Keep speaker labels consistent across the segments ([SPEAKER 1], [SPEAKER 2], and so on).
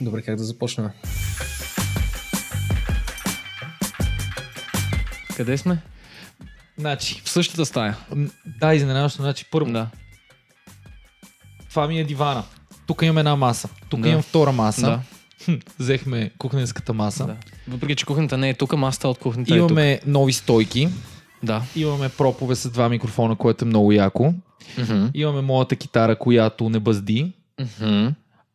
[SPEAKER 1] Добре, как да започнем?
[SPEAKER 2] Къде сме?
[SPEAKER 3] Значи,
[SPEAKER 2] В същата стая.
[SPEAKER 3] м, да, изненадващо. Значи, първо,
[SPEAKER 2] Да.
[SPEAKER 3] това ми е дивана. Тук имам една маса. Тук
[SPEAKER 2] Да.
[SPEAKER 3] имам втора маса.
[SPEAKER 2] да.
[SPEAKER 3] Хм, Взехме кухненската маса.
[SPEAKER 2] да. Въпреки, че кухнята не е тук, маста от кухнята е
[SPEAKER 3] Имаме нови стойки.
[SPEAKER 2] тук. Да.
[SPEAKER 3] Имаме пропове с два микрофона, което е много яко.
[SPEAKER 2] Мгм.
[SPEAKER 3] Имаме моята китара, която не бъзди.
[SPEAKER 2] Мгм.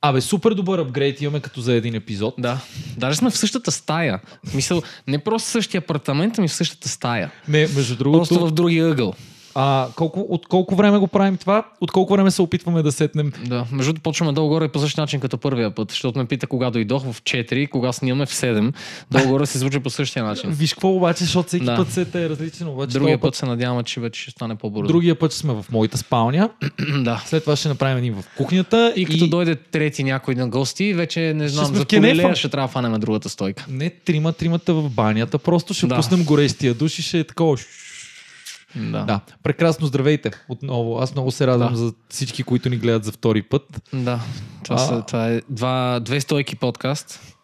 [SPEAKER 3] Абе, супер добър апгрейд имаме като за един епизод.
[SPEAKER 2] Да. Даже сме в същата стая. В Мисъл, не просто в същия апартамент, ами в същата стая.
[SPEAKER 3] Не, между другото,
[SPEAKER 2] Просто в другия ъгъл.
[SPEAKER 3] а, колко, от колко време го правим това? От колко време се опитваме да сетнем?
[SPEAKER 2] Да. Между другото, почваме долу-горе по същия начин като първия път, защото ме пита кога дойдох в 4, кога снимаме в 7. Долу-горе се звучи по същия начин.
[SPEAKER 3] Виж какво обаче, защото всеки
[SPEAKER 2] Да.
[SPEAKER 3] път сета е различен. Обаче
[SPEAKER 2] Другия
[SPEAKER 3] този
[SPEAKER 2] път се надяваме, че вече ще стане по-бързо.
[SPEAKER 3] другия път ще сме в моята спалня.
[SPEAKER 2] Да.
[SPEAKER 3] След това ще направим един в кухнята.
[SPEAKER 2] И като дойде трети някой на гости, вече не знам,
[SPEAKER 3] сме в
[SPEAKER 2] за
[SPEAKER 3] кенефа.
[SPEAKER 2] Корнелия ще трябва да фанеме другата стойка.
[SPEAKER 3] Не трима, тримата в банята. Просто ще
[SPEAKER 2] Да.
[SPEAKER 3] пуснем горещия душ и ще е такова.
[SPEAKER 2] Да.
[SPEAKER 3] Да. Прекрасно, здравейте отново. Аз много се радвам
[SPEAKER 2] Да.
[SPEAKER 3] за всички, които ни гледат за втори път.
[SPEAKER 2] Да, това,
[SPEAKER 3] А.
[SPEAKER 2] са, това е два, две стойки подкаст.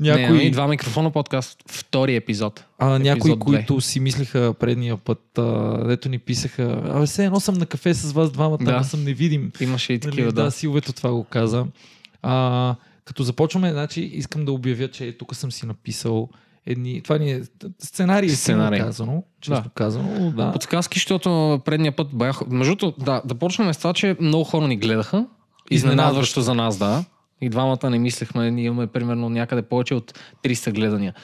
[SPEAKER 2] Някои... Не,
[SPEAKER 3] Някои,
[SPEAKER 2] ами два микрофона подкаст, втори епизод.
[SPEAKER 3] а, някои
[SPEAKER 2] епизод две.
[SPEAKER 3] които си мислиха предния път, а, дето ни писаха, абе все едно съм на кафе с вас двамата,
[SPEAKER 2] Да.
[SPEAKER 3] да. ама съм невидим.
[SPEAKER 2] Имаше и такива,
[SPEAKER 3] Нали,
[SPEAKER 2] да.
[SPEAKER 3] да, Силвето това го каза. А, като започваме, значи искам да обявя, че тук съм си написал едни... Това ни е сценарий, сценарий.
[SPEAKER 2] Сценарий.
[SPEAKER 3] казано, честно да. казано. Да.
[SPEAKER 2] Подсказки, защото предния път бях... Между другото, да, да почнем с това, че много хора ни гледаха. Изненадващо за нас, да. И двамата не мислехме, ние имаме примерно някъде повече от 300 гледания.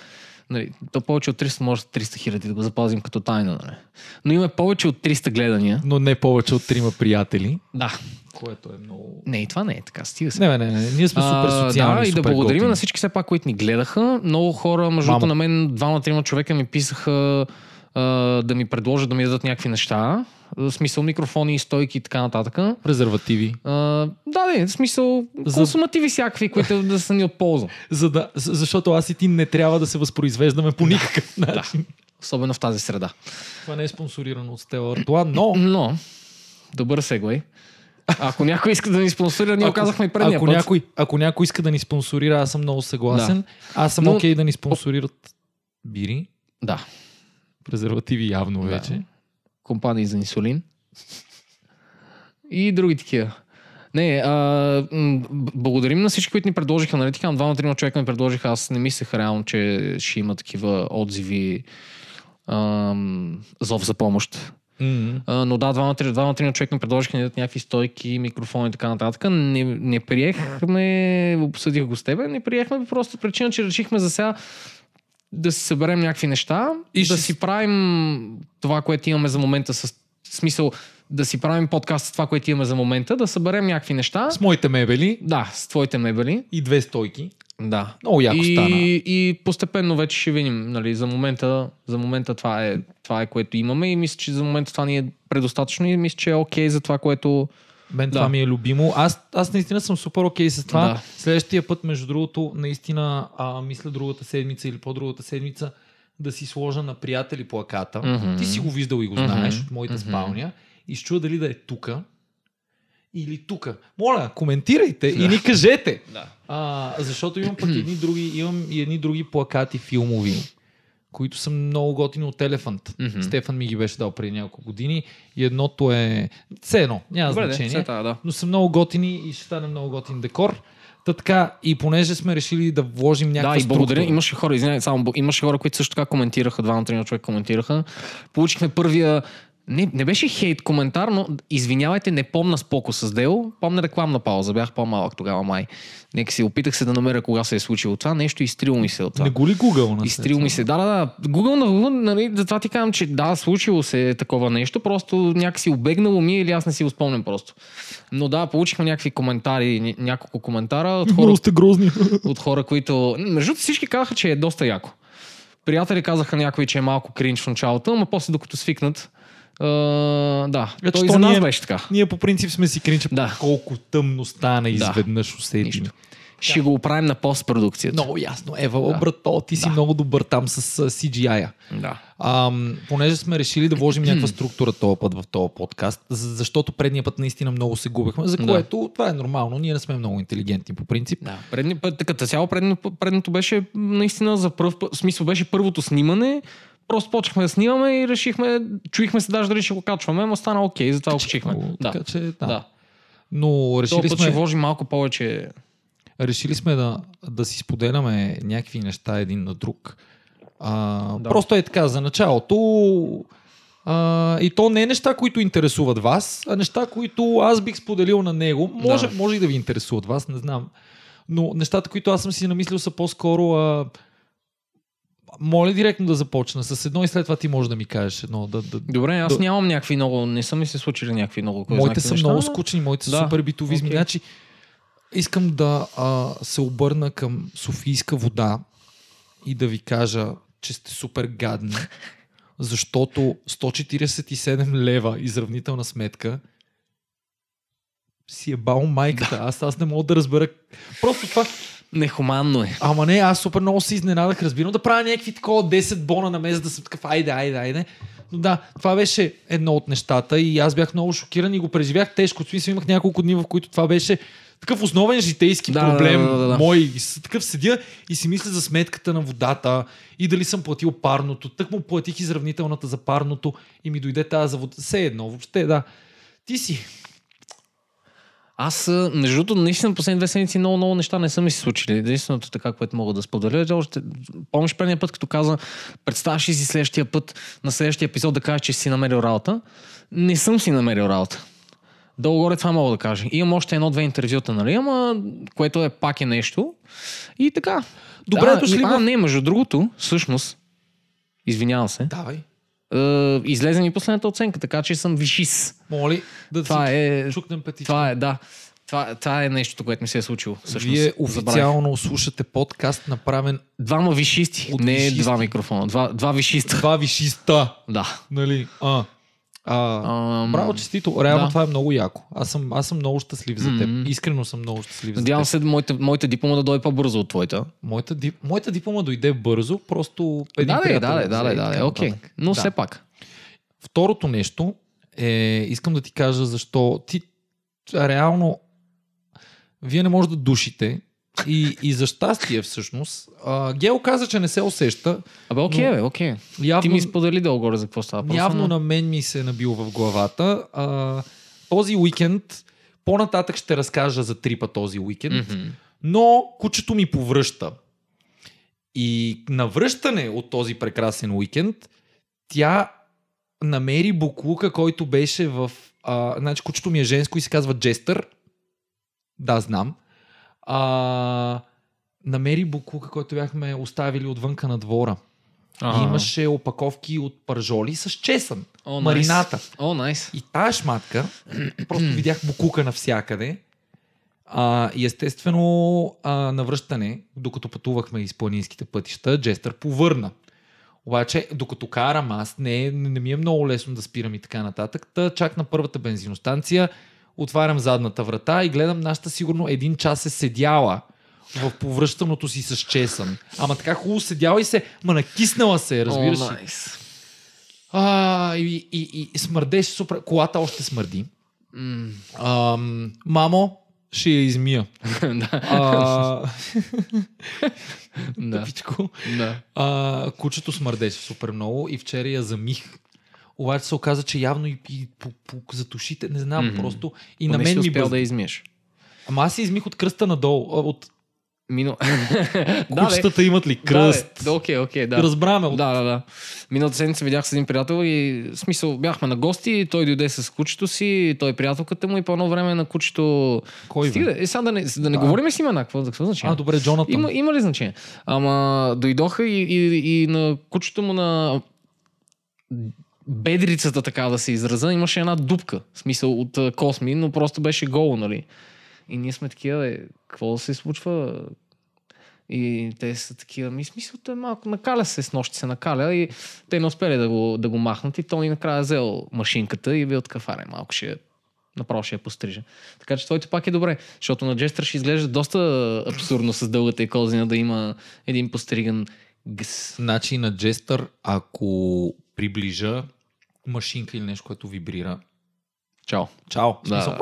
[SPEAKER 2] Нали, то повече от 300, може 300 хиляди да го запазим като тайна. Нали. Но имаме повече от 300 гледания.
[SPEAKER 3] но не повече от трима приятели.
[SPEAKER 2] Да.
[SPEAKER 3] Което е много...
[SPEAKER 2] Не, и това не е така. Стига се.
[SPEAKER 3] Не, бе, не, не, ние сме супер
[SPEAKER 2] А,
[SPEAKER 3] социални.
[SPEAKER 2] да, и да
[SPEAKER 3] супер
[SPEAKER 2] благодарим
[SPEAKER 3] готини.
[SPEAKER 2] на всички все пак, които ни гледаха. Много хора, между
[SPEAKER 3] Мамо.
[SPEAKER 2] другото, на мен двама-трима човека ми писаха а, да ми предложат да ми дадат някакви неща. В смисъл микрофони, стойки и така нататък. А,
[SPEAKER 3] презервативи.
[SPEAKER 2] да, не, в смисъл
[SPEAKER 3] За-
[SPEAKER 2] консумативи всякакви, които да са ни от полза.
[SPEAKER 3] За да, за- защото аз и ти не трябва да се възпроизвеждаме по никакъв начин.
[SPEAKER 2] Особено в тази среда.
[SPEAKER 3] Това не е спонсорирано от Стела Артуа, но
[SPEAKER 2] Но, добър сегвей. Ако някой иска да ни спонсорира, ние го казахме и предния
[SPEAKER 3] ако,
[SPEAKER 2] път.
[SPEAKER 3] някой, ако някой иска да ни спонсорира, аз съм много съгласен. Да. Аз съм
[SPEAKER 2] Но-
[SPEAKER 3] окей да ни спонсорират бири,
[SPEAKER 2] Да,
[SPEAKER 3] презервативи явно
[SPEAKER 2] Да.
[SPEAKER 3] вече.
[SPEAKER 2] компании за инсулин. И други такива. Не, а, м, б- благодарим на всички, които ни предложиха. Нали така, двама-трима човека ми предложиха. Аз не мислех реално, че ще има такива отзиви. Ам, зов за помощ.
[SPEAKER 3] Mm-hmm.
[SPEAKER 2] А, но да, двама-трима двама, трима човека ми предложиха ни дадат някакви стойки, микрофони и така нататък. Не, не приехме, обсъдих го с тебе, не приехме по просто причина, че решихме за сега да си съберем някакви неща
[SPEAKER 3] И
[SPEAKER 2] и да
[SPEAKER 3] ще-
[SPEAKER 2] си правим това, което имаме за момента с в смисъл да си правим подкаст с това, което имаме за момента, да съберем някакви неща.
[SPEAKER 3] С моите мебели
[SPEAKER 2] Да, с твоите мебели.
[SPEAKER 3] и две стойки.
[SPEAKER 2] Да.
[SPEAKER 3] Много яко
[SPEAKER 2] и,
[SPEAKER 3] стана.
[SPEAKER 2] и постепенно вече ще видим. Нали, за, момента, за момента това е, това е което имаме и мисля, че за момента това ни е предостатъчно и мисля, че е окей за това, което...
[SPEAKER 3] Мен
[SPEAKER 2] Да.
[SPEAKER 3] това ми е любимо. Аз, аз наистина съм супер окей с това.
[SPEAKER 2] Да.
[SPEAKER 3] Следващия път, между другото, наистина а, мисля другата седмица или по-другата седмица да си сложа на приятели плаката.
[SPEAKER 2] Мгм.
[SPEAKER 3] Ти си го виждал и го
[SPEAKER 2] Мгм.
[SPEAKER 3] знаеш от моята
[SPEAKER 2] Мгм.
[SPEAKER 3] спалня. И ще чуя дали да е тука или тука. Моля, коментирайте и ни кажете.
[SPEAKER 2] Да.
[SPEAKER 3] А, защото имам пък едни други, имам и едни други плакати филмови, които са много готини от Елефант.
[SPEAKER 2] Мгм.
[SPEAKER 3] Стефан ми ги беше дал преди няколко години. И едното е... Все едно, няма
[SPEAKER 2] Добре, де,
[SPEAKER 3] значение
[SPEAKER 2] все тая, да.
[SPEAKER 3] но са много готини и ще стане много готин декор. Та така, и понеже сме решили да вложим някаква
[SPEAKER 2] Да, и благодаря.
[SPEAKER 3] структура.
[SPEAKER 2] Имаше хора, извинявай, само бо- имаше хора, които също така коментираха, двама-трима човека коментираха. Получихме първия не, не беше хейт коментар, но извинявайте, не помна споко с дело. Помня рекламна пауза, бях по-малък тогава май. Нека си опитах се да намеря кога се е случило това. Нещо изтрило ми се от това.
[SPEAKER 3] Не го ли Google на
[SPEAKER 2] Изтрил ми се. Да, да, да. Google на Google, нали, затова ти казвам, че да, случило се е такова нещо, просто някакси обегнало ми е или аз не си го спомням просто. Но да, получихме някакви коментари, ня- няколко коментара от хора,
[SPEAKER 3] Много сте грозни.
[SPEAKER 2] от хора които... Между другото всички казаха, че е доста яко. Приятели казаха някои, че е малко кринч в началото, но после докато свикнат, е, да,
[SPEAKER 3] Значи,
[SPEAKER 2] то и
[SPEAKER 3] то
[SPEAKER 2] за нас
[SPEAKER 3] ние-
[SPEAKER 2] беше така.
[SPEAKER 3] Ние по принцип сме си кринча
[SPEAKER 2] Да.
[SPEAKER 3] колко тъмно стана изведнъж усетим.
[SPEAKER 2] Нищо. ще го оправим на постпродукцията.
[SPEAKER 3] Много ясно. Ева, да. брат, о, ти си да. много добър там с а, CGI-а.
[SPEAKER 2] Да.
[SPEAKER 3] Ам, понеже сме решили да вложим някаква структура този път в този подкаст, за- защото предния път наистина много се губехме, за
[SPEAKER 2] Да.
[SPEAKER 3] което това е нормално. Ние не сме много интелигентни по принцип.
[SPEAKER 2] Да, предни път, като цяло предно, предното беше наистина за първ път, в смисъл беше първото снимане, просто почнахме да снимаме и решихме, чуихме се даже дали ще го качваме, но стана окей, затова го качихме.
[SPEAKER 3] Много,
[SPEAKER 2] Да,
[SPEAKER 3] Е, Така че, да.
[SPEAKER 2] да.
[SPEAKER 3] Но
[SPEAKER 2] Този
[SPEAKER 3] решили
[SPEAKER 2] път ще
[SPEAKER 3] сме,
[SPEAKER 2] вложи малко повече.
[SPEAKER 3] решили сме да, да си споделяме някакви неща един на друг. А,
[SPEAKER 2] Да.
[SPEAKER 3] да. Просто е така, за началото. А, и то не е неща, които интересуват вас, а неща, които аз бих споделил на него. Може,
[SPEAKER 2] Да.
[SPEAKER 3] да. може и да ви интересуват вас, не знам. Но нещата, които аз съм си намислил, са по-скоро. А, моля директно да започна с едно и след това ти можеш да ми кажеш едно. Да, да,
[SPEAKER 2] Добре, аз
[SPEAKER 3] Да.
[SPEAKER 2] нямам някакви много, не са ми се случили някакви много. кой знае
[SPEAKER 3] Моите
[SPEAKER 2] какви
[SPEAKER 3] са
[SPEAKER 2] неща,
[SPEAKER 3] много
[SPEAKER 2] но-
[SPEAKER 3] скучни, моите
[SPEAKER 2] Да,
[SPEAKER 3] са супер битовизми.
[SPEAKER 2] окей.
[SPEAKER 3] Значи, искам да а, се обърна към Софийска вода и да ви кажа, че сте супер гадни, защото 147 лева изравнителна сметка си е бал майката. Аз, аз не мога да разбера. Просто това,
[SPEAKER 2] Нехуманно е.
[SPEAKER 3] Ама не, аз супер много се изненадах, разбирам, да правя някакви такова 10 бона на месец, да съм такъв, айде, айде, айде. Но да, това беше едно от нещата и аз бях много шокиран и го преживях тежко. В смисъл имах няколко дни, в които това беше такъв основен житейски
[SPEAKER 2] Да,
[SPEAKER 3] проблем
[SPEAKER 2] да, да, да, да.
[SPEAKER 3] мой. И с- Такъв седя и си мисля за сметката на водата и дали съм платил парното. Тък му платих изравнителната за парното и ми дойде тази за водата. Все едно, въобще, да. Ти си.
[SPEAKER 2] Аз, а, между другото, наистина последните две седмици много, много неща не са ми се случили. Единственото така, което мога да споделя, е, че още... помниш предния път, като каза, представяш ли си следващия път, на следващия епизод да кажеш, че си намерил работа. Не съм си намерил работа. Долу-горе това мога да кажа. Имам още едно-две интервюта, нали? Ама, което е пак е нещо. И така.
[SPEAKER 3] Добре
[SPEAKER 2] а,
[SPEAKER 3] дошли
[SPEAKER 2] и- А,
[SPEAKER 3] в-
[SPEAKER 2] не, между другото, всъщност, извинявам се,
[SPEAKER 3] Давай.
[SPEAKER 2] е, излезе ми последната оценка, така че съм вишис.
[SPEAKER 3] Моли да
[SPEAKER 2] Това
[SPEAKER 3] си
[SPEAKER 2] е-
[SPEAKER 3] чукнем петичка.
[SPEAKER 2] Това е, да. Това, това е нещото, което ми се е случило. Всъщност.
[SPEAKER 3] Вие
[SPEAKER 2] Забравих.
[SPEAKER 3] официално слушате подкаст, направен
[SPEAKER 2] Двама вишисти.
[SPEAKER 3] От
[SPEAKER 2] не
[SPEAKER 3] висшисти.
[SPEAKER 2] два микрофона. Два, два вишиста.
[SPEAKER 3] два вишиста.
[SPEAKER 2] Да.
[SPEAKER 3] Нали? А. А,
[SPEAKER 2] Ам,
[SPEAKER 3] браво, честито. Реално
[SPEAKER 2] да.
[SPEAKER 3] това е много яко. Аз съм, аз съм много щастлив за теб.
[SPEAKER 2] Мгм.
[SPEAKER 3] Искрено съм много щастлив
[SPEAKER 2] Надявам
[SPEAKER 3] за теб.
[SPEAKER 2] се моята, моята диплома да дойде по-бързо от твоята.
[SPEAKER 3] Моята, дип... Моята диплома дойде бързо, просто един
[SPEAKER 2] да, да,
[SPEAKER 3] приятел
[SPEAKER 2] да,
[SPEAKER 3] го
[SPEAKER 2] да,
[SPEAKER 3] взе
[SPEAKER 2] да,
[SPEAKER 3] и
[SPEAKER 2] да,
[SPEAKER 3] така
[SPEAKER 2] окей.
[SPEAKER 3] нататък.
[SPEAKER 2] Но
[SPEAKER 3] Да.
[SPEAKER 2] все пак.
[SPEAKER 3] Второто нещо е, искам да ти кажа защо ти реално вие не може да душите и, и за щастие всъщност. А, Гео каза, че не се усеща.
[SPEAKER 2] Абе, окей,
[SPEAKER 3] Но-
[SPEAKER 2] бе, окей.
[SPEAKER 3] Явно,
[SPEAKER 2] Ти ми сподели долу-горе за какво става. въпрос,
[SPEAKER 3] Явно
[SPEAKER 2] но-
[SPEAKER 3] на мен ми се е набил в главата. А, този уикенд, по-нататък ще разкажа за трипа този уикенд, mm-hmm.
[SPEAKER 2] Мгм.
[SPEAKER 3] но кучето ми повръща. И на връщане от този прекрасен уикенд, тя намери буклука, който беше в... А, значи кучето ми е женско и се казва Джестър. Да, знам. А, намери буклука, който бяхме оставили отвънка на двора.
[SPEAKER 2] Аха.
[SPEAKER 3] И имаше опаковки от пържоли с чесън.
[SPEAKER 2] О,
[SPEAKER 3] Oh,
[SPEAKER 2] найс.
[SPEAKER 3] марината.
[SPEAKER 2] О, найс.
[SPEAKER 3] И тая шматка, просто видях букука навсякъде. А, и естествено, а, навръщане, докато пътувахме из планинските пътища, Джестър повърна. Обаче, докато карам аз, не, не, не ми е много лесно да спирам и така нататък. Та, чак на първата бензиностанция, отварям задната врата и гледам нашата сигурно един час е седяла в повръщаното си с чесън. Ама така хубаво седяла и се, ма накиснала се, разбираш ли.
[SPEAKER 2] О, найс.
[SPEAKER 3] А, и, и, и смърдеше супер. Колата още смърди.
[SPEAKER 2] М,
[SPEAKER 3] Ам, мамо, ще я измия.
[SPEAKER 2] Да.
[SPEAKER 3] А,
[SPEAKER 2] Да.
[SPEAKER 3] тъпичко.
[SPEAKER 2] Да.
[SPEAKER 3] А, кучето смърдеше супер много и вчера я замих. Обаче се оказа, че явно и, и по, по, затушите, не знам,
[SPEAKER 2] Мгм.
[SPEAKER 3] mm-hmm. просто. И
[SPEAKER 2] Но
[SPEAKER 3] на
[SPEAKER 2] не си
[SPEAKER 3] мен ми
[SPEAKER 2] успял
[SPEAKER 3] бъз...
[SPEAKER 2] да
[SPEAKER 3] да...
[SPEAKER 2] я измиеш.
[SPEAKER 3] Ама аз се измих от кръста надолу. а, От
[SPEAKER 2] Мино... Да, бе.
[SPEAKER 3] кучетата имат ли кръст?
[SPEAKER 2] Да, бе. Да, окей, окей, да.
[SPEAKER 3] Разбраме. От...
[SPEAKER 2] Да, да, да. Миналата седмица видях с един приятел и в смисъл бяхме на гости, и той дойде с кучето си, той е приятелката му и по едно време на кучето...
[SPEAKER 3] Кой бе?
[SPEAKER 2] Стига, е, сега да не, да не
[SPEAKER 3] А.
[SPEAKER 2] говорим с имена, какво, какво значи?
[SPEAKER 3] А, добре, Джонатан.
[SPEAKER 2] Има, има ли значение? Ама дойдоха и, и, и на кучето му на бедрицата, така да се израза, имаше една дупка, в смисъл от а, косми, но просто беше голо, нали? И ние сме такива, бе, какво се случва? И те са такива, ми смисъл, той малко накаля се с нощи, се накаля и те не успели да го, да го махнат и Тони накрая взел машинката и бил такъв, аре, малко ще я Направо ще я пострижа. Така че твоето пак е добре, защото на Джестър ще изглежда доста абсурдно с дългата и козина да има един постриган гъс.
[SPEAKER 3] Значи на джестър, ако приближа машинка или нещо, което вибрира.
[SPEAKER 2] Чао.
[SPEAKER 3] Чао. В смисъл,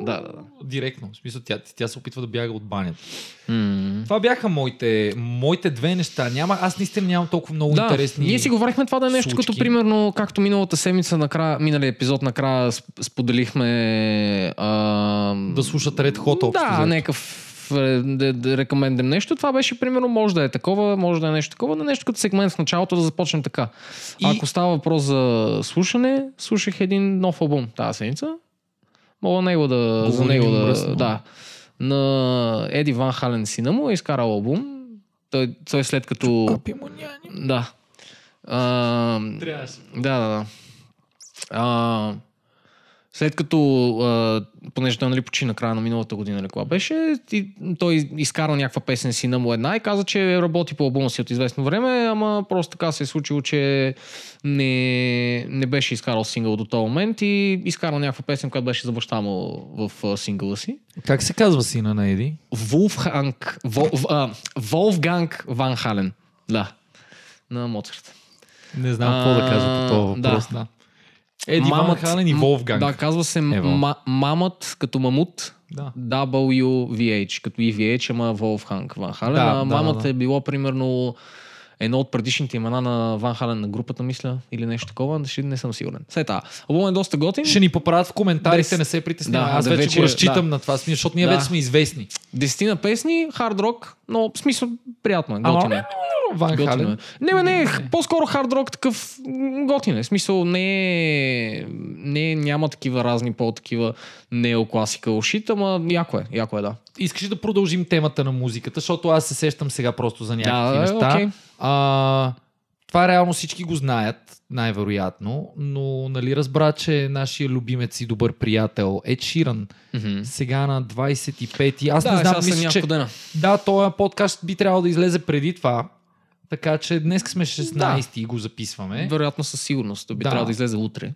[SPEAKER 2] Да, да, да. да.
[SPEAKER 3] Директно. В смисъл, тя, тя се опитва да бяга от банята.
[SPEAKER 2] М.
[SPEAKER 3] Това бяха моите, моите две неща. Няма, аз наистина нямам толкова много
[SPEAKER 2] Да,
[SPEAKER 3] интересни.
[SPEAKER 2] ние си говорихме това да е нещо
[SPEAKER 3] случки.
[SPEAKER 2] като примерно, както миналата седмица, накрая, миналия епизод, накрая сп- споделихме... А...
[SPEAKER 3] да слушат Red Hot общо.
[SPEAKER 2] Да,
[SPEAKER 3] взето.
[SPEAKER 2] някакъв е, да, да рекомендем нещо. Това беше примерно, може да е такова, може да е нещо такова, но нещо като сегмент в началото да започнем така.
[SPEAKER 3] И-
[SPEAKER 2] И... Ако става въпрос за слушане, слушах един нов албум тази седмица. Мога него да, за
[SPEAKER 3] Говорим
[SPEAKER 2] него да,
[SPEAKER 3] мръсно.
[SPEAKER 2] да. На Еди Ван Хален сина му е изкарал албум. Той, той след като...
[SPEAKER 3] Папи му няня.
[SPEAKER 2] Да. А,
[SPEAKER 3] Трябваше.
[SPEAKER 2] да, да, да. А, след като, а, понеже той нали, почина края на миналата година, или кога беше, и, той изкарал някаква песен си на му една и каза, че работи по албума си от известно време, ама просто така се е случило, че не, не беше изкарал сингъл до този момент и изкарал някаква песен, която беше за баща му в а, сингъла си.
[SPEAKER 3] Как се казва сина на Еди?
[SPEAKER 2] Волфганг, Вол, а, Волфганг Ван Хален. Да. На Моцарт.
[SPEAKER 3] Не знам какво да кажа по
[SPEAKER 2] А,
[SPEAKER 3] този въпрос. Да.
[SPEAKER 2] да.
[SPEAKER 3] Еди Ван Хален и
[SPEAKER 2] м-
[SPEAKER 3] Волфганг.
[SPEAKER 2] Да, казва се
[SPEAKER 3] Ево.
[SPEAKER 2] ма, мамът като мамут.
[SPEAKER 3] Да.
[SPEAKER 2] WVH, като EVH, ама Волфганг Ван Хален.
[SPEAKER 3] Да,
[SPEAKER 2] а
[SPEAKER 3] да,
[SPEAKER 2] мамата
[SPEAKER 3] да, да.
[SPEAKER 2] е било примерно едно от предишните имена на Ван Хален на групата, мисля, или нещо такова. Ще не съм сигурен. След това. Албумът е доста готин.
[SPEAKER 3] Ще ни поправят в коментарите,
[SPEAKER 2] Дес-
[SPEAKER 3] не се притеснявай.
[SPEAKER 2] Да,
[SPEAKER 3] Аз
[SPEAKER 2] да,
[SPEAKER 3] вече,
[SPEAKER 2] вече-
[SPEAKER 3] го разчитам
[SPEAKER 2] да.
[SPEAKER 3] на това, смисъл, защото ние
[SPEAKER 2] Да.
[SPEAKER 3] вече сме известни.
[SPEAKER 2] Десетина песни, хард рок, но в смисъл приятно е. Готино е.
[SPEAKER 3] Ван
[SPEAKER 2] Готино е.
[SPEAKER 3] Хален.
[SPEAKER 2] Не, бе, не, х- по-скоро хард рок такъв м, готин е. В смисъл не е, не е- няма такива разни по-такива неокласика ушит, ама яко е, яко е, да.
[SPEAKER 3] Искаш ли да продължим темата на музиката, защото аз се сещам сега просто за някакви
[SPEAKER 2] Да, е,
[SPEAKER 3] неща.
[SPEAKER 2] окей.
[SPEAKER 3] А, това реално всички го знаят, най-вероятно, но нали разбра, че нашия любимец и добър приятел Ед Ширан сега на 25-ти. Аз не знам, мисля, че...
[SPEAKER 2] дена.
[SPEAKER 3] Да, този подкаст би трябвало да излезе преди това, така че днес сме 16 и го записваме.
[SPEAKER 2] Вероятно със сигурност. То би
[SPEAKER 3] Да.
[SPEAKER 2] трябвало е. да излезе утре.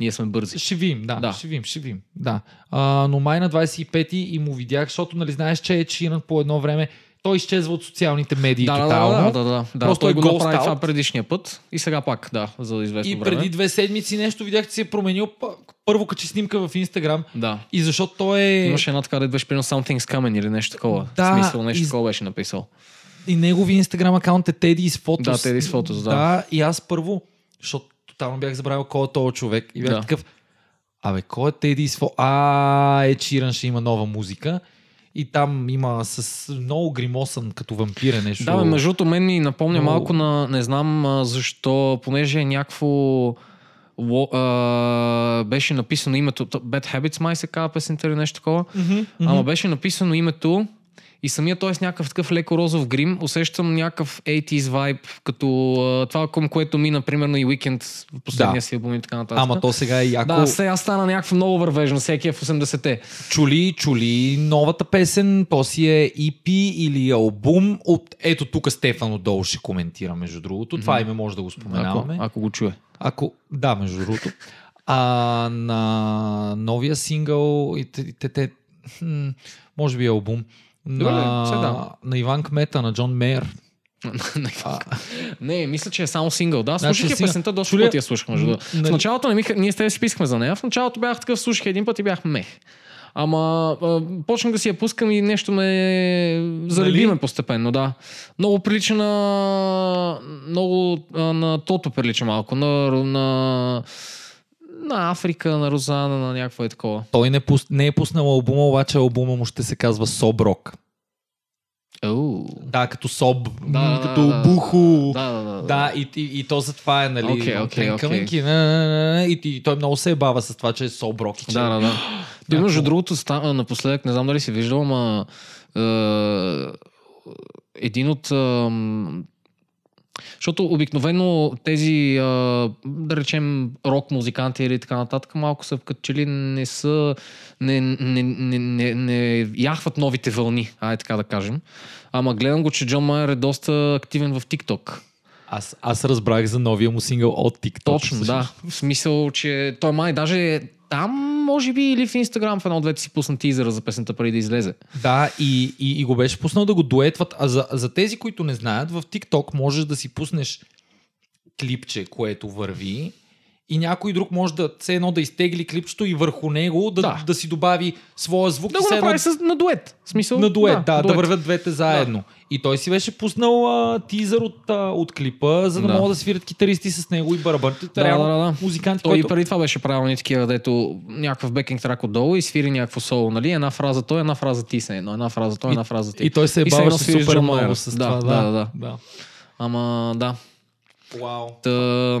[SPEAKER 2] Ние сме бързи.
[SPEAKER 3] Ще видим, да, да.
[SPEAKER 2] Да.
[SPEAKER 3] Ще видим, ще видим. Да. А, но май на 25-ти и му видях, защото нали знаеш, че е Ширан по едно време. Той изчезва от социалните медии
[SPEAKER 2] Да, да,
[SPEAKER 3] тотално.
[SPEAKER 2] да, да, да, да. да.
[SPEAKER 3] Просто
[SPEAKER 2] Той
[SPEAKER 3] е
[SPEAKER 2] го
[SPEAKER 3] ghost
[SPEAKER 2] направи
[SPEAKER 3] out.
[SPEAKER 2] това предишния път и сега пак, да, за известно
[SPEAKER 3] И
[SPEAKER 2] време.
[SPEAKER 3] преди две седмици нещо видях, че си е променил. П- Първо качи снимка в Инстаграм
[SPEAKER 2] Да.
[SPEAKER 3] и защото той е...
[SPEAKER 2] Имаше една така, да беше примерно Something's Coming или нещо такова.
[SPEAKER 3] Да,
[SPEAKER 2] Да, смисъл, нещо
[SPEAKER 3] из-
[SPEAKER 2] такова беше написал.
[SPEAKER 3] И негови Инстаграм акаунт е Teddy's Photos.
[SPEAKER 2] Да, Teddy's Photos, да.
[SPEAKER 3] Да, и аз първо, защото тотално бях забравил кой е този човек и бях да.
[SPEAKER 2] Да.
[SPEAKER 3] такъв, абе, кой е Teddy's Photos? А, е Чиран ще има нова музика. И там има с много гримосан като вампир е нещо.
[SPEAKER 2] Да, бе, между другото, мен ми напомня
[SPEAKER 3] Много.
[SPEAKER 2] малко на, не знам а, защо, понеже е някакво ло- а, беше написано името, то- Bad Habits май се казва песента или нещо такова,
[SPEAKER 3] Мгм, мгм.
[SPEAKER 2] ама беше написано името и самия той е с някакъв такъв леко розов грим, усещам някакъв 80s вайб, като а, това към което мина, примерно и Weekend, в последния
[SPEAKER 3] Да.
[SPEAKER 2] си албум и така нататък.
[SPEAKER 3] Ама то сега е яко.
[SPEAKER 2] Да, сега стана някакво много вървежно, всеки е в 80-те.
[SPEAKER 3] Чули, чули новата песен, то си е EP или албум. От... Ето тук Стефан отдолу ще коментира, между другото. Това име може да го
[SPEAKER 2] Ако,
[SPEAKER 3] споменаваме.
[SPEAKER 2] ако го чуе.
[SPEAKER 3] Ако, да, между другото. А на новия сингъл и те, те, те хм, може би е албум.
[SPEAKER 2] Добре,
[SPEAKER 3] на,
[SPEAKER 2] се дава.
[SPEAKER 3] на Иван Кмета, на Джон Мейер.
[SPEAKER 2] Не, мисля, че е само сингъл. Да,
[SPEAKER 3] Значи
[SPEAKER 2] слушах я
[SPEAKER 3] сингъл.
[SPEAKER 2] песента, доста
[SPEAKER 3] Чули-
[SPEAKER 2] пъти я слушах, между другото.
[SPEAKER 3] Нали-
[SPEAKER 2] В началото не ми, ха- ние с теб си писахме за нея. В началото бях такъв, слушах един път и бях мех. Ама а, почнах да си я пускам и нещо ме
[SPEAKER 3] Нали?
[SPEAKER 2] залюби ме постепенно, да. Много прилича на... Много а, на Тото прилича малко. На, на, на Африка, на Розана, на някакво е такова.
[SPEAKER 3] Той не, пус, не е пуснал албума, обаче албума му ще се казва Соброк.
[SPEAKER 2] Оу.
[SPEAKER 3] Да, като Соб,
[SPEAKER 2] Да,
[SPEAKER 3] м, като
[SPEAKER 2] да, да,
[SPEAKER 3] Бухо.
[SPEAKER 2] Да, да, да.
[SPEAKER 3] Да, и, и, и то затова е, нали?
[SPEAKER 2] Окей, окей,
[SPEAKER 3] Тренка,
[SPEAKER 2] окей.
[SPEAKER 3] Минки, на, на, на, на, и, и той много се е бава с това, че е Соброк. И че...
[SPEAKER 2] Да, да, да. Той
[SPEAKER 3] Някакво-
[SPEAKER 2] между другото, ста, а, напоследък, не знам дали си виждал, ама е, един от... Е, защото обикновено тези, а, да речем, рок музиканти или така нататък, малко са като че ли не са, не, не, не, не, не яхват новите вълни, ай така да кажем. Ама гледам го, че Джон Майер е доста активен в TikTok.
[SPEAKER 3] Аз, аз разбрах за новия му сингъл от TikTok.
[SPEAKER 2] Точно, да. В смисъл, че той май даже е там, може би, или в Инстаграм в едно-двете си пусна тизера за песента преди да излезе.
[SPEAKER 3] Да, и, и, и го беше пуснал да го дуетват. А за, за тези, които не знаят, в TikTok можеш да си пуснеш клипче, което върви и някой друг може да все едно да изтегли клипчето и върху него да, да.
[SPEAKER 2] Да.
[SPEAKER 3] да си добави своя звук.
[SPEAKER 2] Да
[SPEAKER 3] и
[SPEAKER 2] го
[SPEAKER 3] все едно
[SPEAKER 2] направи с, на дует. В смисъл,
[SPEAKER 3] на дует, да, да, да
[SPEAKER 2] дует.
[SPEAKER 3] вървят двете заедно. Да. И той си беше пуснал а, тизър от, а, от клипа, за да, да
[SPEAKER 2] Да.
[SPEAKER 3] могат да свирят китаристи с него и барабаните. Да, реално да, да, да. музикант,
[SPEAKER 2] Той
[SPEAKER 3] който...
[SPEAKER 2] и преди това беше правил ни такива, дето някакъв бекинг трак отдолу и свири някакво соло, нали? Една фраза той, една фраза ти се едно, една фраза той, една фраза ти.
[SPEAKER 3] И той се е
[SPEAKER 2] И се
[SPEAKER 3] бавил
[SPEAKER 2] едно свириш
[SPEAKER 3] супер
[SPEAKER 2] Джон
[SPEAKER 3] много
[SPEAKER 2] Майер.
[SPEAKER 3] с
[SPEAKER 2] Да,
[SPEAKER 3] това. Да,
[SPEAKER 2] да, да.
[SPEAKER 3] да.
[SPEAKER 2] Ама да.
[SPEAKER 3] Вау.
[SPEAKER 2] Та...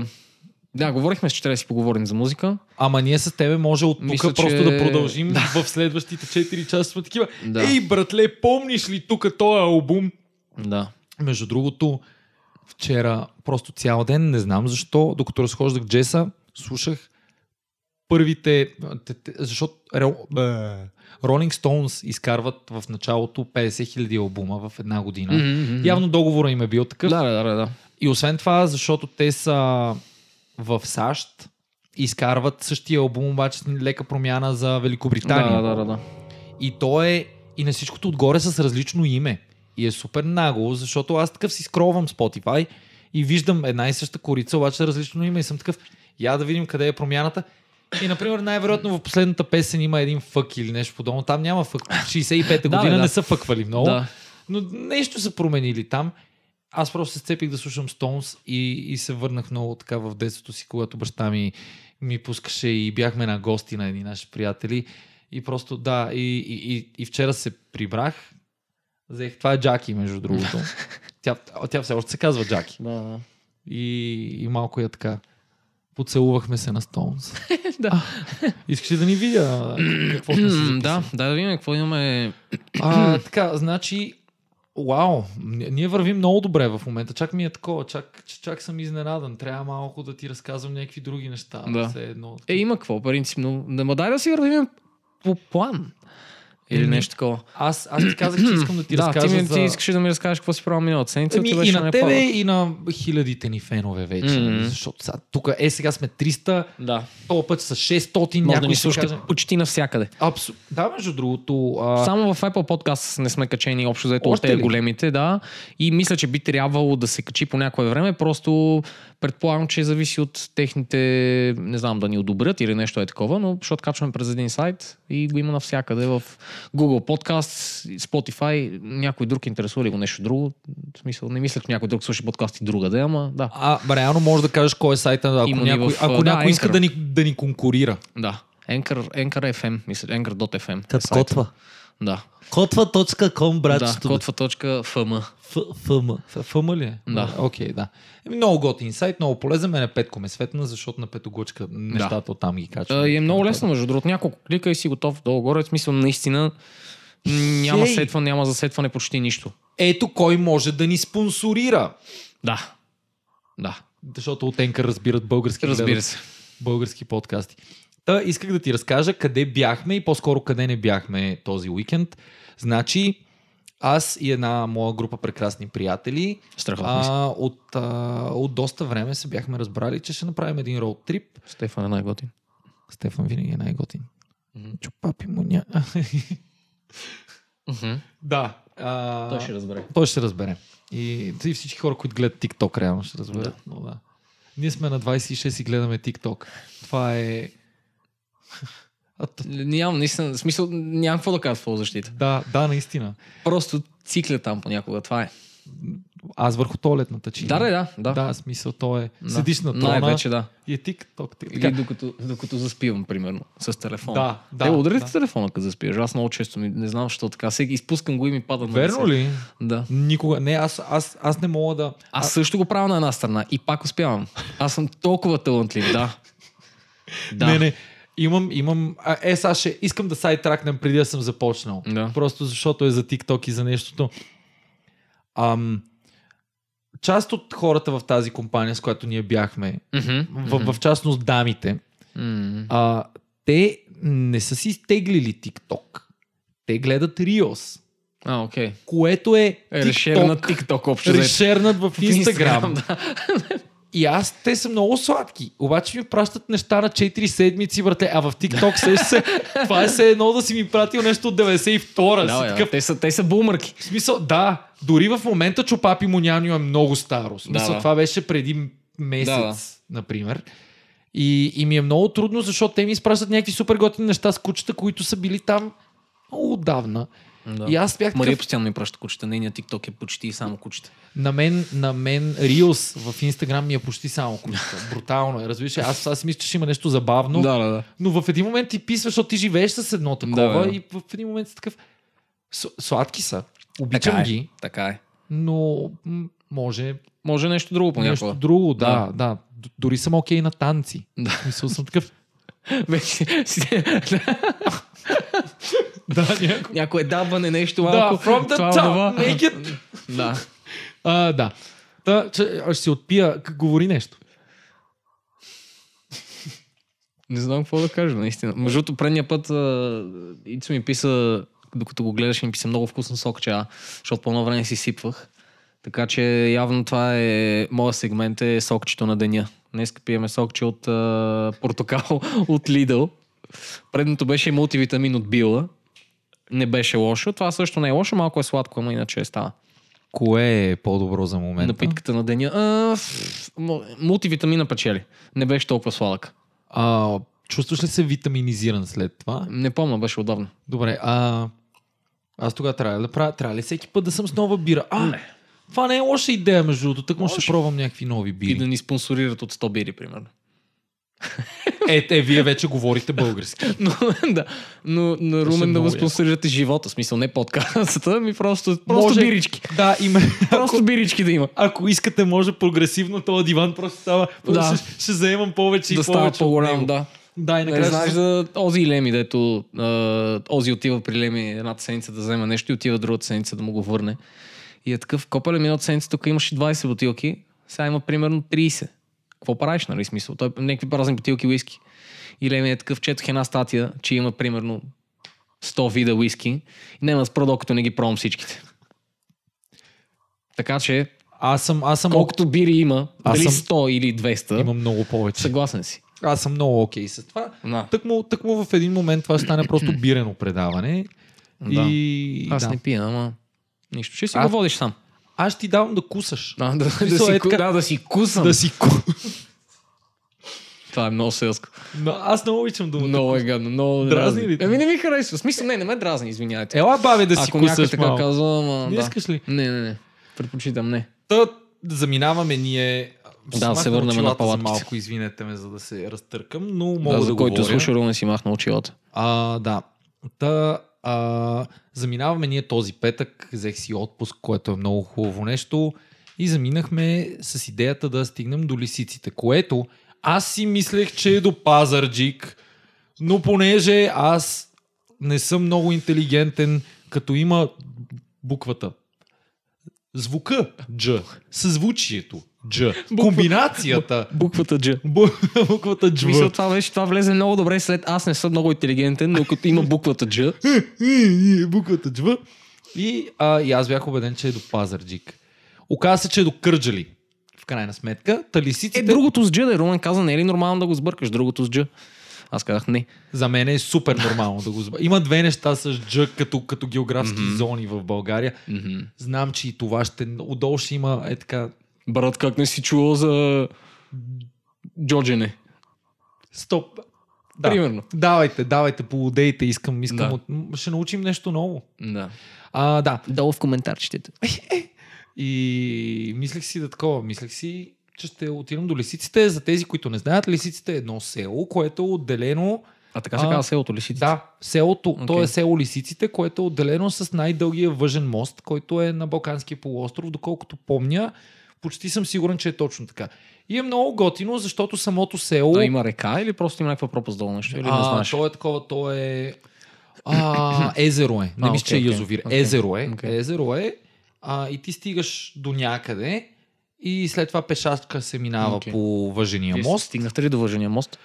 [SPEAKER 2] Да, говорихме, че трябва да си поговорим за музика.
[SPEAKER 3] Ама ние с тебе може от тук
[SPEAKER 2] Мисля,
[SPEAKER 3] просто
[SPEAKER 2] че-
[SPEAKER 3] да продължим в следващите 4 часа сме такива.
[SPEAKER 2] Да.
[SPEAKER 3] Ей, братле, помниш ли тук този албум?
[SPEAKER 2] Да.
[SPEAKER 3] Между другото, вчера просто цял ден, не знам защо, докато разхождах Джеса, слушах първите, те- те- защото реал- бе, Rolling Stones изкарват в началото 50 000 албума в една година.
[SPEAKER 2] Мгм,
[SPEAKER 3] Явно договора им е бил
[SPEAKER 2] мгм.
[SPEAKER 3] такъв.
[SPEAKER 2] Да, да, да, да.
[SPEAKER 3] И освен това, защото те са в САЩ, изкарват същия албум, обаче с лека промяна за Великобритания.
[SPEAKER 2] Да, да, да, да.
[SPEAKER 3] И то е и на всичкото отгоре с различно име. И е супер нагло, защото аз такъв си скровам Spotify и виждам една и съща корица, обаче с различно име и съм такъв, я да видим къде е промяната. И, например, най-вероятно в последната песен има един фък или нещо подобно. Там няма фък. 65-та
[SPEAKER 2] Да, бе,
[SPEAKER 3] година
[SPEAKER 2] да.
[SPEAKER 3] не са фъквали много.
[SPEAKER 2] Да.
[SPEAKER 3] Но нещо са променили там. Аз просто се сцепих да слушам Stones и, и се върнах много така в детството си, когато баща ми ми пускаше и бяхме на гости на едни наши приятели. И просто, да, и, и, и, и вчера се прибрах. Взех, това е Джаки, между другото. тя, тя все още се казва Джаки.
[SPEAKER 2] да, да.
[SPEAKER 3] И, и малко я така. Поцелувахме се на Стоунс.
[SPEAKER 2] Да.
[SPEAKER 3] Искаш ли да ни видя какво сме си
[SPEAKER 2] М,
[SPEAKER 3] записали?
[SPEAKER 2] Да, да, да видим какво имаме.
[SPEAKER 3] А, така, значи, вау, н- ние вървим много добре в момента. Чак ми е такова, чак, ч- чак съм изненадан. Трябва малко да ти разказвам някакви други неща.
[SPEAKER 2] Да.
[SPEAKER 3] Все едно.
[SPEAKER 2] Е, има какво, принципно. Да, ма дай да си вървим по план. Или
[SPEAKER 3] Еми,
[SPEAKER 2] нещо такова.
[SPEAKER 3] Аз, аз ти казах, че искам да ти
[SPEAKER 2] да,
[SPEAKER 3] разкажа
[SPEAKER 2] ти, ми,
[SPEAKER 3] за...
[SPEAKER 2] ти искаш да ми разкажеш какво си правил миналата седмица.
[SPEAKER 3] Еми,
[SPEAKER 2] ти
[SPEAKER 3] и
[SPEAKER 2] беше
[SPEAKER 3] на тебе,
[SPEAKER 2] непълна.
[SPEAKER 3] и на хилядите ни фенове вече. нали?
[SPEAKER 2] Мгм.
[SPEAKER 3] Защото сега, тук, е, сега сме 300,
[SPEAKER 2] Да.
[SPEAKER 3] този път са 600,
[SPEAKER 2] Може да
[SPEAKER 3] някой
[SPEAKER 2] ни
[SPEAKER 3] ще каже...
[SPEAKER 2] слушате почти навсякъде.
[SPEAKER 3] Абсо... Да, между другото... А...
[SPEAKER 2] Само в Apple Podcast не сме качени общо заето от
[SPEAKER 3] Още
[SPEAKER 2] тези
[SPEAKER 3] ли?
[SPEAKER 2] големите, да. И мисля, че би трябвало да се качи по някое време, просто предполагам, че зависи от техните, не знам, да ни одобрят или нещо е такова, но защото качваме през един сайт и го има навсякъде в Google Podcast, Spotify, някой друг интересува ли го нещо друго. В смисъл, не мисля, че някой друг слуша подкаст и другаде, ама да.
[SPEAKER 3] А, бе, реално може да кажеш кой е сайта, ако
[SPEAKER 2] Има ни
[SPEAKER 3] някой,
[SPEAKER 2] в,
[SPEAKER 3] ако
[SPEAKER 2] а, да,
[SPEAKER 3] някой иска
[SPEAKER 2] Anchor.
[SPEAKER 3] да ни, да ни конкурира.
[SPEAKER 2] Да. Anchor, Anchor FM, мисля, Anchor.fm.
[SPEAKER 1] Като котва.
[SPEAKER 2] Да.
[SPEAKER 1] Котва.com,
[SPEAKER 2] Да,
[SPEAKER 1] братчето.
[SPEAKER 2] котва.фм.
[SPEAKER 1] Ф- ФМ.
[SPEAKER 3] Ф- ФМ ли е?
[SPEAKER 2] Да.
[SPEAKER 3] Окей, да. Еми, много готин сайт, много полезен. Мене Петко ме светна, защото на Петогочка нещата да. оттам ги качва.
[SPEAKER 2] А, и е много лесно, между другото. Няколко клика и си готов долу-горе. В смисъл, наистина няма
[SPEAKER 3] Хей!
[SPEAKER 2] сетване, няма засетване почти нищо.
[SPEAKER 3] Ето кой може да ни спонсорира.
[SPEAKER 2] Да. Да.
[SPEAKER 3] Защото от Енка разбират български,
[SPEAKER 2] Разбира
[SPEAKER 3] гледат
[SPEAKER 2] се.
[SPEAKER 3] български подкасти. Та, исках да ти разкажа къде бяхме и по-скоро къде не бяхме този уикенд. Значи, аз и една моя група прекрасни приятели
[SPEAKER 2] Страхотно. А...
[SPEAKER 3] а, от, а, от доста време се бяхме разбрали, че ще направим един роуд трип
[SPEAKER 2] Стефан е най-готин.
[SPEAKER 3] Стефан винаги е най-готин. Чупапи му ня... да. А...
[SPEAKER 2] разбере.
[SPEAKER 3] той ще разбере. И, и всички хора, които гледат TikTok, реално ще разберат. Да. Но, да. Ние сме на 26 и гледаме TikTok. Това е... а, т-
[SPEAKER 2] Нямам, наистина, в смисъл, нямам какво да кажа в твоя защита.
[SPEAKER 3] да, да, наистина.
[SPEAKER 2] Просто цикля там понякога, това е.
[SPEAKER 3] Аз върху туалетната чина.
[SPEAKER 2] Да, да, да. да.
[SPEAKER 3] Да, смисъл, то е.
[SPEAKER 2] Да.
[SPEAKER 3] Седиш на трона
[SPEAKER 2] Най-вече, да.
[SPEAKER 3] и е TikTok. ти-
[SPEAKER 2] Или
[SPEAKER 3] Така,
[SPEAKER 2] докато, докато заспивам, примерно, с телефона.
[SPEAKER 3] Да, да,
[SPEAKER 2] Е, удари
[SPEAKER 3] да.
[SPEAKER 2] да. телефона, като заспиваш. Аз много често ми, не знам защо така. Сега изпускам го и ми пада на
[SPEAKER 3] Верно
[SPEAKER 2] лице.
[SPEAKER 3] ли?
[SPEAKER 2] Да.
[SPEAKER 3] Никога. Не, аз, аз, аз не мога да...
[SPEAKER 2] Аз също го правя на една страна и пак успявам. Аз съм толкова талантлив, да. Да.
[SPEAKER 3] Не, не. Имам, имам. А, е, сега ще искам да сайтракнем преди да съм започнал.
[SPEAKER 2] Да.
[SPEAKER 3] Просто защото е за TikTok и за нещото. Ам, част от хората в тази компания, с която ние бяхме,
[SPEAKER 2] Мгм,
[SPEAKER 3] в, в частност дамите,
[SPEAKER 2] мгм.
[SPEAKER 3] а, те не са си изтеглили TikTok. Те гледат Риос.
[SPEAKER 2] А, окей.
[SPEAKER 3] което е
[SPEAKER 2] Е, решер на
[SPEAKER 3] TikTok,
[SPEAKER 2] TikTok общо. взето.
[SPEAKER 3] решернат в Instagram.
[SPEAKER 2] да.
[SPEAKER 3] И аз, те са много сладки. Обаче ми пращат неща на 4 седмици, братле. А в TikTok сеща се, това е все едно да си ми пратил нещо от 92-а.
[SPEAKER 2] Да,
[SPEAKER 3] си
[SPEAKER 2] бе,
[SPEAKER 3] такъв,
[SPEAKER 2] Те са, те са бумърки.
[SPEAKER 3] в смисъл, да, дори в момента Чопапи Монянио е много старо. В смисъл,
[SPEAKER 2] Да, да.
[SPEAKER 3] това беше преди месец,
[SPEAKER 2] Да, да.
[SPEAKER 3] например. И, и ми е много трудно, защото те ми изпращат някакви супер готини неща с кучета, които са били там много отдавна.
[SPEAKER 2] Да.
[SPEAKER 3] И аз бях
[SPEAKER 2] Мария
[SPEAKER 3] такъв,
[SPEAKER 2] постоянно ми праща кучета. Нейният TikTok е почти само кучета.
[SPEAKER 3] на мен, на мен Reels в Инстаграм ми е почти само кучета. Брутално е, разбираш. ли? Аз, аз мисля, че ще има нещо забавно.
[SPEAKER 2] да, да, да.
[SPEAKER 3] Но в един момент ти писваш, защото ти живееш с едно такова
[SPEAKER 2] Да, бе.
[SPEAKER 3] и в един момент си такъв. «С- Сладки са. Обичам
[SPEAKER 2] Така е.
[SPEAKER 3] ги,
[SPEAKER 2] Така е.
[SPEAKER 3] но м, може
[SPEAKER 2] Може нещо друго
[SPEAKER 3] нещо
[SPEAKER 2] понякога.
[SPEAKER 3] друго. Да, да.
[SPEAKER 2] Да.
[SPEAKER 3] Д- Дори съм окей на танци.
[SPEAKER 2] Да.
[SPEAKER 3] В смисъл съм такъв.
[SPEAKER 2] Вече си-
[SPEAKER 3] да, някой.
[SPEAKER 2] Някое дабане, нещо
[SPEAKER 3] Да,
[SPEAKER 2] малко.
[SPEAKER 3] from the
[SPEAKER 2] това, е
[SPEAKER 3] top,
[SPEAKER 2] онова.
[SPEAKER 3] naked.
[SPEAKER 2] Да.
[SPEAKER 3] А, да. Та, че, а, ще си отпия, к- говори нещо.
[SPEAKER 2] Не знам какво да кажа, наистина. Между другото, предния път а, Ицо ми писа, докато го гледаш, ми писа много вкусно сокче, а, защото по едно време си сипвах. Така че явно това е, моят сегмент е сокчето на деня. Днес пиеме сокче от а, портокал от Лидъл. Предното беше мултивитамин от Била. Не беше лошо. Това също не е лошо, малко е сладко, ама иначе става.
[SPEAKER 3] Кое е по-добро за момента?
[SPEAKER 2] Напитката на деня. А, ф- м- мултивитамина печели. Не беше толкова сладък.
[SPEAKER 3] А, чувстваш ли се витаминизиран след това?
[SPEAKER 2] Не помня, беше отдавна.
[SPEAKER 3] Добре, а... Аз тогава трябва ли да правя? Трябва ли всеки път да съм с нова бира? А, не. това не е лоша идея, между другото. Тъкмо ще пробвам някакви нови
[SPEAKER 2] И да
[SPEAKER 3] бири.
[SPEAKER 2] ни спонсорират от 100 бири, примерно.
[SPEAKER 3] Е, те, вие вече говорите български.
[SPEAKER 2] Но, да. Но на Румен да
[SPEAKER 3] много
[SPEAKER 2] му
[SPEAKER 3] яко.
[SPEAKER 2] спонсорирате живота. В смисъл не подкаста, ми просто, просто
[SPEAKER 3] Може-
[SPEAKER 2] бирички.
[SPEAKER 3] Да, има...
[SPEAKER 2] Просто бирички да има.
[SPEAKER 3] Ако искате, може прогресивно този диван просто става.
[SPEAKER 2] Да.
[SPEAKER 3] Ще, ще заемам повече
[SPEAKER 2] да
[SPEAKER 3] и
[SPEAKER 2] става
[SPEAKER 3] повече. от
[SPEAKER 2] по-голям,
[SPEAKER 3] него.
[SPEAKER 2] да.
[SPEAKER 3] Да, и
[SPEAKER 2] Не
[SPEAKER 3] накрая
[SPEAKER 2] знаеш
[SPEAKER 3] ще...
[SPEAKER 2] за Ози и Леми, дето а, Ози отива при Леми едната седмица да вземе нещо и отива другата седмица да му го върне. И е такъв, копале миналата седмица, тук имаше 20 бутилки, сега има примерно 30. Какво правиш, нали смисъл? Той е някакви празни бутилки уиски. И Леми е такъв, четох една статия, че има примерно 100 вида уиски. Няма да спра, докато не ги пробвам всичките. Така че,
[SPEAKER 3] Аз съм, аз съм...
[SPEAKER 2] колкото бири има,
[SPEAKER 3] Аз
[SPEAKER 2] дали
[SPEAKER 3] съм-
[SPEAKER 2] 100 или 200,
[SPEAKER 3] Имам много повече.
[SPEAKER 2] съгласен си.
[SPEAKER 3] Аз съм много окей с това.
[SPEAKER 2] Да.
[SPEAKER 3] Тъкмо, тъкмо в един момент това ще стане просто бирено предаване.
[SPEAKER 2] Да.
[SPEAKER 3] И...
[SPEAKER 2] Аз
[SPEAKER 3] да.
[SPEAKER 2] не пия, ама нищо. Ще си
[SPEAKER 3] А-
[SPEAKER 2] го водиш сам.
[SPEAKER 3] Аз ще ти давам да кусаш.
[SPEAKER 2] Да, да, да,
[SPEAKER 3] Мисъл,
[SPEAKER 2] си,
[SPEAKER 3] е
[SPEAKER 2] ку-
[SPEAKER 3] така.
[SPEAKER 2] да, да си кусам.
[SPEAKER 3] Да си ку...
[SPEAKER 2] Това е много селско.
[SPEAKER 3] Но аз много обичам думата.
[SPEAKER 2] Много е гадно. Много
[SPEAKER 3] Дразни ли те?
[SPEAKER 2] Ами не ми харесва. В смисъл, не, не ме дразни, извинявайте.
[SPEAKER 3] Ела, бабе, да си
[SPEAKER 2] Ако някой
[SPEAKER 3] кусаш
[SPEAKER 2] така
[SPEAKER 3] малко.
[SPEAKER 2] казва, ама,
[SPEAKER 3] Не
[SPEAKER 2] да.
[SPEAKER 3] искаш ли?
[SPEAKER 2] Не, не, не. Предпочитам, не.
[SPEAKER 3] Та, заминаваме ние.
[SPEAKER 2] Да,
[SPEAKER 3] Смахнах
[SPEAKER 2] се върнем на
[SPEAKER 3] очилата за
[SPEAKER 2] палатките.
[SPEAKER 3] Малко, извинете ме, за да се разтъркам, но мога да,
[SPEAKER 2] за който
[SPEAKER 3] говоря.
[SPEAKER 2] слуша, Румен си махна очилата.
[SPEAKER 3] А, да. Та, а, заминаваме ние този петък, взех си отпуск, което е много хубаво нещо и заминахме с идеята да стигнем до лисиците, което аз си мислех, че е до Пазарджик, но понеже аз не съм много интелигентен, като има буквата звука Дж, съзвучието Дж, комбинацията
[SPEAKER 2] Буквата Дж.
[SPEAKER 3] бу- буквата Дж.
[SPEAKER 2] Мисля, това, беше, това влезе много добре след аз не съм много интелигентен, но като има буквата Дж.
[SPEAKER 3] Е, е, буквата джва. И, а, и аз бях убеден, че е до Пазарджик. Оказа се, че е до Кърджали. В крайна сметка. Та лисиците
[SPEAKER 2] Е, другото с Дж, да Румен каза, не е ли нормално да го сбъркаш другото с Дж? Аз казах не.
[SPEAKER 3] за мен е супер нормално да го забавя. Има две неща с дж като, като географски зони в България. Знам, че и това ще... Отдолу ще има е така...
[SPEAKER 2] Брат, как не си чувал за Джоджене?
[SPEAKER 3] Стоп. Да.
[SPEAKER 2] Примерно.
[SPEAKER 3] Давайте, давайте, полудейте, искам, искам.
[SPEAKER 2] Да.
[SPEAKER 3] От... м, Ще научим нещо ново.
[SPEAKER 2] Да.
[SPEAKER 3] А, да.
[SPEAKER 2] Долу в коментарчетите.
[SPEAKER 3] И мислех си да такова, мислех си, че ще отидем до лисиците. За тези, които не знаят, лисиците е едно село, което е отделено.
[SPEAKER 2] А така се
[SPEAKER 3] А,
[SPEAKER 2] казва селото ли си?
[SPEAKER 3] Да, селото, okay. то е
[SPEAKER 2] Окей.
[SPEAKER 3] село Лисиците, което е отделено с най-дългия въжен мост, който е на Балканския полуостров, доколкото помня. Почти съм сигурен, че е точно така. И е много готино, защото самото село.
[SPEAKER 2] А има река или просто има някаква пропаст долу нещо? Или не
[SPEAKER 3] а,
[SPEAKER 2] знаеш?
[SPEAKER 3] то е такова, то е. А, езеро е. Не
[SPEAKER 2] А,
[SPEAKER 3] мисля, че е
[SPEAKER 2] окей, окей,
[SPEAKER 3] язовир.
[SPEAKER 2] окей,
[SPEAKER 3] Езеро е.
[SPEAKER 2] окей.
[SPEAKER 3] Езеро е. А, и ти стигаш до някъде и след това пешачка се минава
[SPEAKER 2] Окей.
[SPEAKER 3] по въжения
[SPEAKER 2] Вие
[SPEAKER 3] мост.
[SPEAKER 2] Стигнахте ли до въжения мост?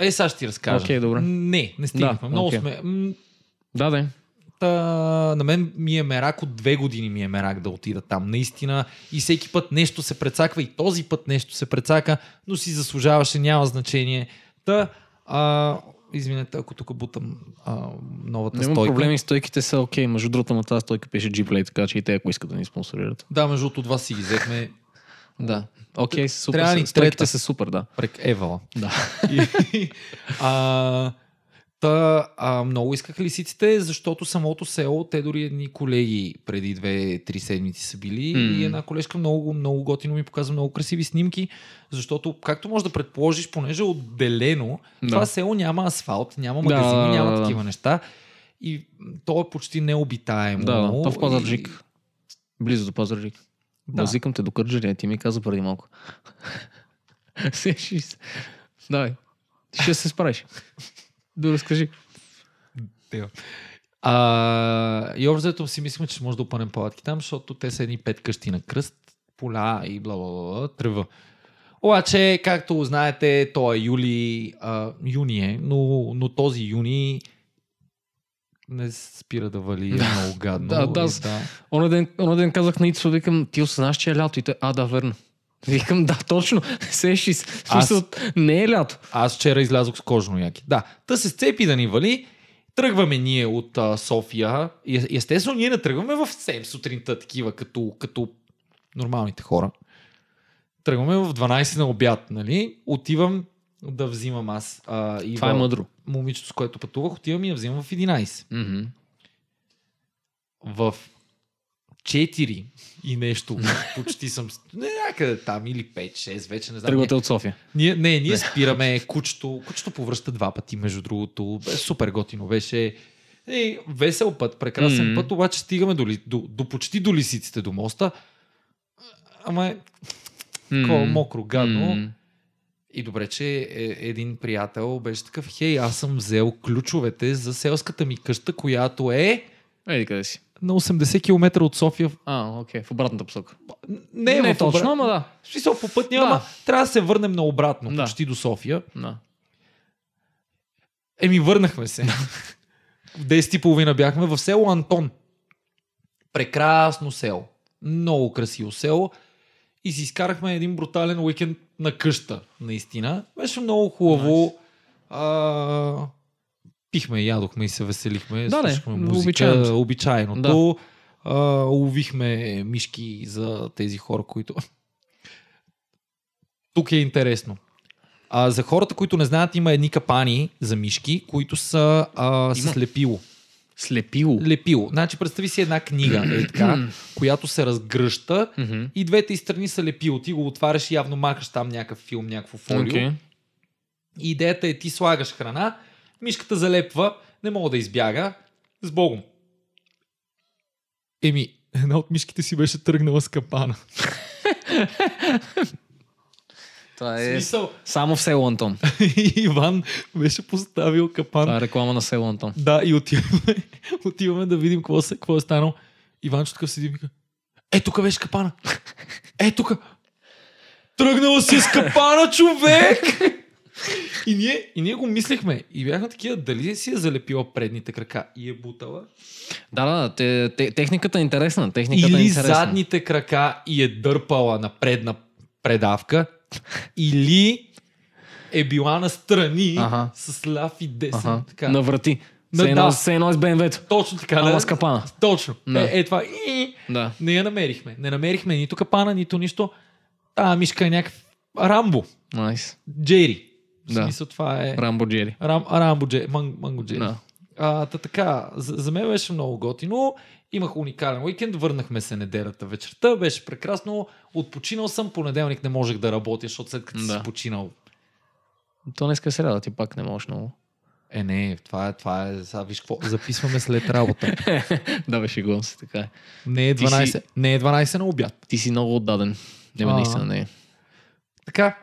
[SPEAKER 3] Е, сега ще ти разкажа.
[SPEAKER 2] Окей, добре.
[SPEAKER 3] Не, не стигнахме.
[SPEAKER 2] Да,
[SPEAKER 3] Много
[SPEAKER 2] окей.
[SPEAKER 3] сме. м,
[SPEAKER 2] Да, да.
[SPEAKER 3] Та, на мен ми е мерак от две години ми е мерак да отида там, наистина. И всеки път нещо се прецаква, и този път нещо се прецака, но си заслужаваше, няма значение. Та, а, извинете, ако тук бутам а, новата
[SPEAKER 2] Няма
[SPEAKER 3] стойка.
[SPEAKER 2] проблеми, стойките са окей. Между другото, на тази стойка пише Gplay, така че и те, ако искат да ни спонсорират.
[SPEAKER 3] Да, между другото, от вас си ги взехме
[SPEAKER 2] Да. Окей, супер.
[SPEAKER 3] Трябва
[SPEAKER 2] Трябва
[SPEAKER 3] ни трета.
[SPEAKER 2] стойките са супер, да.
[SPEAKER 3] прек Евала.
[SPEAKER 2] Да.
[SPEAKER 3] И- а, та, а, много исках лисиците, защото самото село, те дори едни колеги преди две-три седмици са били
[SPEAKER 2] М.
[SPEAKER 3] и една колежка много, много готино ми показа много красиви снимки, защото, както можеш да предположиш, понеже е отделено,
[SPEAKER 2] Да.
[SPEAKER 3] това село няма асфалт, няма
[SPEAKER 2] Да,
[SPEAKER 3] магазини,
[SPEAKER 2] да, да,
[SPEAKER 3] няма
[SPEAKER 2] да.
[SPEAKER 3] такива неща и м, то е почти необитаемо.
[SPEAKER 2] Да, да. То в
[SPEAKER 3] И-
[SPEAKER 2] Пазарджик. Близо до Пазарджик. Да.
[SPEAKER 3] Да.
[SPEAKER 2] Мазикам те до Кърджали, а ти ми каза преди малко. Сещаш се. Давай. Ще се справиш. Да разкажи.
[SPEAKER 3] А, и общо взето си мислихме, че ще може да опънем палатки там, защото те са едни пет къщи на кръст, поля и бла бла бла, бла тръва. Обаче, както знаете, то е юли, а, юни е, но, но този юни не спира да вали е много гадно.
[SPEAKER 2] Да, да,
[SPEAKER 3] И
[SPEAKER 2] с- Оня ден, оня ден казах на Ицо, викам, ти осъзнаш, че е лято и те, а да, верно. Викам, да, точно. Сещи се. В
[SPEAKER 3] Аз-
[SPEAKER 2] Смисъл, не е лято.
[SPEAKER 3] Аз вчера излязох с кожно яки. Да, та се сцепи да ни вали. Тръгваме ние от а, София. И, естествено, ние не тръгваме в 7 сутринта, такива, като, като нормалните хора. Тръгваме в 12 на обяд, нали? Отивам да взимам аз а, и
[SPEAKER 2] Това е мъдро.
[SPEAKER 3] момичето, с което пътувах, отивам и я взимам в 11.
[SPEAKER 2] Мгм.
[SPEAKER 3] В 4 и нещо, почти съм с- не, някъде там, или 5-6, вече не знам.
[SPEAKER 2] Тръгвате от София.
[SPEAKER 3] Ние, не, ние спираме кучето. Кучето повръща два пъти, между другото. Бе, супер готино беше. Е, весел път, прекрасен
[SPEAKER 2] Мгм.
[SPEAKER 3] mm-hmm. път, обаче стигаме до, ли- до, до почти до лисиците, до моста. Ама е такова
[SPEAKER 2] М.
[SPEAKER 3] мокро, е гадно.
[SPEAKER 2] М.
[SPEAKER 3] И добре, че е, един приятел беше такъв, хей, аз съм взел ключовете за селската ми къща, която е
[SPEAKER 2] Еди къде си.
[SPEAKER 3] на 80 км от София.
[SPEAKER 2] А, окей, в обратната посока.
[SPEAKER 3] Не, е
[SPEAKER 2] не е
[SPEAKER 3] в обра-
[SPEAKER 2] точно, ама да.
[SPEAKER 3] В смисъл по път няма,
[SPEAKER 2] Да.
[SPEAKER 3] да. трябва да се върнем на обратно,
[SPEAKER 2] Да.
[SPEAKER 3] почти до София.
[SPEAKER 2] да.
[SPEAKER 3] Еми, върнахме се. в 10.30 бяхме в село Антон. Прекрасно село. Много красиво село. И си изкарахме един брутален уикенд на къща, наистина. Беше много хубаво. А, пихме, ядохме и се веселихме.
[SPEAKER 2] Да, не,
[SPEAKER 3] слушахме музика.
[SPEAKER 2] обичайното.
[SPEAKER 3] Обичайното. Да. А, ловихме мишки за тези хора, които... Тук е интересно. А, за хората, които не знаят, има едни капани за мишки, които са а,
[SPEAKER 2] Има.
[SPEAKER 3] с лепило.
[SPEAKER 2] Слепило.
[SPEAKER 3] Лепило. Значи представи си една книга, е така, която се разгръща
[SPEAKER 2] Мгм.
[SPEAKER 3] и двете й страни са лепило. Ти го отваряш и явно махаш там някакъв филм, някакво фолио.
[SPEAKER 2] Окей.
[SPEAKER 3] И идеята е ти слагаш храна, мишката залепва, не мога да избяга. С Богом. Еми, една от мишките си беше тръгнала с капана.
[SPEAKER 2] Това
[SPEAKER 3] Е...
[SPEAKER 2] е
[SPEAKER 3] Смисъл,
[SPEAKER 2] само в село Антон.
[SPEAKER 3] Иван беше поставил капан
[SPEAKER 2] Това е реклама на село Антон.
[SPEAKER 3] Да, и отиваме, отиваме да видим какво, се, какво е станало. Иванчо такъв седи и вика, е, тук беше капана. Е, тук. Тръгнала си с капана, човек! И ние, и ние го мислехме. И бяхме такива, дали си е залепила предните крака и е бутала.
[SPEAKER 2] Да, да, да, те, те, техниката е интересна. Техниката е
[SPEAKER 3] Или
[SPEAKER 2] интересна.
[SPEAKER 3] задните крака и е дърпала на предна предавка. Или е била настрани
[SPEAKER 2] Аха.
[SPEAKER 3] с ляв и десен.
[SPEAKER 2] Ага,
[SPEAKER 3] Така.
[SPEAKER 2] на врати.
[SPEAKER 3] На-
[SPEAKER 2] Все едно,
[SPEAKER 3] да.
[SPEAKER 2] все едно е с БМВ-то.
[SPEAKER 3] Точно така.
[SPEAKER 2] Ама
[SPEAKER 3] да.
[SPEAKER 2] с капана.
[SPEAKER 3] Точно.
[SPEAKER 2] Да.
[SPEAKER 3] Е, е това. И-
[SPEAKER 2] Да.
[SPEAKER 3] Не я намерихме. Не намерихме нито капана, нито нищо. Та мишка е някакъв Рамбо.
[SPEAKER 2] Найс.
[SPEAKER 3] Джери. В
[SPEAKER 2] Да.
[SPEAKER 3] смисъл това е...
[SPEAKER 2] Рамбо Джери.
[SPEAKER 3] Рам, Рамбо Джери. Ман, манго Джери.
[SPEAKER 2] Да.
[SPEAKER 3] А, та така, за, за мен беше много готино. Имах уникален уикенд, върнахме се неделята вечерта, беше прекрасно. Отпочинал съм, понеделник не можех да работя, защото след като
[SPEAKER 2] Да.
[SPEAKER 3] си починал.
[SPEAKER 2] То днеска е сряда, ти пак не можеш много.
[SPEAKER 3] Е, не, това е, това е, сега виж какво, записваме след работа.
[SPEAKER 2] да, беше гон се, така е.
[SPEAKER 3] Не е
[SPEAKER 2] Ти си-
[SPEAKER 3] 12, не е 12 на обяд.
[SPEAKER 2] Ти си много отдаден. Не, бе,
[SPEAKER 3] А.
[SPEAKER 2] наистина не е.
[SPEAKER 3] Така,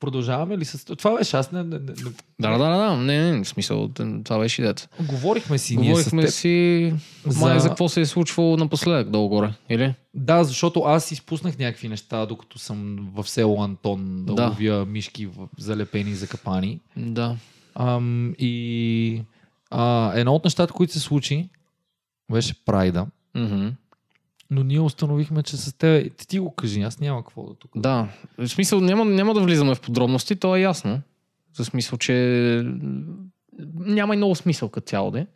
[SPEAKER 3] продължаваме ли с... Това беше, аз не, не, не, не
[SPEAKER 2] Да, да, да, да, не, не, в смисъл, т- това беше идеята.
[SPEAKER 3] Говорихме си ние с
[SPEAKER 2] Говорихме
[SPEAKER 3] теб.
[SPEAKER 2] си
[SPEAKER 3] За-
[SPEAKER 2] май за какво се е случвало напоследък долу-горе, или?
[SPEAKER 3] Да, защото аз изпуснах някакви неща, докато съм в село Антон да,
[SPEAKER 2] Да.
[SPEAKER 3] ловя мишки в- залепени за капани.
[SPEAKER 2] Да.
[SPEAKER 3] Ам, и А, едно от нещата, които се случи, беше прайда.
[SPEAKER 2] Мгм.
[SPEAKER 3] Но ние установихме, че с теб... Ти, ти го кажи, аз няма какво да тук.
[SPEAKER 2] Да, в смисъл няма, няма да влизаме в подробности, то е ясно. В смисъл, че няма и много смисъл като цяло, де.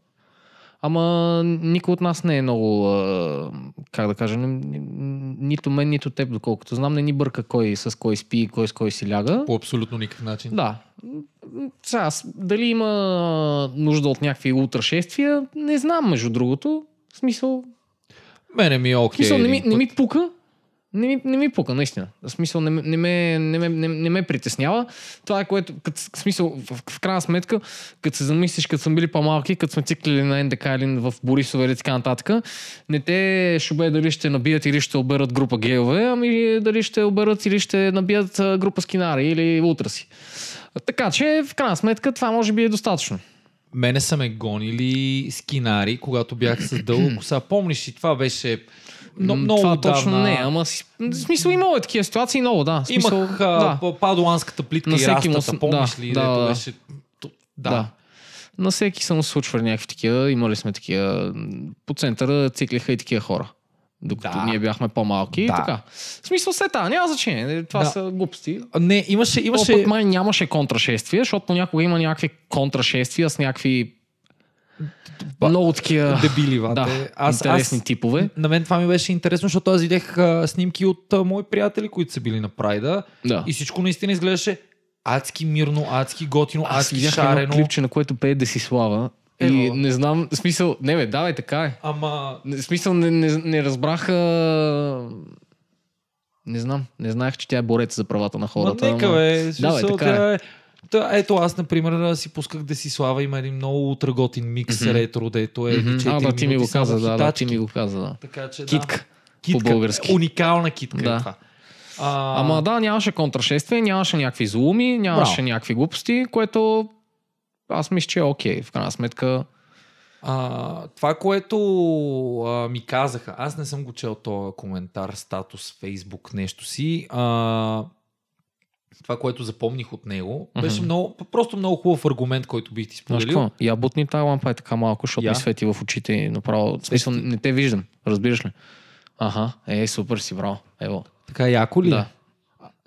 [SPEAKER 2] Ама никой от нас не е много, а, как да кажа, ни- ни- нито мен, нито теб, доколкото знам, не ни бърка кой с кой спи и кой с кой си ляга.
[SPEAKER 3] По абсолютно никакъв начин.
[SPEAKER 2] Да. Сега, аз- дали има нужда от някакви утрашествия, не знам, между другото. В смисъл,
[SPEAKER 3] Мене ми е
[SPEAKER 2] в
[SPEAKER 3] окей.
[SPEAKER 2] смисъл, не ми,
[SPEAKER 3] един
[SPEAKER 2] не ми
[SPEAKER 3] път.
[SPEAKER 2] пука. Не ми, не ми пука, наистина. В смисъл, не, ме- не, ме, не, ме, не, не ме притеснява. Това е което, кът, в смисъл, в, в крайна сметка, като се замислиш, като са били по-малки, като сме циклили на НДК или в Борисове или така нататък, не те шубе дали ще набият или ще оберат група гейове, ами дали ще оберат или ще набият а, група скинари или утраси. Така че, в крайна сметка, това може би е достатъчно.
[SPEAKER 3] Мене са ме гонили скинари, когато бях с дълго коса. Помниш ли, това беше но,
[SPEAKER 2] М,
[SPEAKER 3] много
[SPEAKER 2] това
[SPEAKER 3] отдавна.
[SPEAKER 2] точно не, е, ама си- в смисъл имало е такива ситуации много, да. В Смисъл,
[SPEAKER 3] Имах
[SPEAKER 2] да.
[SPEAKER 3] да. падуанската плитка
[SPEAKER 2] На
[SPEAKER 3] и
[SPEAKER 2] всеки му
[SPEAKER 3] растата,
[SPEAKER 2] с-
[SPEAKER 3] помниш
[SPEAKER 2] да,
[SPEAKER 3] ли?
[SPEAKER 2] да,
[SPEAKER 3] дето
[SPEAKER 2] да.
[SPEAKER 3] беше... Ту- Да.
[SPEAKER 2] Да. На всеки са му се случвали някакви такива. Имали сме такива. м, По центъра циклиха и такива хора. Докато
[SPEAKER 3] Да.
[SPEAKER 2] ние бяхме по-малки и
[SPEAKER 3] Да.
[SPEAKER 2] така. В смисъл се та, няма значение. Нали, Това
[SPEAKER 3] Да.
[SPEAKER 2] са глупости.
[SPEAKER 3] А, Не, имаше...
[SPEAKER 2] Имаше...
[SPEAKER 3] имаше...
[SPEAKER 2] Път май нямаше контрашествие, защото понякога има някакви контрашествия с някакви
[SPEAKER 3] Ба-
[SPEAKER 2] много такива
[SPEAKER 3] Дебили, вате.
[SPEAKER 2] да, аз, интересни аз... типове.
[SPEAKER 3] На мен това ми беше интересно, защото аз видях а, снимки от а, мои приятели, които са били на Прайда.
[SPEAKER 2] Да.
[SPEAKER 3] И всичко наистина изглеждаше адски мирно, адски готино,
[SPEAKER 2] Аз
[SPEAKER 3] адски
[SPEAKER 2] видях едно
[SPEAKER 3] шарено.
[SPEAKER 2] клипче, на което пее Десислава. И
[SPEAKER 3] Ево.
[SPEAKER 2] не знам, в смисъл, не бе, давай така е.
[SPEAKER 3] Ама...
[SPEAKER 2] Не, в смисъл, не, не, не разбраха... Не знам, не знаех, че тя е борец за правата на
[SPEAKER 3] Ма
[SPEAKER 2] хората.
[SPEAKER 3] нека, бе.
[SPEAKER 2] Давай,
[SPEAKER 3] смисъл,
[SPEAKER 2] така е.
[SPEAKER 3] тя е. Та, ето аз, например, си пусках Десислава, има един много утраготин микс
[SPEAKER 2] Мгм.
[SPEAKER 3] ретро, дето е
[SPEAKER 2] Мгм.
[SPEAKER 3] 4
[SPEAKER 2] А, да, ти ми
[SPEAKER 3] минути
[SPEAKER 2] го
[SPEAKER 3] само
[SPEAKER 2] каза, да, да, ти
[SPEAKER 3] хитачки.
[SPEAKER 2] ми го каза, да.
[SPEAKER 3] Така че, да.
[SPEAKER 2] Китка. по-български.
[SPEAKER 3] Уникална китка
[SPEAKER 2] Да.
[SPEAKER 3] е това. А,
[SPEAKER 2] Ама да, нямаше контрашествие, нямаше някакви зломи, нямаше
[SPEAKER 3] Браво.
[SPEAKER 2] някакви глупости, което аз мисля, че е окей. В крайна
[SPEAKER 3] Нали?
[SPEAKER 2] сметка,
[SPEAKER 3] А, това, което а, ми казаха, аз не съм го чел този коментар, статус, фейсбук, нещо си. А, това, което запомних от него,
[SPEAKER 2] Мгм.
[SPEAKER 3] беше много, просто много хубав аргумент, който бих ти
[SPEAKER 2] знаеш
[SPEAKER 3] споделил.
[SPEAKER 2] какво? Я бутни тази лампа е така малко, защото
[SPEAKER 3] Я?
[SPEAKER 2] ми свети в очите и направо. В смисъл, не те виждам, разбираш ли? Аха, е, супер си, браво. Ево.
[SPEAKER 3] Така яко ли?
[SPEAKER 2] Да.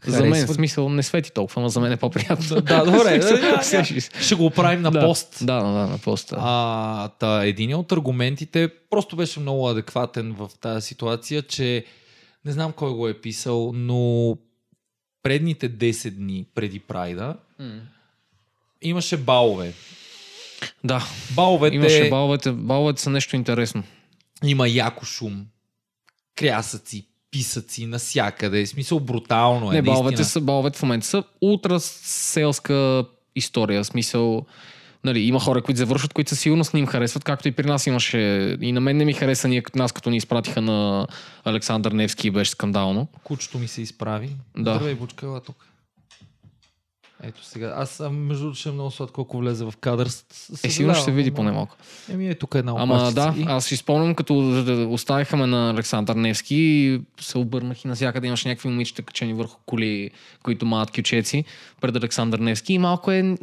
[SPEAKER 2] За мен, в
[SPEAKER 3] Харесва.
[SPEAKER 2] смисъл, не свети толкова, но за мен е по-приятно.
[SPEAKER 3] Да, добре.
[SPEAKER 2] В смисъл,
[SPEAKER 3] да, да,
[SPEAKER 2] сещаш ли се?
[SPEAKER 3] Ще го правим на
[SPEAKER 2] Да.
[SPEAKER 3] пост.
[SPEAKER 2] Да, да, да, на поста.
[SPEAKER 3] А, та, един от аргументите просто беше много адекватен в тази ситуация, че не знам кой го е писал, но предните 10 дни преди Прайда
[SPEAKER 2] М.
[SPEAKER 3] имаше балове.
[SPEAKER 2] Да,
[SPEAKER 3] Баловете
[SPEAKER 2] имаше
[SPEAKER 3] Имаше бал...
[SPEAKER 2] баловете. Баловете са нещо интересно.
[SPEAKER 3] има яко шум, крясъци, писъци навсякъде. В смисъл брутално е.
[SPEAKER 2] не, баловете,
[SPEAKER 3] наистина.
[SPEAKER 2] са, баловете в момента са ултра селска история. В смисъл, нали, има хора, които завършват, които със сигурност не им харесват, както и при нас имаше. И на мен не ми хареса ние, нас, като ни изпратиха на Александър Невски, беше скандално. Е,
[SPEAKER 3] Кучето ми се изправи.
[SPEAKER 2] Да.
[SPEAKER 3] Здравей, бучка, ела тук. Ето сега. Аз а, между другото ще е много сладко, ако влезе в кадър. С- с-
[SPEAKER 2] Е, сигурно ще се
[SPEAKER 3] съжалявам,
[SPEAKER 2] види
[SPEAKER 3] ама-
[SPEAKER 2] поне малко.
[SPEAKER 3] Еми е тук една
[SPEAKER 2] Ама
[SPEAKER 3] опашчица.
[SPEAKER 2] да,
[SPEAKER 3] И-
[SPEAKER 2] аз си спомням, като оставихме ме на Александър Невски и се обърнах и навсякъде имаше някакви момичета качени върху коли, които маят кючеци пред Александър Невски и малко, е,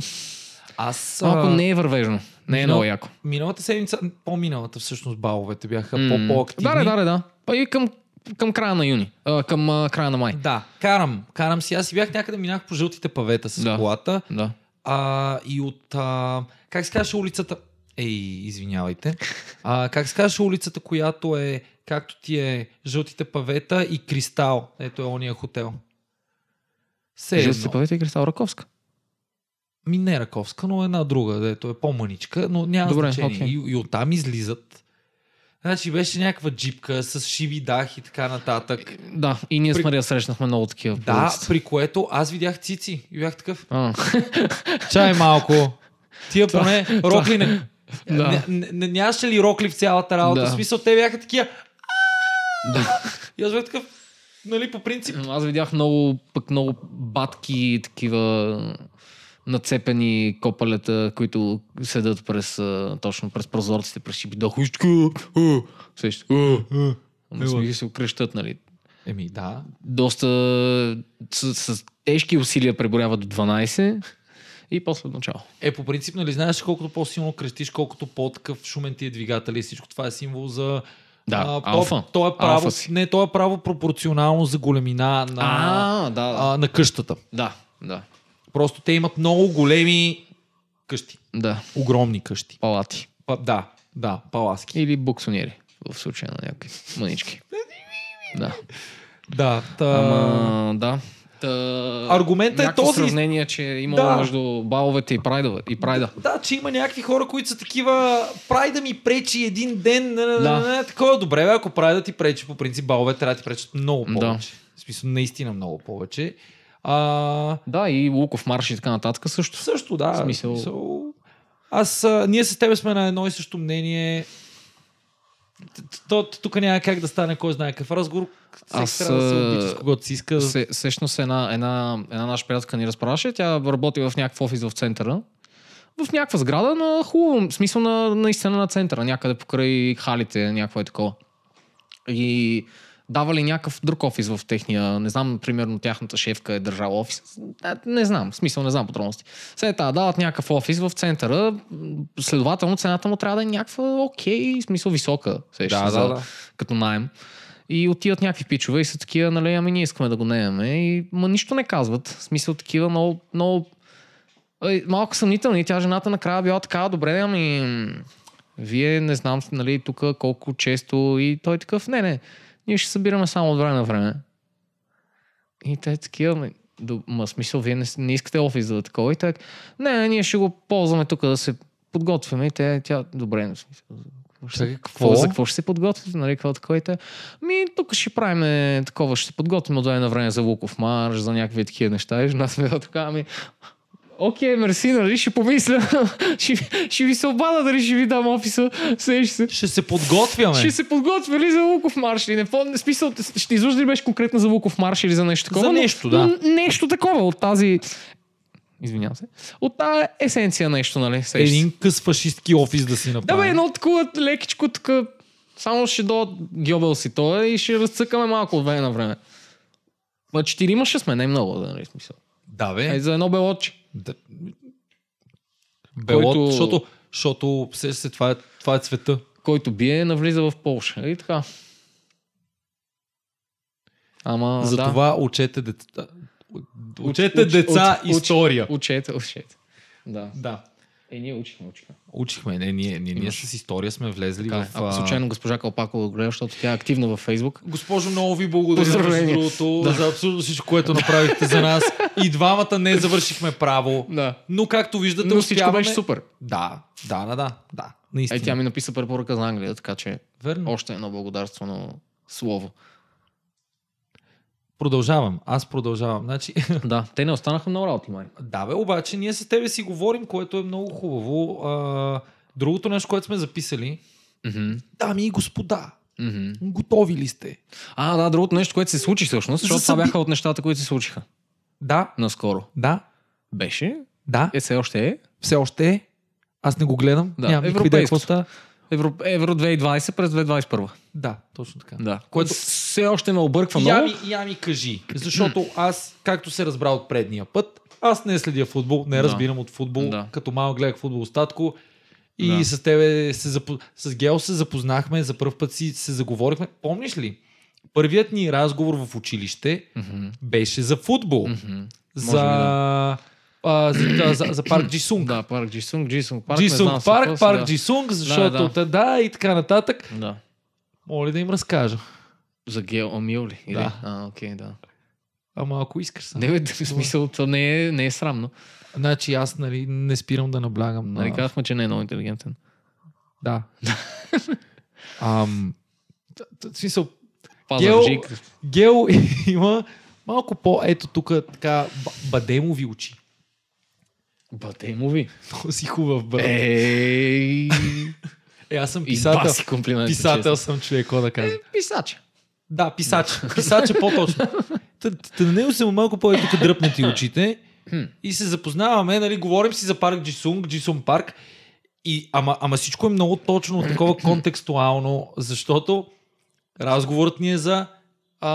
[SPEAKER 3] Аз
[SPEAKER 2] малко
[SPEAKER 3] а,
[SPEAKER 2] не е вървежно. Не е
[SPEAKER 3] но-
[SPEAKER 2] много яко.
[SPEAKER 3] миналата седмица, по-миналата всъщност баловете бяха
[SPEAKER 2] М.
[SPEAKER 3] по-
[SPEAKER 2] Да, да,
[SPEAKER 3] по-активни.
[SPEAKER 2] да, да, да. Па и към, към края на юни. А, към а, края на май.
[SPEAKER 3] да, карам. Карам си. Аз си бях някъде, минах по жълтите павета с
[SPEAKER 2] Да.
[SPEAKER 3] колата.
[SPEAKER 2] Да.
[SPEAKER 3] А, и от... А, как се казваше улицата? Ей, извинявайте. А, как се казваше улицата, която е както ти е жълтите павета и кристал? Ето е ония хотел. Се
[SPEAKER 2] Е,
[SPEAKER 3] едно.
[SPEAKER 2] Жълтите павета и Кристал Раковска.
[SPEAKER 3] Ми не Раковска, но една друга, дето е по-маничка, но няма
[SPEAKER 2] Добре,
[SPEAKER 3] значение.
[SPEAKER 2] окей.
[SPEAKER 3] И, и оттам излизат. Значи беше някаква джипка с шиви дах и така нататък.
[SPEAKER 2] Да, и ние
[SPEAKER 3] При-
[SPEAKER 2] с Мария срещнахме много такива. по
[SPEAKER 3] Да,
[SPEAKER 2] улицата.
[SPEAKER 3] при което аз видях цици и бях такъв.
[SPEAKER 2] А,
[SPEAKER 3] Чай малко. Тия поне рокли не...
[SPEAKER 2] Да.
[SPEAKER 3] не, не, не нямаше ли рокли в цялата работа?
[SPEAKER 2] Да.
[SPEAKER 3] В смисъл, те бяха такива.
[SPEAKER 2] да.
[SPEAKER 3] И аз бях такъв. Нали, по принцип.
[SPEAKER 2] Аз видях много, пък много батки, такива нацепени копалета, които седат през, а, точно през прозорците, през шибидохо. Сещаш. Ама смиха Ами се окрещат, нали?
[SPEAKER 3] Еми, да.
[SPEAKER 2] Доста с, с тежки усилия преборяват до 12 и после от начало.
[SPEAKER 3] Е, по принцип, нали знаеш, колкото по-силно крещиш, колкото по-такъв шумен ти е двигател и всичко това е символ за...
[SPEAKER 2] Да,
[SPEAKER 3] а, то-
[SPEAKER 2] алфа.
[SPEAKER 3] То, е право,
[SPEAKER 2] Алфа си.
[SPEAKER 3] не, то е право пропорционално за големина на,
[SPEAKER 2] А, да, да.
[SPEAKER 3] а, на къщата.
[SPEAKER 2] Да, да.
[SPEAKER 3] Просто те имат много големи къщи.
[SPEAKER 2] Да,
[SPEAKER 3] Огромни къщи.
[SPEAKER 2] палати.
[SPEAKER 3] Па, да, да, паласки.
[SPEAKER 2] Или буксонери, в случая на някакви мънички. да.
[SPEAKER 3] Да, та...
[SPEAKER 2] Ама, да. Та...
[SPEAKER 3] Аргументът е
[SPEAKER 2] някакво
[SPEAKER 3] този.
[SPEAKER 2] сравнение, че е имало
[SPEAKER 3] Да.
[SPEAKER 2] между баловете и прайда. И прайда.
[SPEAKER 3] Да, че има някакви хора, които са такива, прай да ми пречи един ден, да.
[SPEAKER 2] Да.
[SPEAKER 3] Не, такова добре, бе, ако прай да ти пречи, по принцип балове трябва да ти пречат много
[SPEAKER 2] Да.
[SPEAKER 3] повече. В смисъл, наистина много повече. А,
[SPEAKER 2] Да, и Луков марш и така нататък също.
[SPEAKER 3] също, да.
[SPEAKER 2] В смисъл-
[SPEAKER 3] смисъл... Аз, а, ние с тебе сме на едно и също мнение. Т- т- То, тук няма как да стане кой знае какъв разговор. Всеки
[SPEAKER 2] Аз,
[SPEAKER 3] трябва да се
[SPEAKER 2] а,
[SPEAKER 3] обича с когото си иска.
[SPEAKER 2] Се, сещам се една, една, една наша приятелка ни разправяше. Тя работи в някакъв офис в центъра. В някаква сграда на хубаво, в смисъл на, наистина на центъра, някъде покрай халите, някакво е такова. И давали някакъв друг офис в техния, не знам, примерно тяхната шефка е държала офис. А, Не знам, в смисъл не знам подробности. След това дават някакъв офис в центъра, м, следователно цената му трябва да е някаква окей, в смисъл висока. сещаш
[SPEAKER 3] Да, да,
[SPEAKER 2] за-
[SPEAKER 3] да.
[SPEAKER 2] Като найем. И отиват някакви пичове и са такива, нали, ами ние искаме да го наемаме. И ма нищо не казват. В смисъл такива много, много Ай, малко съмнителни. Тя жената накрая била така, добре, ами м, вие не знам, нали, тук колко често и той такъв, не, не, ние ще събираме само от време на време. И те такива, ами, до, ма смисъл, вие не, с- не искате офис да е такова и так. Не, не, ние ще го ползваме тук да се подготвяме и те, тя, добре, в смисъл, какво ще-
[SPEAKER 3] Чакай,
[SPEAKER 2] какво?
[SPEAKER 3] какво?
[SPEAKER 2] За какво ще се подготвите? Нали, какво такова и те? Ми, тук ще правим такова, ще се подготвим от време на време за Луков марш, за някакви такива неща. И жената ми е така, ами, окей, мерси, нали, ще помисля, ще, ви- ще ви се обада, дали ще ви дам офиса, сеш се.
[SPEAKER 3] Ще се подготвяме.
[SPEAKER 2] Ще се подготвя ли за Луков марш? Или не помня, смисъл, ще излъжда ли беше конкретно за Луков марш или за нещо такова?
[SPEAKER 3] За
[SPEAKER 2] но-
[SPEAKER 3] нещо, да.
[SPEAKER 2] но Нещо такова от тази... Извинявам се. От тази есенция нещо, нали? сещаш се.
[SPEAKER 3] Един къс фашистки офис да си
[SPEAKER 2] Да,
[SPEAKER 3] направим.
[SPEAKER 2] бе, едно такова лекичко тук. Само ще до Гьобел си той и ще разцъкаме малко от време на време. Ма четирима ще сме, не много, да нали смисъл.
[SPEAKER 3] да,
[SPEAKER 2] Е,
[SPEAKER 3] бе.
[SPEAKER 2] за едно белотче.
[SPEAKER 3] Да. Белот,
[SPEAKER 2] Който-
[SPEAKER 3] защото, защото все се, това е, това е цвета.
[SPEAKER 2] Който бие, навлиза в Полша. И така. Ама, да.
[SPEAKER 3] Затова учете деца. Учете
[SPEAKER 2] Уч- уч-
[SPEAKER 3] деца
[SPEAKER 2] уч- уч-
[SPEAKER 3] история.
[SPEAKER 2] Учете, учете. Да.
[SPEAKER 3] Да.
[SPEAKER 2] Е, ние учихме, учихме.
[SPEAKER 3] Учихме. Не, ние, ние, ние
[SPEAKER 2] Имаш.
[SPEAKER 3] с история сме влезли
[SPEAKER 2] Така, е.
[SPEAKER 3] в...
[SPEAKER 2] Ако
[SPEAKER 3] а,
[SPEAKER 2] случайно госпожа Калпакова го гледа, защото тя е активна във Фейсбук.
[SPEAKER 3] Госпожо, много ви благодаря за
[SPEAKER 2] Поздравления.
[SPEAKER 3] другото,
[SPEAKER 2] Да.
[SPEAKER 3] за абсолютно всичко, което направихте за нас. И двамата не завършихме право.
[SPEAKER 2] Да.
[SPEAKER 3] Но както виждате,
[SPEAKER 2] Но всичко
[SPEAKER 3] успяваме...
[SPEAKER 2] беше супер.
[SPEAKER 3] Да, да, да, да. да.
[SPEAKER 2] Е,
[SPEAKER 3] Наистина.
[SPEAKER 2] тя ми написа препоръка за Англия, така че
[SPEAKER 3] Верно.
[SPEAKER 2] още едно благодарствено слово.
[SPEAKER 3] Продължавам. Аз продължавам. Значи,
[SPEAKER 2] Да, те не останаха много работи, май.
[SPEAKER 3] Да, бе, обаче ние с тебе си говорим, което е много хубаво. А, другото нещо, което сме записали. Дами и господа, готови ли сте?
[SPEAKER 2] А, да, другото нещо, което се случи всъщност, защото това
[SPEAKER 3] съби-
[SPEAKER 2] бяха от нещата, които се случиха
[SPEAKER 3] Да,
[SPEAKER 2] наскоро.
[SPEAKER 3] да,
[SPEAKER 2] Беше,
[SPEAKER 3] да.
[SPEAKER 2] е, все още е.
[SPEAKER 3] Все още е. Аз не го гледам.
[SPEAKER 2] Да,
[SPEAKER 3] Нямам никаква идея какво
[SPEAKER 2] европейското.
[SPEAKER 3] става.
[SPEAKER 2] Евро, Евро 2020 през 2021.
[SPEAKER 3] Да, точно така.
[SPEAKER 2] Да.
[SPEAKER 3] Което-
[SPEAKER 2] Което все още ме обърква
[SPEAKER 3] Я,
[SPEAKER 2] много.
[SPEAKER 3] ми, я ми кажи, защото аз, както се разбра от предния път, аз не следя футбол, не
[SPEAKER 2] Да.
[SPEAKER 3] разбирам от футбол.
[SPEAKER 2] Да.
[SPEAKER 3] Като малък гледах футбол статко и
[SPEAKER 2] Да.
[SPEAKER 3] с тебе, се запо... с Гео се запознахме, за първ път си се заговорихме. Помниш ли? Първият ни разговор в училище
[SPEAKER 2] Мгм,
[SPEAKER 3] беше за футбол.
[SPEAKER 2] мгм.
[SPEAKER 3] за,
[SPEAKER 2] би
[SPEAKER 3] а, за, за, за парк Джисунг.
[SPEAKER 2] Да, парк Джисунг, Джисунг парк. не знам
[SPEAKER 3] Джисунг
[SPEAKER 2] си какво
[SPEAKER 3] парк,
[SPEAKER 2] си,
[SPEAKER 3] парк
[SPEAKER 2] да.
[SPEAKER 3] Джисунг, защото да,
[SPEAKER 2] да.
[SPEAKER 3] да. да и така нататък.
[SPEAKER 2] Да.
[SPEAKER 3] Моля ли да им разкажа.
[SPEAKER 2] За Гео Амил ли? Или?
[SPEAKER 3] Да.
[SPEAKER 2] А, окей, да.
[SPEAKER 3] Ама ако искаш сам.
[SPEAKER 2] Не, бе, в смисъл, то не е, не е срамно.
[SPEAKER 3] Значи аз нали, не спирам да наблягам на...
[SPEAKER 2] Нали казахме, че не е много интелигентен.
[SPEAKER 3] Да. Ам, т- т- в смисъл,
[SPEAKER 2] Пазарджик.
[SPEAKER 3] Гел има малко по... Ето тук така ба- бадемови очи.
[SPEAKER 2] Бате му ви.
[SPEAKER 3] Този хубав бъл. Е,
[SPEAKER 2] Ей.
[SPEAKER 3] аз съм
[SPEAKER 2] И
[SPEAKER 3] писател.
[SPEAKER 2] баси комплименти.
[SPEAKER 3] Писател съм човек, какво да кажа.
[SPEAKER 2] Писач.
[SPEAKER 3] Да, писач. Писач е по-точно. Та- та На него са му малко по тук дръпнати очите и се запознаваме, нали, говорим си за парк Джисунг, Джисун парк. И, ама, ама всичко е много точно, такова контекстуално, защото разговорът ни е за а,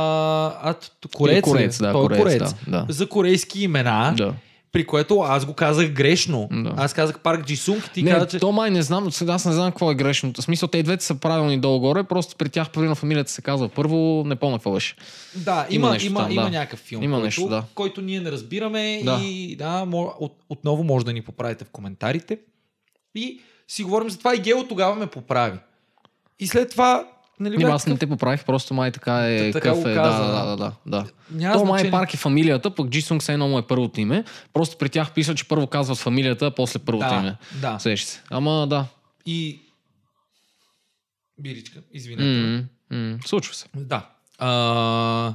[SPEAKER 3] а, т- т- корец.
[SPEAKER 2] Корец,
[SPEAKER 3] ли?
[SPEAKER 2] да,
[SPEAKER 3] Той е
[SPEAKER 2] корец, да, да.
[SPEAKER 3] За корейски имена.
[SPEAKER 2] Да.
[SPEAKER 3] При което аз го казах грешно.
[SPEAKER 2] Да.
[SPEAKER 3] Аз казах парк Джисунг, ти
[SPEAKER 2] не,
[SPEAKER 3] каза, че...
[SPEAKER 2] то май не знам, сега аз не знам какво е грешното. В смисъл, те и двете са правилни долу-горе, просто при тях половина фамилията се казва първо, не помня какво беше.
[SPEAKER 3] Да, има, има,
[SPEAKER 2] Има нещо
[SPEAKER 3] има,
[SPEAKER 2] там,
[SPEAKER 3] има
[SPEAKER 2] да.
[SPEAKER 3] някакъв филм,
[SPEAKER 2] Има
[SPEAKER 3] който,
[SPEAKER 2] нещо, да.
[SPEAKER 3] който ние не разбираме
[SPEAKER 2] Да.
[SPEAKER 3] и да, мо- от, отново може да ни поправите в коментарите. И си говорим за това и Гело тогава ме поправи. И след това, нали,
[SPEAKER 2] Нима
[SPEAKER 3] бях
[SPEAKER 2] аз не
[SPEAKER 3] такъв,
[SPEAKER 2] те поправих, просто май така е.
[SPEAKER 3] Та- така
[SPEAKER 2] къв
[SPEAKER 3] го
[SPEAKER 2] е.
[SPEAKER 3] каза,
[SPEAKER 2] да, да,
[SPEAKER 3] да.
[SPEAKER 2] да, да, да.
[SPEAKER 3] няма
[SPEAKER 2] То май
[SPEAKER 3] значение.
[SPEAKER 2] парк е фамилията, пък Джисунг се едно му е първото име. Просто при тях писа, че първо казват фамилията, а после първото име.
[SPEAKER 3] да, да.
[SPEAKER 2] Сещаш се. Ама да.
[SPEAKER 3] И... Биричка, извинете. ме.
[SPEAKER 2] М, м, Случва се.
[SPEAKER 3] Да. А,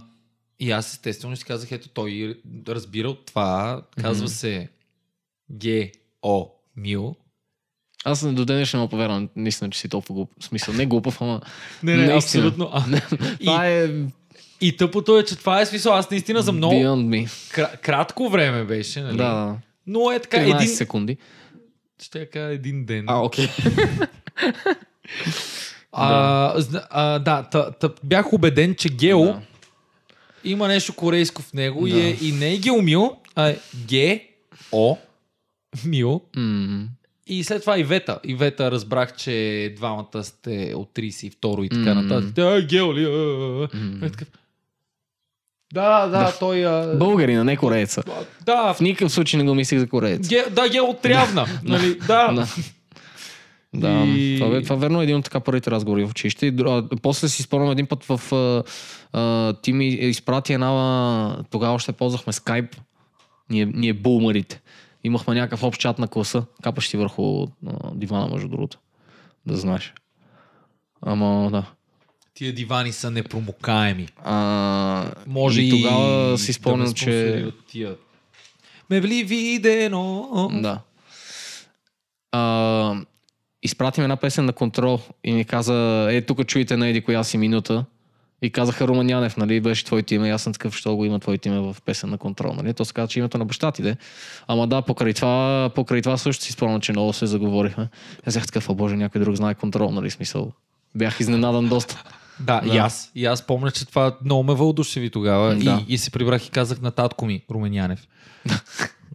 [SPEAKER 3] и аз естествено си казах, ето той разбира от това. Казва
[SPEAKER 2] Мгм.
[SPEAKER 3] се Г-О Мил.
[SPEAKER 2] Аз не до ден днешен не му повярвам, наистина, че си толкова глуп. В смисъл, не е глупав, ама...
[SPEAKER 3] Не, не,
[SPEAKER 2] Наистина.
[SPEAKER 3] абсолютно. А, и,
[SPEAKER 2] Това е
[SPEAKER 3] и тъпото е, че това е смисъл. Аз наистина за много
[SPEAKER 2] beyond me.
[SPEAKER 3] кра- кратко време беше, нали?
[SPEAKER 2] Да, да.
[SPEAKER 3] Но е така
[SPEAKER 2] 13
[SPEAKER 3] един...
[SPEAKER 2] секунди.
[SPEAKER 3] Ще я кажа един ден.
[SPEAKER 2] А, окей.
[SPEAKER 3] А, зна- а, да, та, та, бях убеден, че Гео
[SPEAKER 2] Да.
[SPEAKER 3] има нещо корейско в него
[SPEAKER 2] Да.
[SPEAKER 3] и, е, и не е Гео Мил, а е Ге-О Мил.
[SPEAKER 2] М,
[SPEAKER 3] И след това Ивета. Ивета разбрах, че двамата сте от 32 и така
[SPEAKER 2] Мм.
[SPEAKER 3] нататък. Тя е гео ли? а, а, а».
[SPEAKER 2] м.
[SPEAKER 3] Е такъв. Да, да, той... А...
[SPEAKER 2] Българина, не корееца.
[SPEAKER 3] а, Да,
[SPEAKER 2] В никакъв случай не го мислих за кореец.
[SPEAKER 3] ге, да, гео от Трявна. нали? Да.
[SPEAKER 2] Да. Да,
[SPEAKER 3] И-
[SPEAKER 2] това, бе- това верно е един от така първите разговори в училище. И, дру- а, после си спомням един път в... А, а, ти ми изпрати една... а, Тогава още ползвахме скайп. Ние, ние булмарите. Имахме някакъв общ чат на класа. Капаш ти върху а, дивана, между другото. Да знаеш. Ама, да.
[SPEAKER 3] Тия дивани са непромокаеми.
[SPEAKER 2] А,
[SPEAKER 3] Може
[SPEAKER 2] и,
[SPEAKER 3] и...
[SPEAKER 2] тогава си
[SPEAKER 3] да
[SPEAKER 2] спомням,
[SPEAKER 3] ме спонсорира
[SPEAKER 2] че...
[SPEAKER 3] от тия. Ме били видено.
[SPEAKER 2] Да. А, изпратим една песен на контрол и ми каза, е, тук чуете на еди коя си минута. И казаха Румен Янев, нали, беше твоето име. И Аз съм такъв, що го има твоето име в песен на контрол. Нали? То се каза, че името на баща ти, де. Ама да, покрай това, покрай това също си спомням, че много се заговорихме. Аз бях такъв, а боже, някой друг знае контрол, нали, смисъл. Бях изненадан доста.
[SPEAKER 3] Да, и
[SPEAKER 2] Да.
[SPEAKER 3] аз. И аз помня, че това много ме вълдушеви тогава.
[SPEAKER 2] Да.
[SPEAKER 3] И, и се прибрах и казах на татко ми, Руменянев.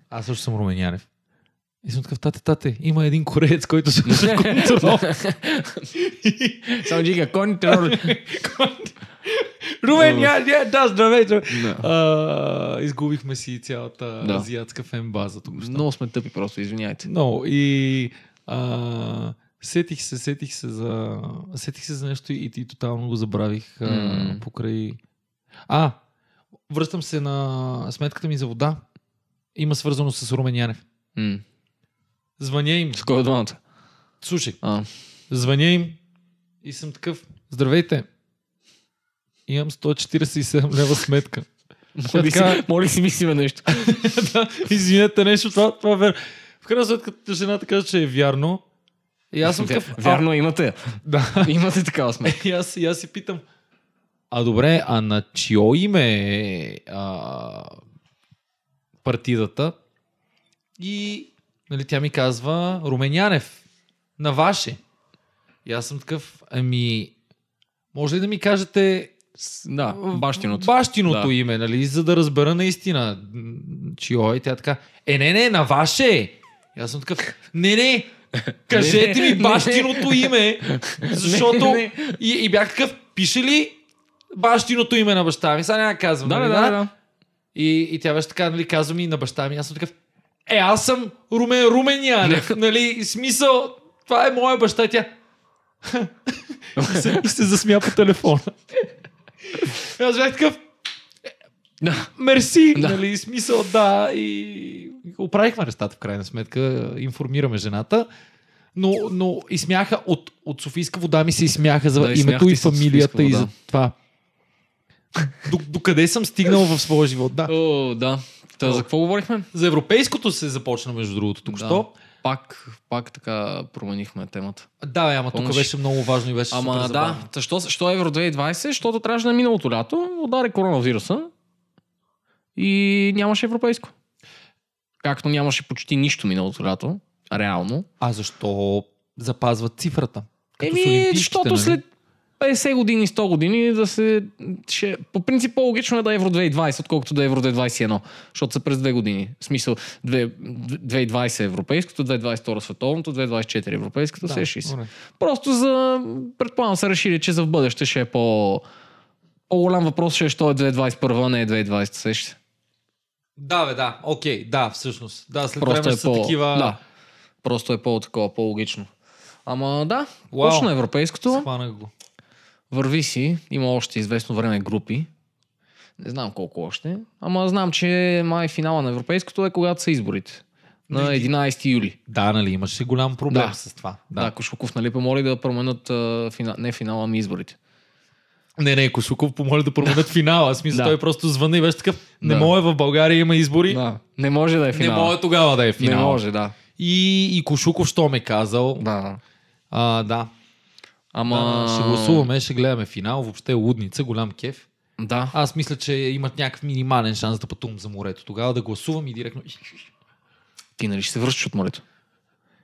[SPEAKER 3] аз също съм Руменянев. И съм такъв, тате, тате, има един кореец, който се в контрол.
[SPEAKER 2] Само джига, контрол.
[SPEAKER 3] Румен, я, я, е, да, здравейте. А, изгубихме си цялата
[SPEAKER 2] Да.
[SPEAKER 3] азиатска фенбаза. Току-що.
[SPEAKER 2] Много сме тъпи просто, извиняйте.
[SPEAKER 3] Но и а, сетих се, сетих се за, сетих се за нещо и, и тотално го забравих а,
[SPEAKER 2] Мм.
[SPEAKER 3] покрай... А, връщам се на сметката ми за вода. Има свързано с Румен Янев.
[SPEAKER 2] М.
[SPEAKER 3] Звъня им.
[SPEAKER 2] С кой от двамата?
[SPEAKER 3] Слушай,
[SPEAKER 2] А,
[SPEAKER 3] звъня им и съм такъв. Здравейте. Имам 147 лева сметка.
[SPEAKER 2] моля ли
[SPEAKER 3] Така-
[SPEAKER 2] си, моля ли си мислиме нещо.
[SPEAKER 3] да, извинете, нещо, това, това е верно. В крайна сметка, жената каза, че е вярно. И аз съм такъв. а,
[SPEAKER 2] Вярно, имате.
[SPEAKER 3] Да.
[SPEAKER 2] Имате такава сметка.
[SPEAKER 3] И аз, и аз си питам. А добре, а на чио име е а, партидата? И нали, тя ми казва Руменянев. На ваше. И аз съм такъв, ами, може ли да ми кажете
[SPEAKER 2] Да, бащиното.
[SPEAKER 3] бащиното
[SPEAKER 2] Да.
[SPEAKER 3] име, нали, за да разбера наистина м, чио е. Тя така, е, не, не, на ваше е. И аз съм такъв, не, не, кажете
[SPEAKER 2] Не,
[SPEAKER 3] ми
[SPEAKER 2] не.
[SPEAKER 3] бащиното име,
[SPEAKER 2] Не,
[SPEAKER 3] защото...
[SPEAKER 2] не.
[SPEAKER 3] И, и бях такъв, пише ли бащиното име на баща ми? Сега няма да казвам.
[SPEAKER 2] Да, да,
[SPEAKER 3] нали,
[SPEAKER 2] да, да.
[SPEAKER 3] И, и тя беше така, нали, казвам и на баща ми. Аз съм такъв, е, аз съм Румен Руменянев, нали, смисъл, това е моя баща. И Тя, и се, и се засмя по телефона. И Аз бях такъв,
[SPEAKER 2] Да.
[SPEAKER 3] мерси, да.
[SPEAKER 2] Да.
[SPEAKER 3] нали, смисъл, да, и оправихме нещата в крайна сметка, информираме жената, но, но и смяха от, от Софийска вода ми се изсмяха за
[SPEAKER 2] Да,
[SPEAKER 3] да,
[SPEAKER 2] изсмяхте
[SPEAKER 3] името и
[SPEAKER 2] се от
[SPEAKER 3] фамилията
[SPEAKER 2] Софийска
[SPEAKER 3] и за
[SPEAKER 2] вода.
[SPEAKER 3] това. До, до къде съм стигнал в своя живот, да.
[SPEAKER 2] О, да. Та, за какво говорихме?
[SPEAKER 3] За европейското се започна, между другото, току-що.
[SPEAKER 2] Пак, пак така променихме темата.
[SPEAKER 3] Да, да ама тук
[SPEAKER 2] Помниш?
[SPEAKER 3] беше много важно и беше
[SPEAKER 2] Ама
[SPEAKER 3] супер
[SPEAKER 2] да,
[SPEAKER 3] забавно.
[SPEAKER 2] та, що, що Евро 2020? Защото трябваше на миналото лято, удари коронавируса и нямаше европейско. Както нямаше почти нищо миналото лято, реално.
[SPEAKER 3] А защо запазват цифрата? Като с
[SPEAKER 2] Еми,
[SPEAKER 3] олимпийските,
[SPEAKER 2] защото
[SPEAKER 3] нали?
[SPEAKER 2] след 50 години, 100 години да се... Ще... По принцип по-логично е да е Евро 2020, отколкото да е Евро 2021, защото са през две години. В смисъл, две- 2020 е европейското, 2022 световното, 2024 европейското, да, се е 60.
[SPEAKER 3] добре.
[SPEAKER 2] Просто за... Предполагам са решили, че за в бъдеще ще е по... По-голям въпрос ще е, що е 2021, а не е 2020, сещаш се.
[SPEAKER 3] Да, бе, да. Окей, да, всъщност. Да, след
[SPEAKER 2] Просто
[SPEAKER 3] време
[SPEAKER 2] е
[SPEAKER 3] ще са
[SPEAKER 2] по...
[SPEAKER 3] такива...
[SPEAKER 2] Да. Просто е по-такова, по-логично. Ама да,
[SPEAKER 3] Уау.
[SPEAKER 2] точно европейското.
[SPEAKER 3] Схванах го.
[SPEAKER 2] Върви си, има още известно време групи. Не знам колко още, ама знам, че май финала на европейското е когато са изборите. На 11 юли.
[SPEAKER 3] Да, нали, имаше голям проблем
[SPEAKER 2] Да.
[SPEAKER 3] с това.
[SPEAKER 2] Да, да Кошуков нали помоли да променят а, фина... не финала, ами изборите.
[SPEAKER 3] Не, не, Кошуков помоли да променят финала. Аз мисля,
[SPEAKER 2] Да.
[SPEAKER 3] той просто звънна и беше такъв. Не
[SPEAKER 2] Да.
[SPEAKER 3] мога, в България има избори.
[SPEAKER 2] Да. Не може да е
[SPEAKER 3] Не
[SPEAKER 2] финал.
[SPEAKER 3] мога тогава да е
[SPEAKER 2] не
[SPEAKER 3] финал.
[SPEAKER 2] може, да.
[SPEAKER 3] И, и Кошуков, що ме е казал.
[SPEAKER 2] да. да.
[SPEAKER 3] А, да.
[SPEAKER 2] Ама...
[SPEAKER 3] А... Ще гласуваме, ще гледаме финал. Въобще е лудница, голям кеф.
[SPEAKER 2] Да.
[SPEAKER 3] Аз мисля, че имат някакъв минимален шанс да пътувам за морето. Тогава да гласувам и директно.
[SPEAKER 2] Ти нали ще се връщаш от морето?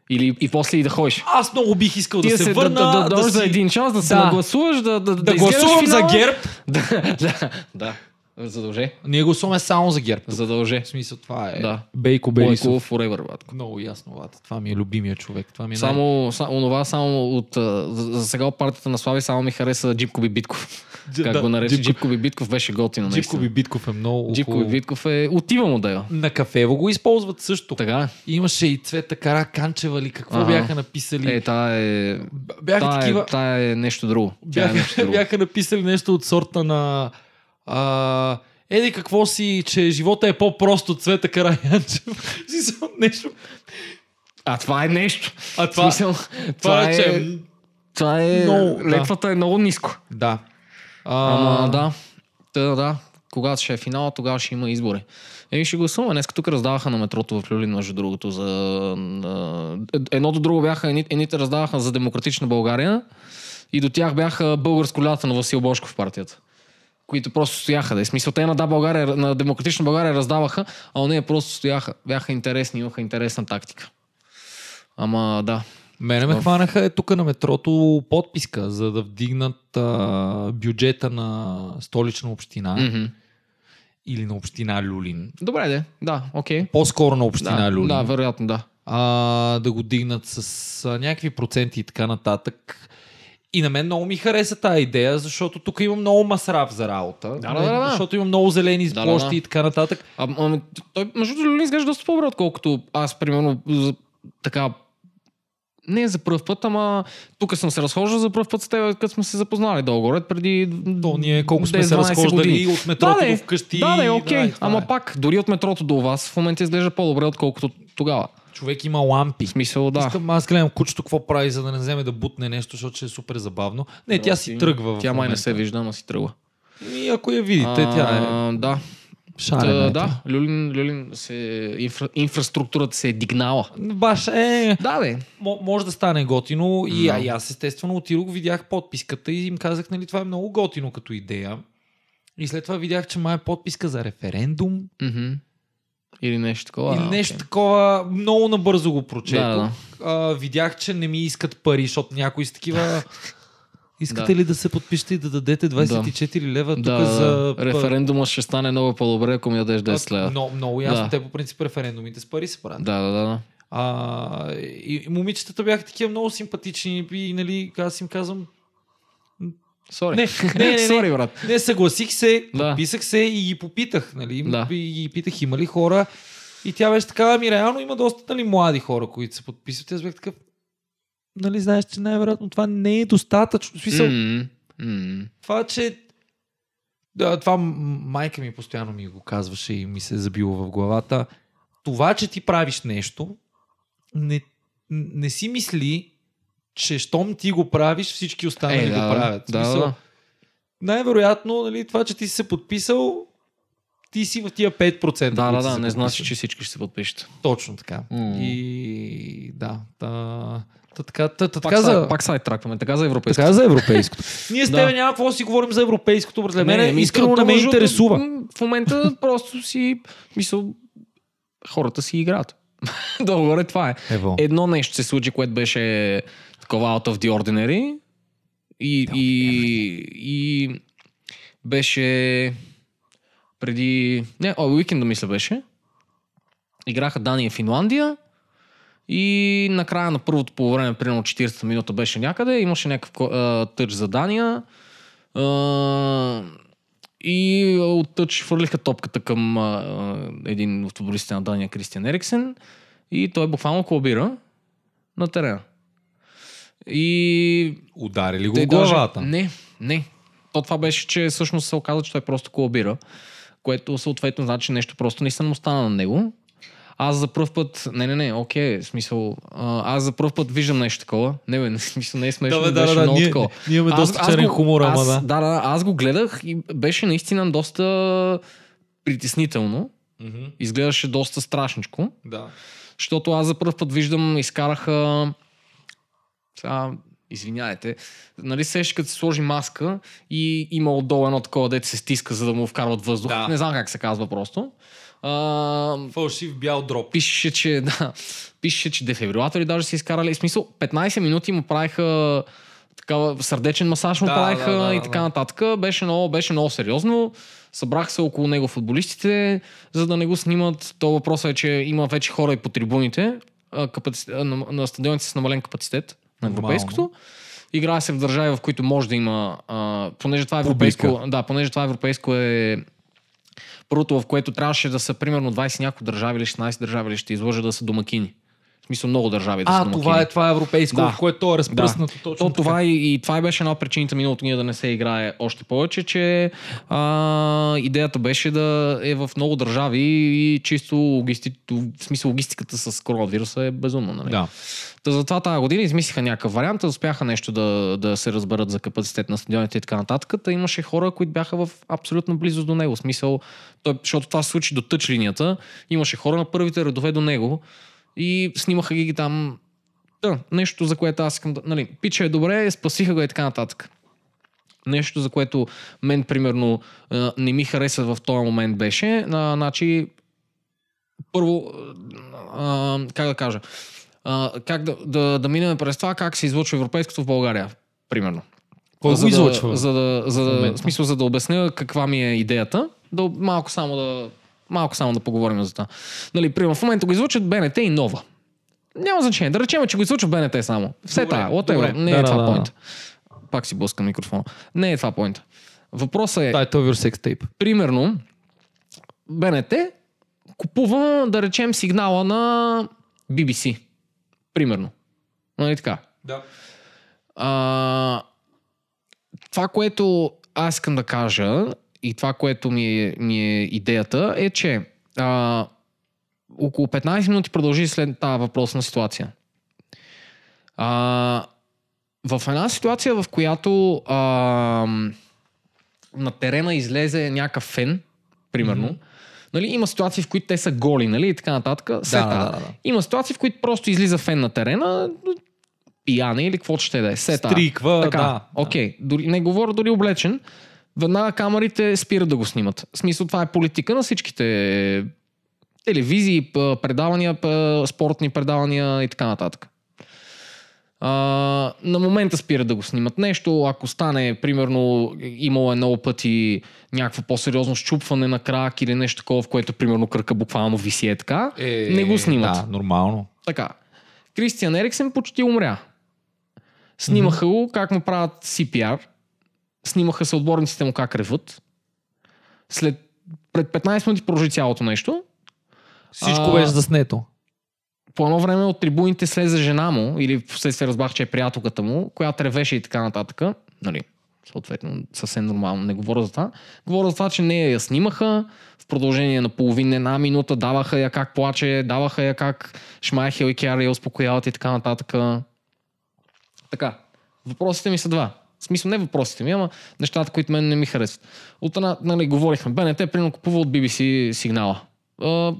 [SPEAKER 2] Или и после и да ходиш.
[SPEAKER 3] Аз много бих искал да,
[SPEAKER 2] Ти
[SPEAKER 3] се върна.
[SPEAKER 2] да, да, да, за
[SPEAKER 3] си-
[SPEAKER 2] един час, да се
[SPEAKER 3] Да.
[SPEAKER 2] нагласуваш, да, да, да,
[SPEAKER 3] да
[SPEAKER 2] изгледаш
[SPEAKER 3] гласувам за
[SPEAKER 2] финала.
[SPEAKER 3] ГЕРБ.
[SPEAKER 2] да, да, да. Задълже.
[SPEAKER 3] Ние гласуваме само за ГЕРБ.
[SPEAKER 2] Задълже.
[SPEAKER 3] В смисъл това е.
[SPEAKER 2] Да.
[SPEAKER 3] Бейко Берисов.
[SPEAKER 2] Бойко Forever, батко.
[SPEAKER 3] Много ясно, ват. Това ми е любимия човек. Това ми е най-
[SPEAKER 2] Само, са, онова само от... а, За, за сега от партията на Слави само ми хареса Джипко Бибитков.
[SPEAKER 3] Дж-
[SPEAKER 2] как
[SPEAKER 3] да,
[SPEAKER 2] го нарече?
[SPEAKER 3] Джипко-
[SPEAKER 2] Джипко Бибитков беше готино,
[SPEAKER 3] Джипко
[SPEAKER 2] наистина.
[SPEAKER 3] Бибитков е много
[SPEAKER 2] Джипко
[SPEAKER 3] хубаво.
[SPEAKER 2] Бибитков е... Отива модела.
[SPEAKER 3] На кафево го използват също.
[SPEAKER 2] Така
[SPEAKER 3] Имаше и Цвета Кара Канчева ли, какво
[SPEAKER 2] Ага.
[SPEAKER 3] бяха
[SPEAKER 2] е.
[SPEAKER 3] написали.
[SPEAKER 2] Е, та е...
[SPEAKER 3] Б- бяха
[SPEAKER 2] Та е,
[SPEAKER 3] такива...
[SPEAKER 2] та е нещо друго. Тя е нещо
[SPEAKER 3] бяха,
[SPEAKER 2] друго.
[SPEAKER 3] бяха написали нещо от сорта на... А, еди какво си, че живота е по-прост от Цвета Караянчева. В смисъл, нещо.
[SPEAKER 2] А това е нещо.
[SPEAKER 3] А
[SPEAKER 2] В
[SPEAKER 3] това,
[SPEAKER 2] смисъл, това,
[SPEAKER 3] е,
[SPEAKER 2] е...
[SPEAKER 3] че...
[SPEAKER 2] Това е...
[SPEAKER 3] Много, да.
[SPEAKER 2] Летвата е много ниско.
[SPEAKER 3] Да.
[SPEAKER 2] Ама да. Та, да. Когато ще е финала, тогава ще има избори. Еми ще гласуваме. Днес тук раздаваха на метрото в Люлин, между другото. За... а, е- Едното друго бяха, едни- едните раздаваха за демократична България и до тях бяха българско лято на Васил Бошков партията. Които просто стояха. Да. е. Смисъл, те на, да България, на демократична България раздаваха, а не просто стояха. Бяха интересни, имаха интересна тактика. Ама да.
[SPEAKER 3] Мене ме хванаха е тук на метрото подписка, за да вдигнат а, бюджета на столична община
[SPEAKER 2] Мгм.
[SPEAKER 3] или на община Люлин.
[SPEAKER 2] Добре, де. Да, окей.
[SPEAKER 3] По-скоро на община
[SPEAKER 2] Да,
[SPEAKER 3] Люлин.
[SPEAKER 2] да, вероятно, да.
[SPEAKER 3] а, да го дигнат с а, някакви проценти и така нататък. И на мен много ми хареса тази идея, защото тук има много масрав за работа.
[SPEAKER 2] да, да, да.
[SPEAKER 3] Защото има много зелени
[SPEAKER 2] Да, да,
[SPEAKER 3] площи
[SPEAKER 2] да.
[SPEAKER 3] и така нататък.
[SPEAKER 2] А, ами, той, между другото, Люлин изглежда доста по-добре, отколкото аз, примерно, за, така... Не за първ път, ама тук съм се разхождал за първ път с теб, като сме се запознали долу-горе, преди
[SPEAKER 3] То е ние колко сме се
[SPEAKER 2] 10-12
[SPEAKER 3] разхождали
[SPEAKER 2] години.
[SPEAKER 3] от метрото
[SPEAKER 2] да, де,
[SPEAKER 3] до вкъщи.
[SPEAKER 2] Да, да,
[SPEAKER 3] и-
[SPEAKER 2] е, окей.
[SPEAKER 3] и това
[SPEAKER 2] ама
[SPEAKER 3] е.
[SPEAKER 2] пак, дори от метрото до вас, в момента изглежда по-добре, отколкото тогава.
[SPEAKER 3] Човек има лампи.
[SPEAKER 2] В смисъл, да.
[SPEAKER 3] Искам, аз гледам кучето какво прави, за да не вземе да бутне нещо, защото ще е супер забавно. Не, тя си тръгва. в
[SPEAKER 2] Тя май не
[SPEAKER 3] момента.
[SPEAKER 2] се вижда, ама си тръгва.
[SPEAKER 3] И ако я видите, тя е
[SPEAKER 2] А, Да,
[SPEAKER 3] шарена.
[SPEAKER 2] Та,
[SPEAKER 3] е тя.
[SPEAKER 2] да. Люлин, Люлин се, инфра, инфраструктурата се е дигнала.
[SPEAKER 3] Баш е...
[SPEAKER 2] Да, бе.
[SPEAKER 3] М- може да стане готино. И,
[SPEAKER 2] Да.
[SPEAKER 3] а, и аз естествено отидох, видях подписката и им казах, нали, това е много готино като идея. И след това видях, че май е подписка за референдум
[SPEAKER 2] Мгм. Или нещо такова.
[SPEAKER 3] или
[SPEAKER 2] а,
[SPEAKER 3] нещо
[SPEAKER 2] окей.
[SPEAKER 3] такова. Много набързо го прочетох.
[SPEAKER 2] Да, да.
[SPEAKER 3] А, видях, че не ми искат пари, защото някои с такива... Искате
[SPEAKER 2] Да.
[SPEAKER 3] ли да се подпишете и да дадете 24 лева тук
[SPEAKER 2] Да, да,
[SPEAKER 3] за...
[SPEAKER 2] да. референдума ще стане много по-добре, ако ми дадеш 10 лева.
[SPEAKER 3] Но, много ясно.
[SPEAKER 2] Да.
[SPEAKER 3] Те по принцип референдумите с пари се правят.
[SPEAKER 2] Да, да, да.
[SPEAKER 3] А, и, и момичетата бяха такива много симпатични и нали, аз им казвам,
[SPEAKER 2] Сори.
[SPEAKER 3] Не, не, не, не.
[SPEAKER 2] Сори, брат.
[SPEAKER 3] Не, съгласих се,
[SPEAKER 2] Да.
[SPEAKER 3] подписах се и ги попитах, нали?
[SPEAKER 2] Да.
[SPEAKER 3] И ги питах има ли хора. И тя беше така, ами реално има доста нали, млади хора, които се подписват. И Аз бях такъв, нали знаеш, че най-вероятно това не е достатъчно. В смисъл,
[SPEAKER 2] Мгм. Мгм.
[SPEAKER 3] това, че... Да, това м- майка ми постоянно ми го казваше и ми се е забило в главата. Това, че ти правиш нещо, не, не си мисли, че щом ти го правиш, всички останали нали
[SPEAKER 2] Е,
[SPEAKER 3] го
[SPEAKER 2] да,
[SPEAKER 3] правят. В
[SPEAKER 2] да,
[SPEAKER 3] смисъл,
[SPEAKER 2] да.
[SPEAKER 3] най-вероятно, нали, това, че ти си се подписал, ти си в тия 5%.
[SPEAKER 2] Да, да,
[SPEAKER 3] които
[SPEAKER 2] да,
[SPEAKER 3] се
[SPEAKER 2] не значи,
[SPEAKER 3] подписали.
[SPEAKER 2] че всички ще се подпишат.
[SPEAKER 3] Точно така.
[SPEAKER 2] М.
[SPEAKER 3] И да, та, та, така, та, та,
[SPEAKER 2] Пак,
[SPEAKER 3] така,
[SPEAKER 2] за...
[SPEAKER 3] за,
[SPEAKER 2] пак сайт тракваме, така за европейски.
[SPEAKER 3] така за европейското. Ние с
[SPEAKER 2] Да.
[SPEAKER 3] тебе няма какво да си говорим за европейското, брат. Мене
[SPEAKER 2] ми
[SPEAKER 3] искрено не ме
[SPEAKER 2] между другото,
[SPEAKER 3] интересува.
[SPEAKER 2] м, В момента просто си, мисъл, хората си играят. Долу-горе това е.
[SPEAKER 3] Ево.
[SPEAKER 2] Едно нещо се случи, което беше такова out of the ordinary И, и, и беше преди... Не, о, уикенда мисля беше. Играха Дания и Финландия. И накрая на първото по време, примерно 40-та минута беше някъде, имаше някакъв ко- а, тъч за Дания. А, и от тъч фърлиха топката към а, а, един от футболистите на Дания, Кристиан Ериксен. И той буквално колабира на терена. И
[SPEAKER 3] Ударили го
[SPEAKER 2] те
[SPEAKER 3] в главата.
[SPEAKER 2] Не, не. То това беше, че всъщност се оказа, че той просто колабира, което съответно значи че нещо просто не му стана на него. Аз за първ път, не, не, не, окей, в смисъл, а, аз за първ път виждам нещо такова. Не, бе, не, в смисъл, не е смешно,
[SPEAKER 1] Да, бе,
[SPEAKER 2] да,
[SPEAKER 1] да,
[SPEAKER 2] беше
[SPEAKER 1] да, да,
[SPEAKER 2] много
[SPEAKER 1] ние-
[SPEAKER 2] такова.
[SPEAKER 1] ние имаме доста черен
[SPEAKER 2] го-
[SPEAKER 1] хумор, ама
[SPEAKER 2] аз,
[SPEAKER 1] да.
[SPEAKER 2] да, да, аз го гледах и беше наистина доста притеснително.
[SPEAKER 3] Мгм.
[SPEAKER 2] Изглеждаше доста страшничко.
[SPEAKER 3] Да.
[SPEAKER 2] Защото аз за първ път виждам, изкараха... Сега, извинявайте. Нали се като се сложи маска и има отдолу едно такова, дете се стиска, за да му вкарват въздух.
[SPEAKER 3] Да.
[SPEAKER 2] Не знам как се казва просто. А,
[SPEAKER 3] Фалшив бял дроп.
[SPEAKER 2] пишеше, че, да, пишеше, че дефибрилатори даже са изкарали. В смисъл, 15 минути му правиха такава сърдечен масаж му
[SPEAKER 3] Да,
[SPEAKER 2] правиха
[SPEAKER 3] да, да,
[SPEAKER 2] и
[SPEAKER 3] да,
[SPEAKER 2] така
[SPEAKER 3] да.
[SPEAKER 2] нататък. Беше много, беше много сериозно. Събрах се около него футболистите, за да не го снимат. То въпросът е, че има вече хора и по трибуните. а, Капаци... а, На, на стадионите с намален капацитет на
[SPEAKER 3] Нормално.
[SPEAKER 2] европейското. Играе се в държави, в които може да има, а, понеже това е
[SPEAKER 3] Публика.
[SPEAKER 2] европейско, да, понеже това европейско е първото, в което трябваше да са примерно 20 няколко държави или 16 държави или ще излъжа да са домакини. В смисъл много държави да са
[SPEAKER 3] А,
[SPEAKER 2] домакини.
[SPEAKER 3] това е, това е европейско,
[SPEAKER 2] Да.
[SPEAKER 3] в което е разпръснато
[SPEAKER 2] Да.
[SPEAKER 3] точно
[SPEAKER 2] То, това и, и това и беше една от причините миналото ние да не се играе още повече, че а, идеята беше да е в много държави и чисто логисти, в смисъл логистиката с коронавируса е безумна. Нали?
[SPEAKER 3] Да.
[SPEAKER 2] Та затова тази година измислиха някакъв вариант, успяха нещо да, да се разберат за капацитет на стадионите и така нататък. Та имаше хора, които бяха в абсолютно близост до него. В Смисъл, той, защото това се случи до тъч линията, имаше хора на първите редове до него и снимаха ги там. Да, нещо, за което аз искам да... Нали, пича е добре, спасиха го и така нататък. Нещо, за което мен, примерно, е, не ми хареса в този момент беше, а, значи, първо, а, как да кажа, а, как да, да, да минем през това, как се излъчва европейското в България, примерно.
[SPEAKER 3] Кой
[SPEAKER 2] за
[SPEAKER 3] го
[SPEAKER 2] да-
[SPEAKER 3] излъчва?
[SPEAKER 2] За да, за
[SPEAKER 3] В
[SPEAKER 2] да, в
[SPEAKER 3] момента.
[SPEAKER 2] смисъл, за да обясня каква ми е идеята, да, малко само да малко само да поговорим за това. Нали, примерно, в момента го излъчват БНТ и Нова. Няма значение. Да речем, че го излъчва БНТ само. Все
[SPEAKER 3] Добре,
[SPEAKER 2] тая,
[SPEAKER 3] добре.
[SPEAKER 2] whatever. Не е
[SPEAKER 3] Да, да,
[SPEAKER 2] това
[SPEAKER 3] да, да.
[SPEAKER 2] поинт. Пак си блъскам микрофона. Не е това поинт. Въпросът е,
[SPEAKER 3] Title of your sex tape.
[SPEAKER 2] примерно, БНТ купува, да речем, сигнала на BBC. Примерно. Нали така?
[SPEAKER 3] Да.
[SPEAKER 2] А, това, което аз искам да кажа и това, което ми е, ми е идеята, е, че а, около 15 минути продължи след тази въпросна ситуация. А, в една ситуация, в която а, на терена излезе някакъв фен, примерно, mm-hmm. нали, има ситуации, в които те са голи, нали, и така нататък. Все
[SPEAKER 3] да,
[SPEAKER 2] тая.
[SPEAKER 3] да, да.
[SPEAKER 2] Има ситуации, в които просто излиза фен на терена, пияне или какво ще да е. Сета.
[SPEAKER 3] Стриква,
[SPEAKER 2] така,
[SPEAKER 3] да.
[SPEAKER 2] Окей, дори, не говоря дори облечен. Веднага камерите спират да го снимат. В смисъл, това е политика на всичките телевизии, п- предавания, п- спортни предавания и така нататък. А, на момента спират да го снимат нещо. Ако стане, примерно, имало е много пъти някакво по-сериозно щупване на крак или нещо такова, в което, примерно, кръка буквално виси е така,
[SPEAKER 3] Е,
[SPEAKER 2] не го снимат.
[SPEAKER 3] Да, нормално.
[SPEAKER 2] Така. Кристиан Ериксен почти умря. Снимаха го как му правят CPR. Снимаха съотборниците му как реват. След пред 15 минути продължи цялото нещо.
[SPEAKER 3] Всичко
[SPEAKER 2] А,
[SPEAKER 3] беше заснето.
[SPEAKER 2] По едно време от трибуните слезе жена му, или впоследствие разбрах, че е приятелката му, която ревеше и така нататък. Нали, съответно, съвсем нормално, не говоря за това. Говоря за това, че не я снимаха в продължение на половина, една минута, даваха я как плаче, даваха я как Шмайхел и Кяра я успокояват и така нататък. Така. Въпросите ми са два. В смисъл, не въпросите ми, ама нещата, които мен не ми харесват. От една, нали, говорихме, БНТ, примерно, купува от BBC сигнала. А, м,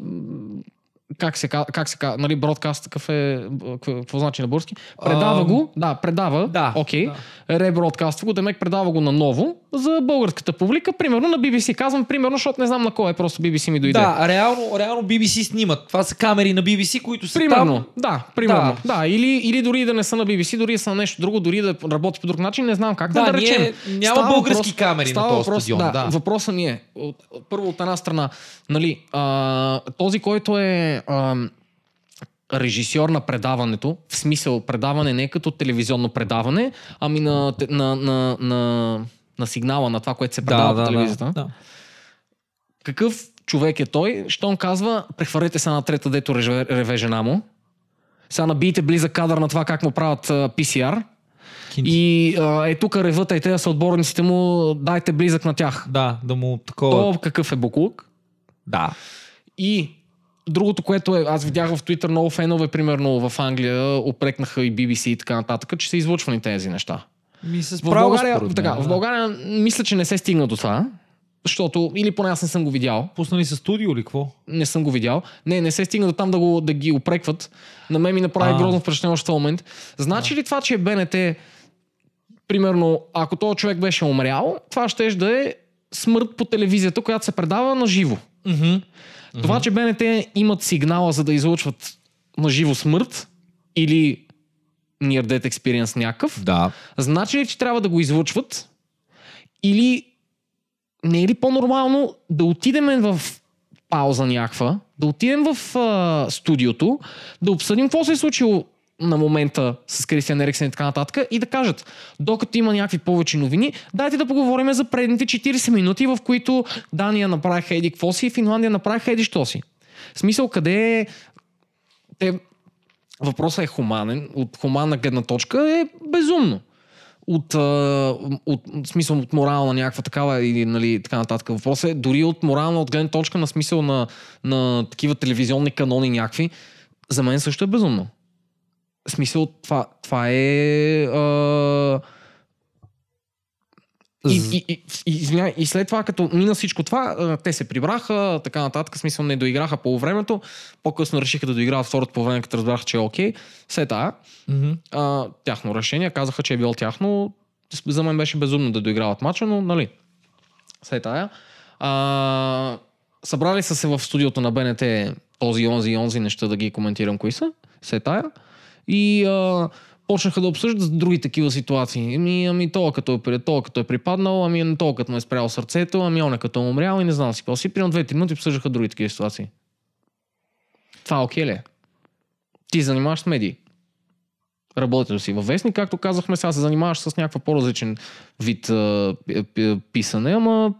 [SPEAKER 2] как се казва, как се казва, нали, бродкаст, какъв е, какво, какво значи на български? Предава
[SPEAKER 3] Ам,
[SPEAKER 2] го, да, предава,
[SPEAKER 3] да,
[SPEAKER 2] окей, да. ребродкаства го, Демек предава го наново за българската публика, примерно на BBC. Казвам примерно, защото не знам на кой е, просто BBC ми дойде.
[SPEAKER 3] Да, реално, реално BBC снимат. Това са камери на BBC, които са
[SPEAKER 2] Примерно,
[SPEAKER 3] там.
[SPEAKER 2] да, примерно. Да, да или, или дори да не са на BBC, дори да са на нещо друго, дори да работи по друг начин, не знам как. но
[SPEAKER 3] Да,
[SPEAKER 2] да
[SPEAKER 3] ние-
[SPEAKER 2] речем,
[SPEAKER 3] няма български камери на
[SPEAKER 2] става
[SPEAKER 3] този стадион,
[SPEAKER 2] Да,
[SPEAKER 3] да.
[SPEAKER 2] Въпросът ни е, от, от- първо от една страна, нали, а, този, който е а, режисьор на предаването, в смисъл предаване не като телевизионно предаване, ами на, те- на, на, на, на сигнала на това, което се предава по телевизията.
[SPEAKER 3] да.
[SPEAKER 2] Какъв човек е той, щом казва, прехвърете се на трета, дето реве, реве жена му. Сега набийте близък кадър на това как му правят а, PCR.
[SPEAKER 3] Кинти.
[SPEAKER 2] И а, е тук ревата и те са отборниците му, дайте близък на тях.
[SPEAKER 3] Да, да му такова.
[SPEAKER 2] То какъв е Букулк?
[SPEAKER 3] Да.
[SPEAKER 2] И другото, което е, аз видях в Twitter много фенове, примерно в Англия, опрекнаха и BBC и така нататък, че са извлъчвани тези неща.
[SPEAKER 3] Ми се
[SPEAKER 2] В
[SPEAKER 3] справя, според
[SPEAKER 2] България,
[SPEAKER 3] мен,
[SPEAKER 2] така,
[SPEAKER 3] да.
[SPEAKER 2] в България мисля, че не се стигна до това, защото, или поне аз не съм го видял,
[SPEAKER 3] Пуснали са студио или какво?
[SPEAKER 2] не съм го видял. Не, не се стигна до там да, го, да ги опрекват. На мен ми направи
[SPEAKER 3] А.
[SPEAKER 2] грозно впечатление още в този момент. Значи ли това, че БНТ, примерно, ако този човек беше умрял, това ще да е смърт по телевизията, която се предава на живо. Това, че БНТ имат сигнала за да излъчват на живо смърт или Near Death Experience някакъв,
[SPEAKER 3] Да.
[SPEAKER 2] Значи ли, че трябва да го излъчват? Или не е ли по-нормално да отидем в пауза някаква, да отидем в а, студиото, да обсъдим какво се е случило на момента с Кристиан Ериксен и така нататък и да кажат, докато има някакви повече новини, дайте да поговорим за предните 40 минути, в които Дания направиха еди какво си и Финландия направиха еди що си. В смисъл, къде е... Те... Въпросът е хуманен. От хуманна гледна точка е безумно от, а, от в смисъл от морална някаква такава или нали, така нататък. Въпросът е дори от морална, от гледна точка на смисъл на, на такива телевизионни канони някакви, за мен също е безумно. В смисъл това, това е... А, и, и, и, и, извиня, и след това, като мина всичко това, а, те се прибраха, така нататък, в смисъл не доиграха по времето, по-късно решиха да доиграват второто по време, като разбраха, че е окей. След това, а, тяхно решение. Казаха, че е било тяхно. За мен беше безумно да доиграват матча, но нали. Се е тая. А, събрали са се в студиото на БНТ този, онзи и онзи неща да ги коментирам кои са. Се е тая. И а, почнаха да обсъждат други такива ситуации. Ами, ами то, като е, при- то, като е припаднал, ами то, като му е спрял сърцето, ами он е като е умрял и не знам си какво си. Примерно 2-3 минути обсъждаха други такива ситуации. Това окей ли? е? Ти занимаваш с медии работил си във вестник, както казахме, сега се занимаваш с някаква по-различен вид а, пи- пи- писане, ама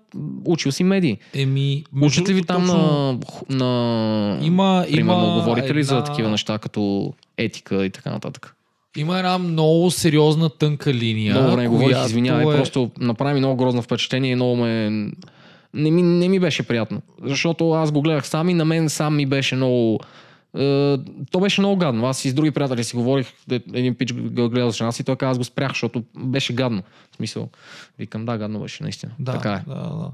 [SPEAKER 2] учил си медии.
[SPEAKER 3] Еми, между
[SPEAKER 2] Учите ви
[SPEAKER 3] другото,
[SPEAKER 2] там
[SPEAKER 3] точно
[SPEAKER 2] на, на...
[SPEAKER 3] Има,
[SPEAKER 2] примерно,
[SPEAKER 3] има
[SPEAKER 2] говорите ли за
[SPEAKER 3] една-
[SPEAKER 2] такива неща, като етика и така нататък?
[SPEAKER 3] Има една много сериозна тънка линия.
[SPEAKER 2] много време говорих,
[SPEAKER 3] която
[SPEAKER 2] извинявай,
[SPEAKER 3] е-
[SPEAKER 2] просто направи много грозно впечатление и много ме... Не ми, не ми беше приятно, защото аз го гледах сам и на мен сам ми беше много... Е, то беше много гадно. Аз и с други приятели си говорих, де- един пич го гледал с жена си, той каза, аз го спрях, защото беше гадно. В смисъл, викам, да, гадно беше, наистина.
[SPEAKER 3] Да,
[SPEAKER 2] така е.
[SPEAKER 3] Да, да.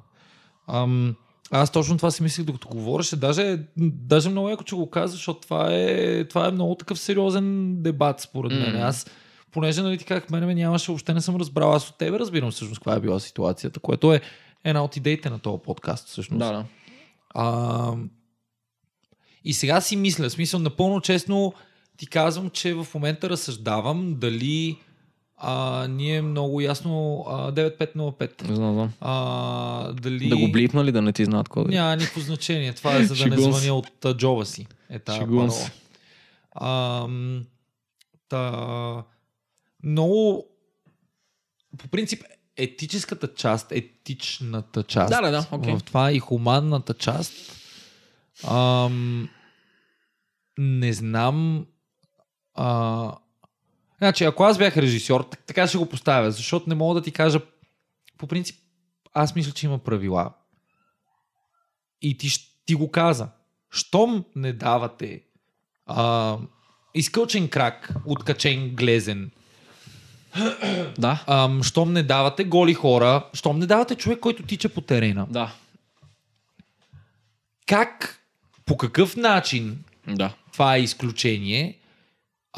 [SPEAKER 3] Ам, аз точно това си мислих докато говореше. Даже, даже много яко, че го каза, защото това е, това е много такъв сериозен дебат, според мен.
[SPEAKER 2] Мм.
[SPEAKER 3] Аз, понеже, нали, ти как мене ме нямаше, въобще не съм разбрал. Аз от тебе разбирам всъщност каква е била ситуацията, което е една от идеите на този подкаст, всъщност.
[SPEAKER 2] Да, да.
[SPEAKER 3] А, и сега си мисля, в смисъл напълно честно ти казвам, че в момента разсъждавам дали а, ние много ясно а, 9505
[SPEAKER 2] Не знам, знам.
[SPEAKER 3] а, дали...
[SPEAKER 2] Да го блипна ли да не ти знаят е? кода?
[SPEAKER 3] Няма никакво значение. Това е за да не
[SPEAKER 2] Шегувам се.
[SPEAKER 3] звъня от а, джоба си. Е тая
[SPEAKER 2] Шегувам
[SPEAKER 3] парола.
[SPEAKER 2] се.
[SPEAKER 3] Ам, та, много... По принцип, етическата част, етичната част
[SPEAKER 2] Да, да, да, окей.
[SPEAKER 3] в това и хуманната част ам, не знам а, Значи, ако аз бях режисьор, так- така ще го поставя, защото не мога да ти кажа. По принцип, аз мисля, че има правила. И ти, щ- ти го каза. Щом не давате а, изкълчен крак, откачен глезен,
[SPEAKER 2] Да.
[SPEAKER 3] ам, щом не давате голи хора, щом не давате човек, който тича по терена,
[SPEAKER 2] Да.
[SPEAKER 3] как, по какъв начин
[SPEAKER 2] Да.
[SPEAKER 3] Това е изключение.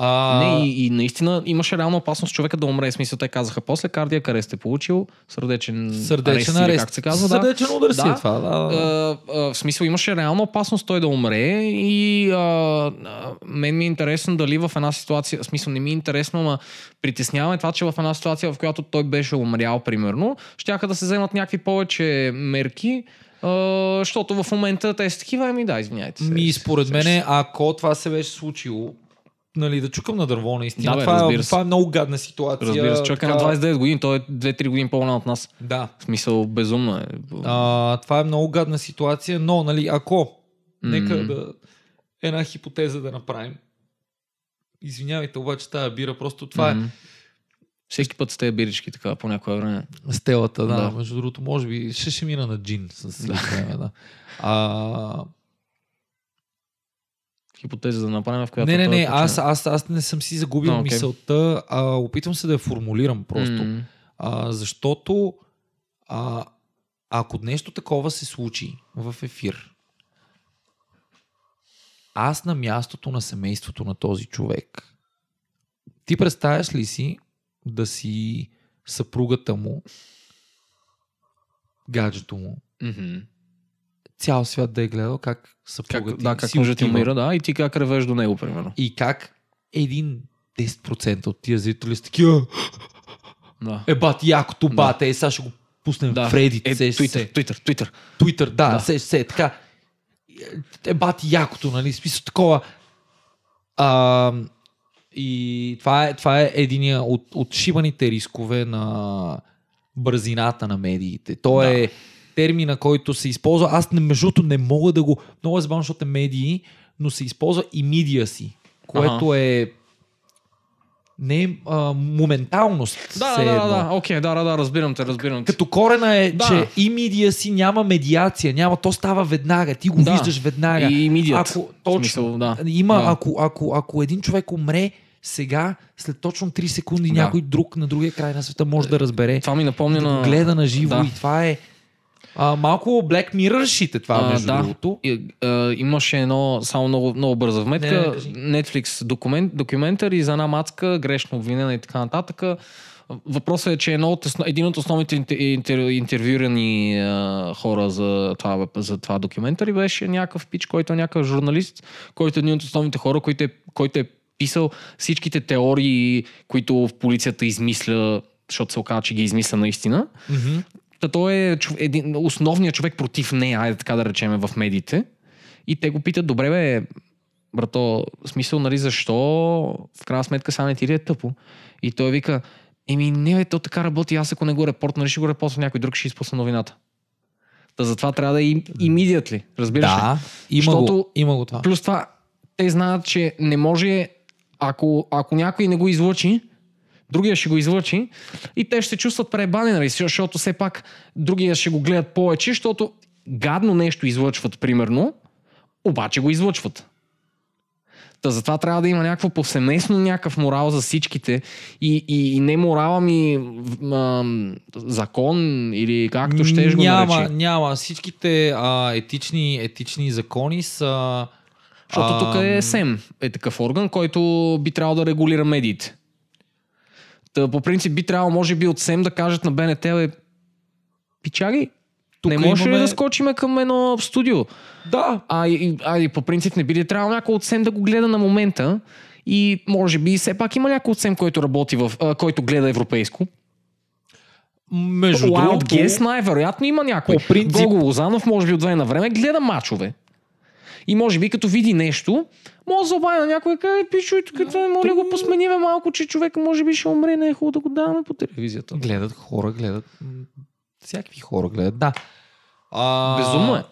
[SPEAKER 3] А,
[SPEAKER 2] Не, и, и наистина имаше реална опасност човека да умре. В смисъл, те казаха, после кардия арест е получил, сърдечен,
[SPEAKER 3] сърдечен
[SPEAKER 2] или
[SPEAKER 3] арест.
[SPEAKER 2] Как се казва, да.
[SPEAKER 3] сърдечен удар си
[SPEAKER 2] Да.
[SPEAKER 3] е това. Да, да, да.
[SPEAKER 2] А, а, в смисъл, имаше реална опасност той да умре и а, а, мен ми е интересно дали в една ситуация, в смисъл не ми е интересно, ама притесняваме това, че в една ситуация, в която той беше умрял, примерно, щяха да се вземат някакви повече мерки, а, защото в момента те са такива, ами да, извиняйте. се.
[SPEAKER 3] Ми, според мен, ако това се беше случило, нали, да чукам на дърво, наистина.
[SPEAKER 2] Да, бе,
[SPEAKER 3] това, е,
[SPEAKER 2] разбира се.
[SPEAKER 3] това е много гадна ситуация.
[SPEAKER 2] Разбира се, човек е на
[SPEAKER 3] така.
[SPEAKER 2] 29 години, той е 2-3 години по-голям от нас.
[SPEAKER 3] Да.
[SPEAKER 2] В смисъл, безумно е.
[SPEAKER 3] А, това е много гадна ситуация, но, нали, ако Нека
[SPEAKER 2] М.
[SPEAKER 3] да. Една хипотеза да направим. Извинявайте, обаче тази бира, просто това е-
[SPEAKER 2] Мгм. Всеки път с тези бирички, така, по някое време.
[SPEAKER 3] е. Стелата, да,
[SPEAKER 2] Да.
[SPEAKER 3] да. Между другото, може би ще, ще мина на джин с време, да. А,
[SPEAKER 2] Хипотеза да направим, в която.
[SPEAKER 3] не, не,
[SPEAKER 2] той е
[SPEAKER 3] не,
[SPEAKER 2] починал.
[SPEAKER 3] аз, аз, аз не съм си загубил
[SPEAKER 2] А,
[SPEAKER 3] okay.
[SPEAKER 2] окей.
[SPEAKER 3] мисълта, а опитвам се да я формулирам просто.
[SPEAKER 2] М.
[SPEAKER 3] А, защото а, ако нещо такова се случи в ефир, аз на мястото на семейството на този човек, ти представяш ли си да си съпругата му, гаджето му,
[SPEAKER 2] Мгм.
[SPEAKER 3] цял свят да е гледал как съпругата
[SPEAKER 2] Как,
[SPEAKER 3] ти
[SPEAKER 2] да, как
[SPEAKER 3] си
[SPEAKER 2] мъжът ти
[SPEAKER 3] отива
[SPEAKER 2] умира, да, и ти как ревеш до него, примерно.
[SPEAKER 3] и как един 10% от тия зрители са такива,
[SPEAKER 2] Да.
[SPEAKER 3] е бат, якото бат, е, сега ще го пуснем
[SPEAKER 2] Да.
[SPEAKER 3] в Reddit,
[SPEAKER 2] Е,
[SPEAKER 3] сещаш се.
[SPEAKER 2] Twitter, Twitter, Twitter.
[SPEAKER 3] Twitter, да,
[SPEAKER 2] Да.
[SPEAKER 3] да. се, се, така. Е, бати якото, нали, смисъл такова. А, и това е, това е единия от, от шибаните рискове на бързината на медиите. То
[SPEAKER 2] Да.
[SPEAKER 3] е термина, който се използва. Аз не, между другото не мога да го... Много е забавно, защото е медии, но се използва и мидия си, което е не е, а, моменталност.
[SPEAKER 2] Да,
[SPEAKER 3] все
[SPEAKER 2] да, да,
[SPEAKER 3] едно.
[SPEAKER 2] да, окей, да, да, да, разбирам те, разбирам те.
[SPEAKER 3] Като корена е,
[SPEAKER 2] Да.
[SPEAKER 3] да. че и мидия си няма медиация, няма, то става веднага, ти го
[SPEAKER 2] Да.
[SPEAKER 3] да. виждаш веднага.
[SPEAKER 2] И мидият.
[SPEAKER 3] Ако,
[SPEAKER 2] В
[SPEAKER 3] точно,
[SPEAKER 2] смисъл, да.
[SPEAKER 3] има,
[SPEAKER 2] Да.
[SPEAKER 3] да. ако, ако, ако един човек умре сега, след точно 3 секунди,
[SPEAKER 2] Да.
[SPEAKER 3] да. някой друг на другия край на света може да разбере,
[SPEAKER 2] Това ми напомня
[SPEAKER 3] да
[SPEAKER 2] на...
[SPEAKER 3] го гледа на живо
[SPEAKER 2] да.
[SPEAKER 3] да. и това е а, малко Black Mirror шите това,
[SPEAKER 2] А,
[SPEAKER 3] между
[SPEAKER 2] да.
[SPEAKER 3] другото.
[SPEAKER 2] И, а, имаше едно, само много, много бърза
[SPEAKER 3] Не,
[SPEAKER 2] вметка,
[SPEAKER 3] не, кажи.
[SPEAKER 2] Netflix документ, документари за една мацка, грешно обвинена и така нататък. Въпросът е, че едно от, основ- един от основните интер, интер, интервюирани а, хора за това, за това документари беше някакъв пич, който е някакъв журналист, който е един от основните хора, който е, който е писал всичките теории, които в полицията измисля, защото се оказа, че ги измисля наистина.
[SPEAKER 3] Mm-hmm.
[SPEAKER 2] Та той е чов- един, основният човек против нея, айде така да речеме, в медиите. И те го питат, добре бе, брато, в смисъл, нали, защо в крайна сметка сега не ти ли е тъпо? И той вика, еми не бе, то така работи, аз ако не го репортна, ще го репортна някой друг, ще изпусна новината. Та затова трябва да е имидият ли, разбираш ли?
[SPEAKER 3] Да, има,
[SPEAKER 2] Защото-
[SPEAKER 3] го, има го това.
[SPEAKER 2] Плюс това, те знаят, че не може, ако, ако някой не го излъчи, другия ще го излъчи и те ще се чувстват пребани, нали? защото все пак другия ще го гледат повече, защото гадно нещо излъчват, примерно, обаче го излъчват. Та затова трябва да има някакво повсеместно някакъв морал за всичките и, и, и не морала ми в- ам, закон или както ще го
[SPEAKER 3] няма,
[SPEAKER 2] наречи.
[SPEAKER 3] няма. Всичките а, етични, етични закони са...
[SPEAKER 2] Защото
[SPEAKER 3] а,
[SPEAKER 2] тук е СЕМ, е такъв орган, който би трябвало да регулира медиите. Та, по принцип би трябвало, може би, от СЕМ да кажат на БНТ, бе, е, пичаги,
[SPEAKER 3] Тук
[SPEAKER 2] не може ли
[SPEAKER 3] имаме-
[SPEAKER 2] да скочиме към едно студио?
[SPEAKER 3] Да,
[SPEAKER 2] А и, и- а и по принцип не би ли трябвало някой от СЕМ да го гледа на момента? И може би все пак има някой от СЕМ, който работи в, а, който гледа европейско.
[SPEAKER 3] Между
[SPEAKER 2] Wild
[SPEAKER 3] другото,
[SPEAKER 2] Guess най-вероятно има някой.
[SPEAKER 3] По принцип-
[SPEAKER 2] Гого Лозанов може би от време на време гледа мачове. И може би като види нещо, може да се обади на някой и каже, «Е, пичо, и тук това не може ли го посмениме малко, че човека може би ще умре, не е хубаво да го даваме по телевизията.
[SPEAKER 3] гледат хора, гледат. м, Всякакви хора гледат, да. А,
[SPEAKER 2] Безумно е.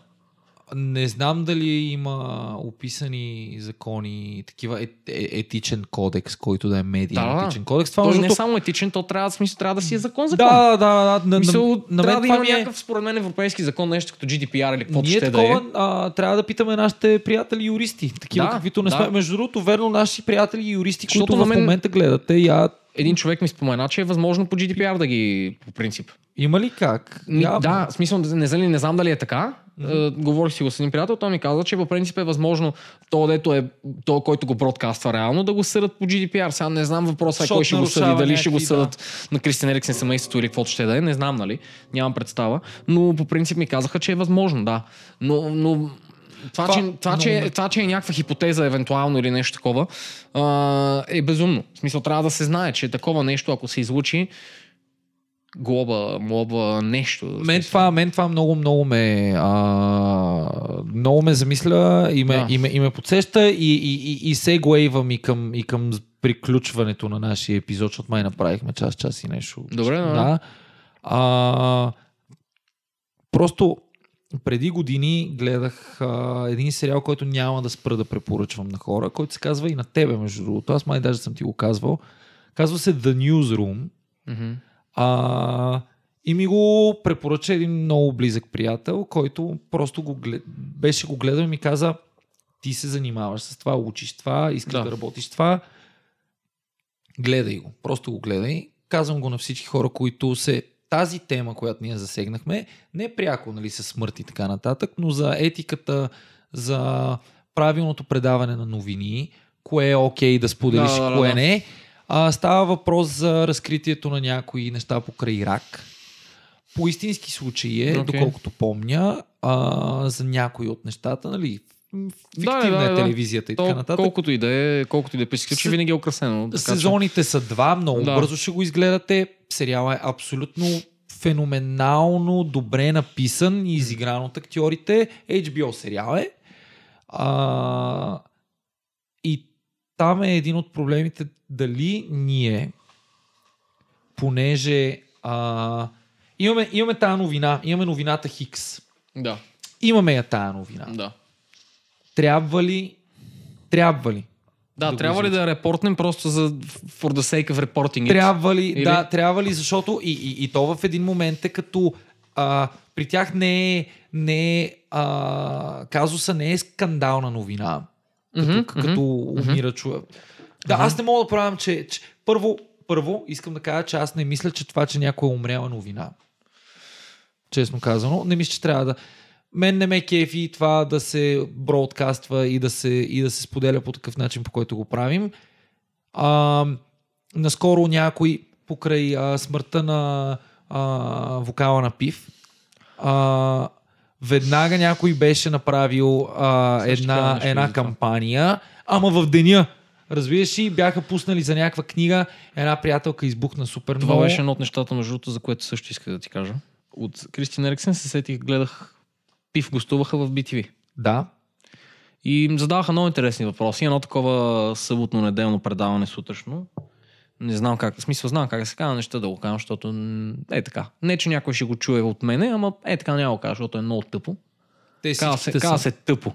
[SPEAKER 3] Не знам дали има описани закони, такива е, е, етичен кодекс, който да е медиен
[SPEAKER 2] Да, да.
[SPEAKER 3] етичен кодекс. Това
[SPEAKER 2] Той
[SPEAKER 3] между
[SPEAKER 2] не е
[SPEAKER 3] другото-
[SPEAKER 2] само етичен, то трябва, в смисъл, трябва да си е закон закон.
[SPEAKER 3] да, да, да, да. На,
[SPEAKER 2] Мисъл,
[SPEAKER 3] на, на
[SPEAKER 2] трябва
[SPEAKER 3] мен
[SPEAKER 2] да
[SPEAKER 3] това
[SPEAKER 2] има
[SPEAKER 3] ми е...
[SPEAKER 2] някакъв, според мен, европейски закон, нещо като GDPR или каквото
[SPEAKER 3] Ние
[SPEAKER 2] ще да е.
[SPEAKER 3] такова, а, трябва да питаме нашите приятели юристи, такива
[SPEAKER 2] Да,
[SPEAKER 3] каквито не
[SPEAKER 2] да.
[SPEAKER 3] сме. Между другото, верно, наши приятели юристи,
[SPEAKER 2] Защото
[SPEAKER 3] които
[SPEAKER 2] на
[SPEAKER 3] в
[SPEAKER 2] мен-
[SPEAKER 3] момента гледате, я...
[SPEAKER 2] Един човек ми спомена, че е възможно по GDPR да ги, по принцип.
[SPEAKER 3] има ли как?
[SPEAKER 2] Ми,
[SPEAKER 3] Я-
[SPEAKER 2] да, в смисъл, нали, не, знам- не знам дали е така, Mm-hmm. Говорих си го с един приятел, той ми каза, че по принцип е възможно то, дето е то, който го бродкаства реално, да го съдат по GDPR. Сега не знам въпроса е
[SPEAKER 3] Защото
[SPEAKER 2] кой ще го съди,
[SPEAKER 3] нарушава
[SPEAKER 2] дали ще го
[SPEAKER 3] някакви,
[SPEAKER 2] съдат на Кристин Ериксен семейството или каквото ще да е, не знам, нали? Нямам представа. Но по принцип ми казаха, че е възможно, да. Но, но това,
[SPEAKER 3] Това-
[SPEAKER 2] че, това,
[SPEAKER 3] но
[SPEAKER 2] че,
[SPEAKER 3] ме-
[SPEAKER 2] това, че е някаква хипотеза, евентуално или нещо такова, а, е безумно. В смисъл, трябва да се знае, че такова нещо, ако се излучи, глоба, млоба, нещо. в
[SPEAKER 3] Мен
[SPEAKER 2] смисъл.
[SPEAKER 3] това, мен това много, много ме, а, много ме замисля и ме,
[SPEAKER 2] Да.
[SPEAKER 3] да. и ме, и ме подсеща и, и, и, и сегуейвам и към, и към приключването на нашия епизод, защото май направихме час, час и нещо.
[SPEAKER 2] Добре, да.
[SPEAKER 3] да. А, просто преди години гледах а, един сериал, който няма да спра да препоръчвам на хора, който се казва и на тебе, между другото. Аз май даже съм ти го казвал. Казва се The Newsroom.
[SPEAKER 2] Мгм.
[SPEAKER 3] А, и ми го препоръча един много близък приятел, който просто го глед... беше го гледал и ми каза, ти се занимаваш с това, учиш това, искаш
[SPEAKER 2] Да.
[SPEAKER 3] да, да работиш това. Гледай го, просто го гледай. Казвам го на всички хора, които се тази тема, която ние засегнахме, не пряко, нали, със смърт и така нататък, но за етиката, за правилното предаване на новини, кое е окей да споделиш,
[SPEAKER 2] Да, да,
[SPEAKER 3] да,
[SPEAKER 2] да,
[SPEAKER 3] кое
[SPEAKER 2] да.
[SPEAKER 3] да. не. А, става въпрос за разкритието на някои неща покрай Ирак. По истински случаи е,
[SPEAKER 2] Окей.
[SPEAKER 3] okay. доколкото помня, а, за някои от нещата, нали, фиктивна
[SPEAKER 2] да,
[SPEAKER 3] е
[SPEAKER 2] да.
[SPEAKER 3] телевизията и
[SPEAKER 2] То,
[SPEAKER 3] така нататък.
[SPEAKER 2] колкото и да е, колкото и да е пресключи,
[SPEAKER 3] Се-
[SPEAKER 2] винаги е украсено. така че-
[SPEAKER 3] Сезоните са два, много
[SPEAKER 2] Да.
[SPEAKER 3] да. бързо ще го изгледате. Сериала е абсолютно феноменално добре написан и изигран от актьорите. HBO сериал е. А, и там е един от проблемите дали ние, понеже а, имаме, имаме тая новина, имаме новината Хикс.
[SPEAKER 2] Да,
[SPEAKER 3] Имаме я тая новина.
[SPEAKER 2] да.
[SPEAKER 3] Трябва ли? Трябва ли?
[SPEAKER 2] Да,
[SPEAKER 3] го
[SPEAKER 2] трябва ли да репортнем просто за for the sake of reporting it?
[SPEAKER 3] Трябва ли,
[SPEAKER 2] Или-
[SPEAKER 3] да, трябва ли, защото и, и, и то в един момент е като а, при тях не е, не е а, казуса не е скандална новина, като,
[SPEAKER 2] Мгм,
[SPEAKER 3] mm-hmm, като
[SPEAKER 2] мгм.
[SPEAKER 3] умира човек. Да, аз не мога да правям, че, че първо, първо искам да кажа, че аз не мисля, че това, че някой е умрял е новина. Честно казано, не мисля, че трябва да... Мен не ме кефи това да се бродкаства и да се, и да се споделя по такъв начин, по който го правим. А, наскоро някой покрай а, смъртта на а, вокала на Пив, а, веднага някой беше направил а,
[SPEAKER 2] Също така
[SPEAKER 3] една,
[SPEAKER 2] нещо и
[SPEAKER 3] една
[SPEAKER 2] за това.
[SPEAKER 3] кампания, ама в деня. Разбираш ли, бяха пуснали за някаква книга, една приятелка избухна супер
[SPEAKER 2] Това
[SPEAKER 3] много.
[SPEAKER 2] беше едно от нещата, между другото, за което също исках да ти кажа. От Кристин Ериксен се сетих, гледах пив гостуваха в BTV.
[SPEAKER 3] Да.
[SPEAKER 2] И им задаваха много интересни въпроси. Едно такова съботно-неделно предаване сутрешно. Не знам как, в смисъл знам как да се казва неща да го кажа, защото м, е така. Не, че някой ще го чуе от мене, ама е така няма да го кажа, защото е много тъпо.
[SPEAKER 3] Те
[SPEAKER 2] Казва се,
[SPEAKER 3] всичките
[SPEAKER 2] казва
[SPEAKER 3] са.
[SPEAKER 2] се тъпо.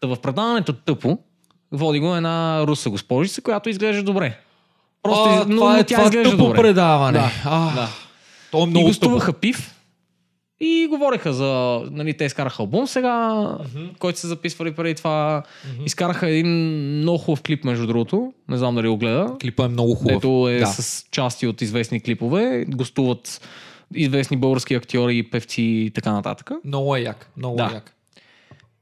[SPEAKER 2] Та в предаването тъпо води го една руса госпожица, която изглежда добре. Просто,
[SPEAKER 3] а,
[SPEAKER 2] из- но,
[SPEAKER 3] това
[SPEAKER 2] но
[SPEAKER 3] е,
[SPEAKER 2] тя
[SPEAKER 3] това е
[SPEAKER 2] изглежда
[SPEAKER 3] тъпо
[SPEAKER 2] добре.
[SPEAKER 3] предаване.
[SPEAKER 2] Да,
[SPEAKER 3] а,
[SPEAKER 2] Да.
[SPEAKER 3] То е
[SPEAKER 2] И
[SPEAKER 3] много тъпо.
[SPEAKER 2] гостуваха пив и говореха за... Нали, те изкараха албум сега, който се записвали преди това. Изкараха един много хубав клип, между другото. Не знам дали го гледа.
[SPEAKER 3] Клипа е много хубав.
[SPEAKER 2] Ето е
[SPEAKER 3] да.
[SPEAKER 2] да. с части от известни клипове. Гостуват известни български актьори, певци и така нататък.
[SPEAKER 3] Много е як. Много
[SPEAKER 2] Да.
[SPEAKER 3] е як.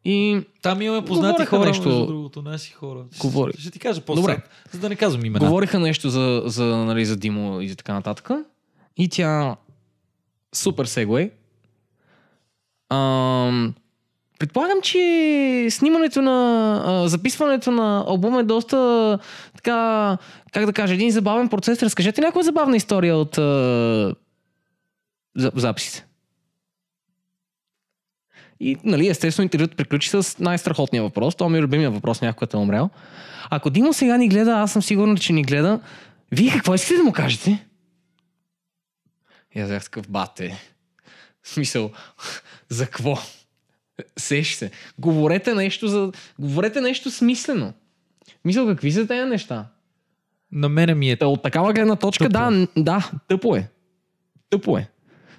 [SPEAKER 2] И
[SPEAKER 3] Там имаме познати
[SPEAKER 2] Говореха
[SPEAKER 3] хора,
[SPEAKER 2] нещо.
[SPEAKER 3] нещо... между другото, наши хора. Ще-
[SPEAKER 2] Говори.
[SPEAKER 3] Ще, ти кажа после,
[SPEAKER 2] Добре.
[SPEAKER 3] за да не казвам имена.
[SPEAKER 2] Говориха нещо за, за, нали, за Димо и за така нататък. И тя... Супер сегуей. Ам... Предполагам, че снимането на... а, записването на албума е доста така... Как да кажа, един забавен процес. Разкажете някоя забавна история от а, за, записите. И, нали, естествено, интервюто приключи с най-страхотния въпрос. Това ми е любимия въпрос, някой който е умрял. Ако Димо сега ни гледа, аз съм сигурен, че ни гледа. Вие какво искате да му кажете? И аз бях такъв бате. В смисъл, за какво? Сеш се. Говорете нещо, за... Говорете нещо смислено. Мисъл, какви са тези неща?
[SPEAKER 3] На мене ми е
[SPEAKER 2] Та от такава гледна точка,
[SPEAKER 3] Тъпо.
[SPEAKER 2] да, н- да, тъпо е. Тъпо е.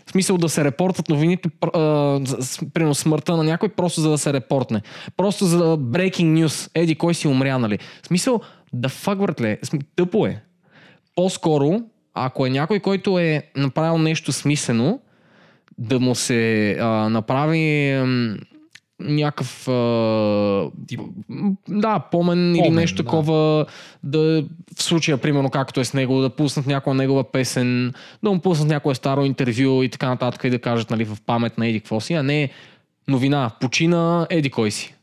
[SPEAKER 2] В смисъл да се репортат новините, пр- а, за- с- примерно смъртта на някой, просто за да се репортне. Просто за да breaking news. Еди, кой си умря, нали? В смисъл, да фак, братле, См- тъпо е. По-скоро, ако е някой, който е направил нещо смислено, да му се а, направи м, някакъв а,
[SPEAKER 3] Тип.
[SPEAKER 2] м, да, помен, или
[SPEAKER 3] Помен,
[SPEAKER 2] нещо
[SPEAKER 3] да.
[SPEAKER 2] такова, да в случая, примерно, както е с него, да пуснат някоя негова песен, да му пуснат някое старо интервю и така нататък и да кажат, нали, в памет на еди какво си, а не новина, почина, еди кой си.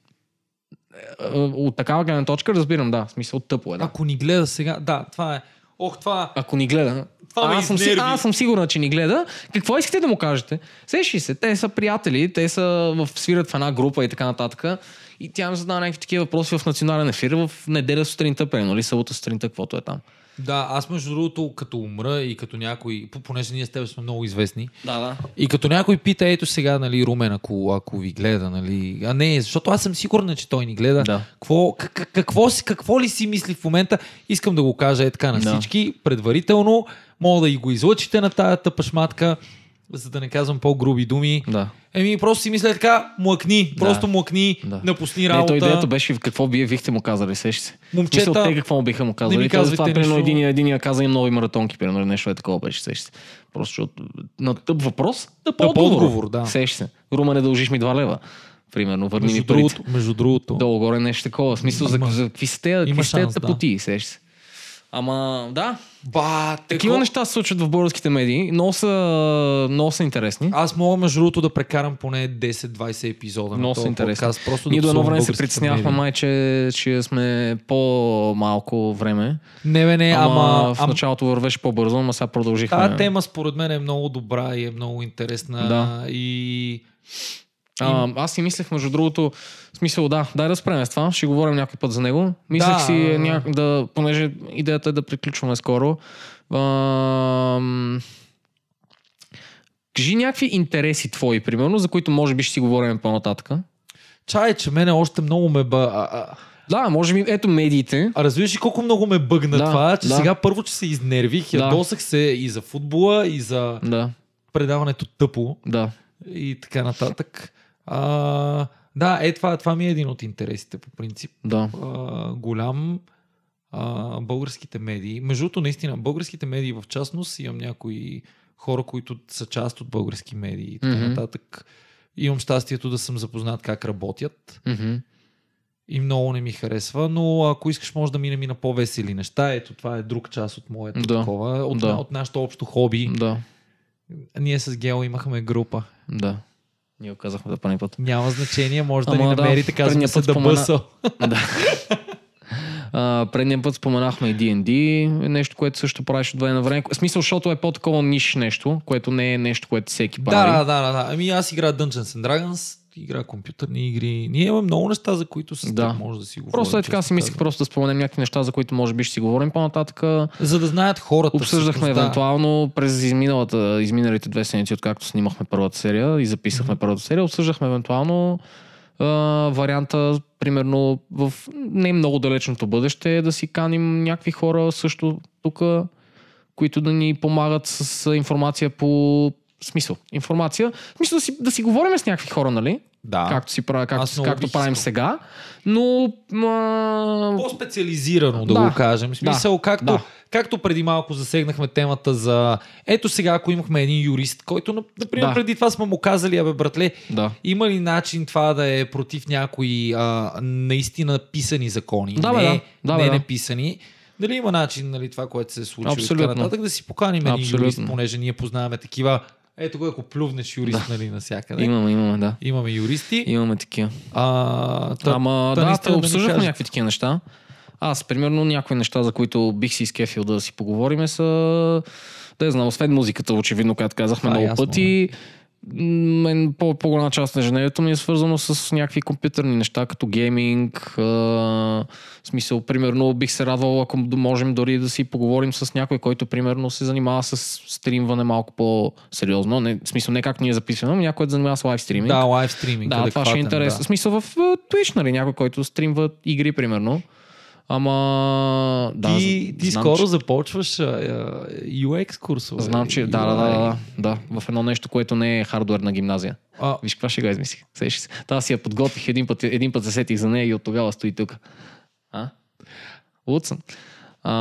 [SPEAKER 2] Е, е, От такава гледна точка разбирам, да, в смисъл тъпо е, да.
[SPEAKER 3] Ако ни гледа сега, да, това е. Ох, това.
[SPEAKER 2] Ако ни гледа.
[SPEAKER 3] Това ме
[SPEAKER 2] аз, съм, си-
[SPEAKER 3] изнерви.
[SPEAKER 2] аз съм сигурна, че ни гледа. Какво искате да му кажете? Сеши се, те са приятели, те са в, свират в една група и така нататък. И тя им задава някакви такива въпроси в национален ефир в неделя сутринта, примерно, или събота сутринта, каквото е там.
[SPEAKER 3] Да, аз между другото, като умра и като някой, по- понеже ние с теб сме много известни,
[SPEAKER 2] Да, да.
[SPEAKER 3] и като някой пита, ето сега, нали, Румен, ако, ако ви гледа, нали, а не, защото аз съм сигурен, че той ни гледа.
[SPEAKER 2] Да.
[SPEAKER 3] Какво, как, какво, си- какво ли си мисли в момента? Искам да го кажа е така на
[SPEAKER 2] Да.
[SPEAKER 3] всички, предварително, мога да и го излъчите на тая тъпа шматка, за да не казвам по-груби думи.
[SPEAKER 2] да.
[SPEAKER 3] Еми, просто си мисля така, млъкни,
[SPEAKER 2] Да.
[SPEAKER 3] просто млъкни,
[SPEAKER 2] Да.
[SPEAKER 3] напусни
[SPEAKER 2] Не,
[SPEAKER 3] работа.
[SPEAKER 2] то идеята беше в какво вие бихте му казали, сеш се.
[SPEAKER 3] Момчета,
[SPEAKER 2] Мисъл, те какво му биха му казали.
[SPEAKER 3] не ми
[SPEAKER 2] И той затова,
[SPEAKER 3] казвайте
[SPEAKER 2] примерно,
[SPEAKER 3] нищо.
[SPEAKER 2] единия, единия каза и нови маратонки, примерно, нещо е такова беше, сеш се. Просто защото на тъп въпрос, тъп,
[SPEAKER 3] Тъп
[SPEAKER 2] отговор.
[SPEAKER 3] отговор, да.
[SPEAKER 2] Сеш се. Рума, не дължиш ми 2 лева. Примерно, върни
[SPEAKER 3] между
[SPEAKER 2] ми парите.
[SPEAKER 3] другото, между другото.
[SPEAKER 2] Долу-горе нещо такова. В смисъл, за,
[SPEAKER 3] Има-
[SPEAKER 2] за какви сте, какви
[SPEAKER 3] има
[SPEAKER 2] сте
[SPEAKER 3] шанс, да.
[SPEAKER 2] тъпоти, сеш се. Ама, да,
[SPEAKER 3] Ба,
[SPEAKER 2] такива
[SPEAKER 3] тако-
[SPEAKER 2] неща се случват в българските медии. Много са, много са интересни.
[SPEAKER 3] Аз мога, между другото, да прекарам поне 10-20 епизода
[SPEAKER 2] Много
[SPEAKER 3] на
[SPEAKER 2] са
[SPEAKER 3] този
[SPEAKER 2] интересни.
[SPEAKER 3] подкаст. Просто
[SPEAKER 2] Ние
[SPEAKER 3] да
[SPEAKER 2] до едно
[SPEAKER 3] псувам
[SPEAKER 2] време се
[SPEAKER 3] българските
[SPEAKER 2] притеснявахме,
[SPEAKER 3] медии.
[SPEAKER 2] май, че, че сме по-малко време.
[SPEAKER 3] Не, бе, не, Е,
[SPEAKER 2] Ама,
[SPEAKER 3] ама...
[SPEAKER 2] в
[SPEAKER 3] ама
[SPEAKER 2] началото вървеше по-бързо, ама сега продължихме.
[SPEAKER 3] Та тема според мен е много добра и е много интересна.
[SPEAKER 2] Да.
[SPEAKER 3] И...
[SPEAKER 2] А, аз си мислех, между другото, в смисъл, да, дай да спрем с това, ще говорим някой път за него. Мислех
[SPEAKER 3] Да.
[SPEAKER 2] си, ня... да, понеже идеята е да приключваме скоро. Ам... Кажи някакви интереси твои, примерно, за които може би ще си говорим по-нататък.
[SPEAKER 3] Чай, че мене още много ме бъ... А, а,
[SPEAKER 2] Да, може би, ето медиите.
[SPEAKER 3] а разбираш ли колко много ме бъгна
[SPEAKER 2] Да,
[SPEAKER 3] това, че
[SPEAKER 2] да.
[SPEAKER 3] сега първо, че се изнервих,
[SPEAKER 2] Да.
[SPEAKER 3] ядосах се и за футбола, и за
[SPEAKER 2] Да,
[SPEAKER 3] предаването тъпо
[SPEAKER 2] да.
[SPEAKER 3] и така нататък. А, да, е това, това ми е един от интересите по принцип.
[SPEAKER 2] Да.
[SPEAKER 3] а, голям а, българските медии. Между другото, наистина, българските медии в частност, имам някои хора, които са част от български медии и така
[SPEAKER 2] Мгм.
[SPEAKER 3] mm-hmm. нататък. Имам щастието да съм запознат как работят
[SPEAKER 2] Мгм.
[SPEAKER 3] и много не ми харесва, но ако искаш може да минем и на по-весели неща. Ето, това е друг част от моето
[SPEAKER 2] Да.
[SPEAKER 3] да. такова, от,
[SPEAKER 2] Да.
[SPEAKER 3] да. от нашето общо хоби.
[SPEAKER 2] Да,
[SPEAKER 3] Ние с Гео имахме група.
[SPEAKER 2] да. Ние го казахме да пани път.
[SPEAKER 3] Няма значение, може да
[SPEAKER 2] Ама
[SPEAKER 3] ни
[SPEAKER 2] да,
[SPEAKER 3] намерите, да, казваме
[SPEAKER 2] предния
[SPEAKER 3] се
[SPEAKER 2] път
[SPEAKER 3] да
[SPEAKER 2] спомена-
[SPEAKER 3] бъсъл.
[SPEAKER 2] А, предния път споменахме и D&D, нещо, което също правиш от време на време. В смисъл, защото е по-такова ниш нещо, което не е нещо, което всеки
[SPEAKER 3] Да,
[SPEAKER 2] прави.
[SPEAKER 3] да, да, да, да. Ами аз игра Dungeons and Dragons, игра компютърни игри. Ние имаме много неща, за които с
[SPEAKER 2] Да.
[SPEAKER 3] да. може да си говорим.
[SPEAKER 2] Просто е така
[SPEAKER 3] честно
[SPEAKER 2] си мислих
[SPEAKER 3] казано.
[SPEAKER 2] просто да споменем някакви неща, за които може би ще си говорим по-нататък.
[SPEAKER 3] За да знаят хората.
[SPEAKER 2] Обсъждахме
[SPEAKER 3] всъщност, да.
[SPEAKER 2] евентуално през изминалата, изминалите две седмици, откакто снимахме първата серия и записахме първата серия, обсъждахме евентуално а, варианта, примерно в не много далечното бъдеще, да си каним някакви хора също тук, които да ни помагат с а, информация по смисъл. Информация. В Смисъл да си, да си говорим с някакви хора, нали?
[SPEAKER 3] Да.
[SPEAKER 2] Както, си, правя-
[SPEAKER 3] Аз
[SPEAKER 2] както,
[SPEAKER 3] много
[SPEAKER 2] както
[SPEAKER 3] бих
[SPEAKER 2] правим
[SPEAKER 3] искал.
[SPEAKER 2] сега. Но а,
[SPEAKER 3] По-специализирано, да,
[SPEAKER 2] Да.
[SPEAKER 3] го кажем. В смисъл,
[SPEAKER 2] Да.
[SPEAKER 3] както,
[SPEAKER 2] Да.
[SPEAKER 3] както преди малко засегнахме темата за... Ето сега, ако имахме един юрист, който, нап- например,
[SPEAKER 2] Да.
[SPEAKER 3] да. преди това сме му казали, абе, братле,
[SPEAKER 2] да.
[SPEAKER 3] има ли начин това да е против някои а, наистина писани закони?
[SPEAKER 2] Да, бе,
[SPEAKER 3] не,
[SPEAKER 2] да. Да, бе,
[SPEAKER 3] не
[SPEAKER 2] да.
[SPEAKER 3] неписани. Дали има начин нали, това, което се е случило и така
[SPEAKER 2] Абсолютно.
[SPEAKER 3] нататък, да си поканим един
[SPEAKER 2] Абсолютно.
[SPEAKER 3] юрист, понеже ние познаваме такива. Ето го, ако плювнеш юрист, да. нали, навсякъде.
[SPEAKER 2] Имаме, имаме, да.
[SPEAKER 3] Имаме юристи.
[SPEAKER 2] Имаме такива.
[SPEAKER 3] А, та,
[SPEAKER 2] Ама
[SPEAKER 3] та
[SPEAKER 2] да,
[SPEAKER 3] наистина
[SPEAKER 2] те
[SPEAKER 3] ни
[SPEAKER 2] обсъждахме
[SPEAKER 3] кажат.
[SPEAKER 2] някакви такива неща. Аз, примерно, някои неща, за които бих си изкефил да си поговорим са... Да, знам, освен музиката, очевидно, както казахме
[SPEAKER 3] Това е
[SPEAKER 2] много
[SPEAKER 3] ясно,
[SPEAKER 2] пъти. Мен, по, по-голяма част на ежедневието ми е свързано с някакви компютърни неща, като гейминг. А, в смисъл, примерно, бих се радвал, ако д- можем дори да си поговорим с някой, който, примерно, се занимава с стримване малко по-сериозно. Не, в смисъл, не как ние записваме, но някой да занимава с лайв стриминг.
[SPEAKER 3] Да, лайв стриминг.
[SPEAKER 2] Да, това ще е
[SPEAKER 3] адекватен,
[SPEAKER 2] интересно. Да.
[SPEAKER 3] Да.
[SPEAKER 2] Смисъл в а, Twitch, нали? Някой, който стримва игри, примерно. Ама... Да,
[SPEAKER 3] ти
[SPEAKER 2] з-
[SPEAKER 3] ти
[SPEAKER 2] знам,
[SPEAKER 3] скоро
[SPEAKER 2] Че,
[SPEAKER 3] започваш а, а, UX курсове.
[SPEAKER 2] знам, че... Да, да, да, да, да. В едно нещо, което не е хардуерна гимназия.
[SPEAKER 3] А,
[SPEAKER 2] Виж каква ще го измислих. Сещаш се. Та си я подготвих, един път, един път се сетих за нея и от тогава стои тук. А? Луд съм. А,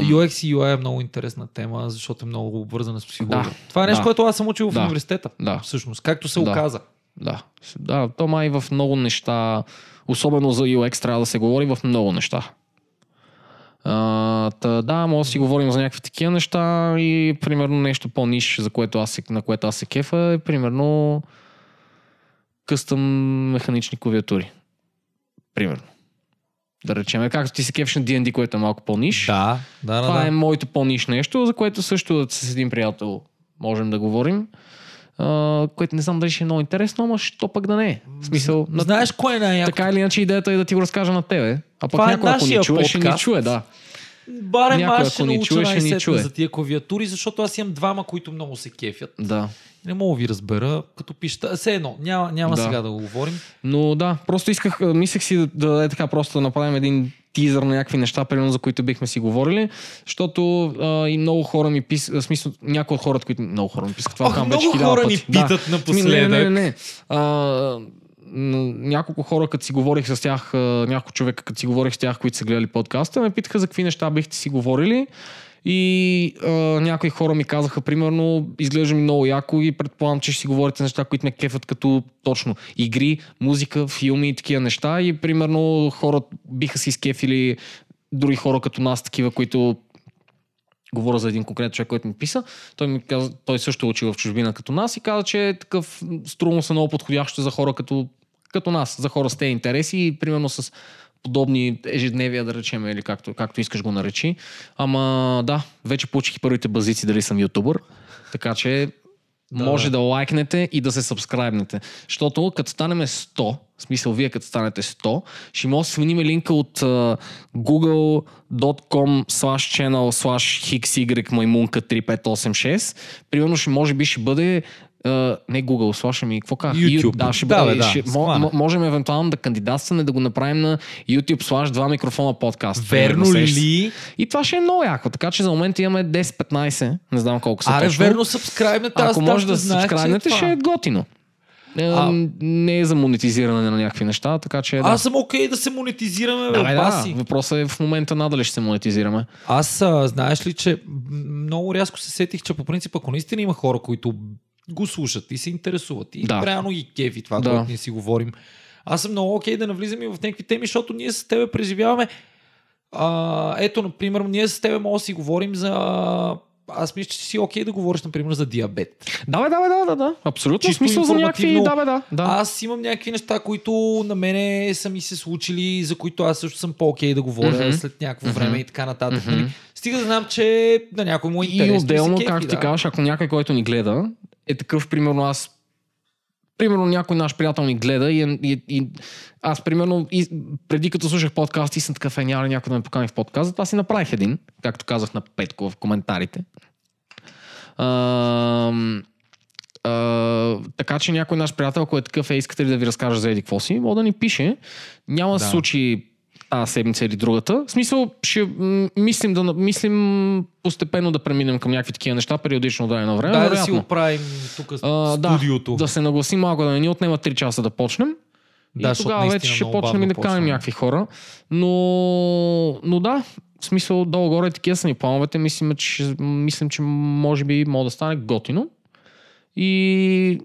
[SPEAKER 3] UX и UI е много интересна тема, защото е много обвързана с психология.
[SPEAKER 2] Да.
[SPEAKER 3] Това е нещо,
[SPEAKER 2] Да.
[SPEAKER 3] което аз съм учил в
[SPEAKER 2] Да.
[SPEAKER 3] университета.
[SPEAKER 2] да,
[SPEAKER 3] Всъщност, както се
[SPEAKER 2] Да.
[SPEAKER 3] оказа.
[SPEAKER 2] да. Да, то май в много неща, особено за UX трябва да се говори в много неща. А, та, да, може да си говорим за някакви такива неща и примерно нещо по-ниш, за което аз се, на което аз се кефа е примерно къстъм механични клавиатури. Примерно. Да речем, както ти се кефиш на D&D, което е малко по-ниш.
[SPEAKER 3] Да, да,
[SPEAKER 2] Това
[SPEAKER 3] да.
[SPEAKER 2] е
[SPEAKER 3] да.
[SPEAKER 2] моето по-ниш нещо, за което също с един приятел можем да говорим. А, което не знам дали ще е много интересно, но що пък да не е. В смисъл, на...
[SPEAKER 3] Знаеш кое е най-яко?
[SPEAKER 2] така или иначе идеята е да ти го разкажа на тебе. А пък
[SPEAKER 3] Това е
[SPEAKER 2] някой, ако ни
[SPEAKER 3] нашия
[SPEAKER 2] чуе, ще ни
[SPEAKER 3] подкаст.
[SPEAKER 2] чуе, да.
[SPEAKER 3] Барем
[SPEAKER 2] Някой,
[SPEAKER 3] аз ще
[SPEAKER 2] ако ни
[SPEAKER 3] науча
[SPEAKER 2] чуе, ще ни
[SPEAKER 3] най-сетне
[SPEAKER 2] чуе.
[SPEAKER 3] за тия клавиатури, защото аз имам двама, които много се кефят.
[SPEAKER 2] да.
[SPEAKER 3] Не мога да ви разбера, като пишете. Все едно, няма, няма
[SPEAKER 2] Да.
[SPEAKER 3] сега да го говорим.
[SPEAKER 2] Но да, просто исках, а, мислех си да, да е така, просто да направим един тизър на някакви неща, примерно за които бихме си говорили, защото а, и много хора ми писат, в смисъл, някои от хората, които много хора ми писат, това
[SPEAKER 3] Ох,
[SPEAKER 2] там вече
[SPEAKER 3] много
[SPEAKER 2] хиляда
[SPEAKER 3] хора
[SPEAKER 2] пъти.
[SPEAKER 3] ни
[SPEAKER 2] Да.
[SPEAKER 3] питат
[SPEAKER 2] Ми,
[SPEAKER 3] напоследък.
[SPEAKER 2] Ами, Не, не, не. не. А, н- няколко хора, като си говорих с тях, а, няколко човека, като си говорих с тях, които са гледали подкаста, ме питаха за какви неща бихте си говорили. И а, някои хора ми казаха, примерно, изглежда ми много яко и предполагам, че ще си говорите за неща, които ме кефят като точно игри, музика, филми и такива неща. И примерно хора биха си скефили други хора като нас, такива, които говоря за един конкретен човек, който ми писа. Той, ми каза, той също е учил в чужбина като нас и каза, че е такъв струмно се много подходящо за хора като, като нас, за хора с тези интереси и примерно с подобни ежедневия, да речем, или както, както искаш го наречи. Ама да, вече получих и първите базици дали съм ютубър, така че
[SPEAKER 3] Да,
[SPEAKER 2] може
[SPEAKER 3] да.
[SPEAKER 2] да лайкнете и да се сабскрайбнете. Защото като станем 100, в смисъл вие като станете 100, ще може да сменим линка от uh, google.com slash channel slash hxy маймунка 3586. Примерно ще може би ще бъде Uh, не Google, slash ми, какво казах?
[SPEAKER 3] YouTube.
[SPEAKER 2] Ю- Да, ще
[SPEAKER 3] Да,
[SPEAKER 2] бъде,
[SPEAKER 3] бе, да,
[SPEAKER 2] ще,
[SPEAKER 3] схвана.
[SPEAKER 2] мо- мо- можем евентуално да кандидатстваме да го направим на YouTube slash два микрофона подкаст.
[SPEAKER 3] Верно
[SPEAKER 2] примерно, сещаш се.
[SPEAKER 3] ли?
[SPEAKER 2] И това ще е много яко, така че за момента имаме 10-15, не знам колко са
[SPEAKER 3] Аре,
[SPEAKER 2] точно.
[SPEAKER 3] верно, сабскрайбнете. аз
[SPEAKER 2] Ако може
[SPEAKER 3] там
[SPEAKER 2] да
[SPEAKER 3] ще
[SPEAKER 2] се
[SPEAKER 3] знаех, че е
[SPEAKER 2] сабскрайбнете,
[SPEAKER 3] това.
[SPEAKER 2] ще е готино. Е,
[SPEAKER 3] А-
[SPEAKER 2] Не е за монетизиране на някакви неща, така че
[SPEAKER 3] Аз съм окей да се монетизираме, бе,
[SPEAKER 2] да. Давай,
[SPEAKER 3] баси.
[SPEAKER 2] да, въпросът е в момента надали ще се монетизираме.
[SPEAKER 3] Аз а, знаеш ли, че м- много рязко се сетих, че по принцип, ако наистина има хора, които го слушат и се интересуват и да.
[SPEAKER 2] Да.
[SPEAKER 3] реално ги кефи това, да.
[SPEAKER 2] Да.
[SPEAKER 3] което ние си говорим. Аз съм много окей да навлизам и в някакви теми, защото ние с тебе преживяваме. А, ето, например, ние с тебе може да си говорим за... Аз мисля, че си окей да говориш, например, за диабет.
[SPEAKER 2] Давай, давай, да, да, да. Абсолютно.
[SPEAKER 3] Чисто
[SPEAKER 2] Чисто смисъл за някакви...
[SPEAKER 3] информативно.
[SPEAKER 2] Да, бе, да. да.
[SPEAKER 3] Да. Аз имам някакви неща, които на мене са ми се случили, за които аз също съм по-окей да говоря
[SPEAKER 2] Мгм.
[SPEAKER 3] mm-hmm. след някакво mm-hmm.
[SPEAKER 2] Мгм.
[SPEAKER 3] време и така нататък. Mm-hmm.
[SPEAKER 2] Мгм.
[SPEAKER 3] Нали? Стига да знам, че на някой му е
[SPEAKER 2] И
[SPEAKER 3] интересно. се
[SPEAKER 2] отделно,
[SPEAKER 3] кефи,
[SPEAKER 2] както ти
[SPEAKER 3] да.
[SPEAKER 2] кажеш, ако някой, който ни гледа, е такъв, примерно аз, примерно някой наш приятел ни гледа и, е- и, и аз, примерно, и, преди като слушах подкаст и съм такъв, е, няма ли някой да ме покани в подкаст, затова си направих един, както казах на Петко в коментарите. Ам, а, така че някой наш приятел, ако е такъв, е, искате ли да ви разкажа за еди какво си, може да ни пише. Няма да се
[SPEAKER 3] Да.
[SPEAKER 2] случи тази седмица или другата. В смисъл, ще м, мислим, да, на- мислим постепенно да преминем към някакви такива неща, периодично да е на време.
[SPEAKER 3] Дай да си
[SPEAKER 2] вероятно.
[SPEAKER 3] оправим тук
[SPEAKER 2] А, да,
[SPEAKER 3] студиото.
[SPEAKER 2] да се нагласим малко, да не ни отнема 3 часа да почнем.
[SPEAKER 3] Да,
[SPEAKER 2] и
[SPEAKER 3] защото
[SPEAKER 2] тогава
[SPEAKER 3] наистина
[SPEAKER 2] вече ще
[SPEAKER 3] много
[SPEAKER 2] почнем
[SPEAKER 3] бавно
[SPEAKER 2] и да каним
[SPEAKER 3] почваме.
[SPEAKER 2] някакви хора. Но, но да, в смисъл долу-горе такива са ни плановете. Мислим, че, мислим, че може би може да стане готино. И,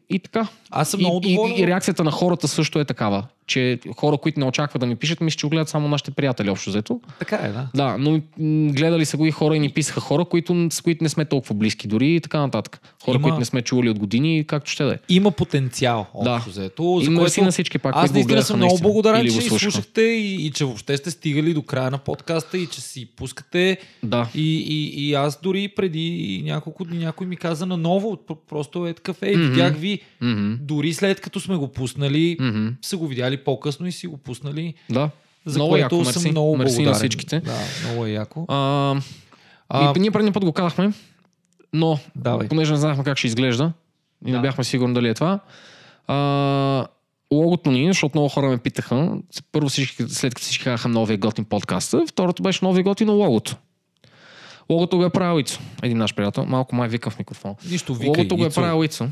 [SPEAKER 2] и така.
[SPEAKER 3] Аз съм
[SPEAKER 2] И,
[SPEAKER 3] много
[SPEAKER 2] и,
[SPEAKER 3] доволен.
[SPEAKER 2] и реакцията на хората също е такава, че хора, които не очакват да ни пишат, мисля, че го гледат само нашите приятели общо взето.
[SPEAKER 3] Така е, да.
[SPEAKER 2] Да, но м, гледали са го и хора и ни писаха хора, които, с които не сме толкова близки дори и така нататък.
[SPEAKER 3] Има-
[SPEAKER 2] Хора, Има... които не сме чували от години, както ще да е.
[SPEAKER 3] Има потенциал, общо
[SPEAKER 2] Да.
[SPEAKER 3] взето. За
[SPEAKER 2] Има
[SPEAKER 3] което
[SPEAKER 2] си на всички пак, които
[SPEAKER 3] аз
[SPEAKER 2] го
[SPEAKER 3] наистина
[SPEAKER 2] гледаха
[SPEAKER 3] съм много
[SPEAKER 2] наистина.
[SPEAKER 3] благодарен,
[SPEAKER 2] Или
[SPEAKER 3] че
[SPEAKER 2] го
[SPEAKER 3] ни
[SPEAKER 2] слушаха.
[SPEAKER 3] слушахте и, и че въобще сте стигали до края на подкаста и че си пускате
[SPEAKER 2] Да.
[SPEAKER 3] И, и, и аз дори преди няколко дни някой ми каза наново, пр- просто е такъв е,
[SPEAKER 2] Мгм.
[SPEAKER 3] видях ви,
[SPEAKER 2] Мгм.
[SPEAKER 3] дори след като сме го пуснали,
[SPEAKER 2] Мгм.
[SPEAKER 3] са го видяли по-късно и си го пуснали,
[SPEAKER 2] Да.
[SPEAKER 3] за
[SPEAKER 2] много
[SPEAKER 3] което
[SPEAKER 2] яко,
[SPEAKER 3] съм
[SPEAKER 2] мерси.
[SPEAKER 3] много
[SPEAKER 2] мерси
[SPEAKER 3] благодарен.
[SPEAKER 2] на всичките.
[SPEAKER 3] Да, много е яко.
[SPEAKER 2] А,
[SPEAKER 3] А,
[SPEAKER 2] и, ние предния път го казахме, но
[SPEAKER 3] Давай.
[SPEAKER 2] понеже не знаехме как ще изглежда и
[SPEAKER 3] Да.
[SPEAKER 2] не бяхме сигурни дали е това, а, логото ни, защото много хора ме питаха, първо всички, след като всички казаха новия готин подкаст, второто беше новия готин логото. Логото го е правил Ицо, един наш приятел. Малко май вика в микрофона.
[SPEAKER 3] Нищо, викай.
[SPEAKER 2] Логото го е
[SPEAKER 3] Ицо.
[SPEAKER 2] правил Ицо.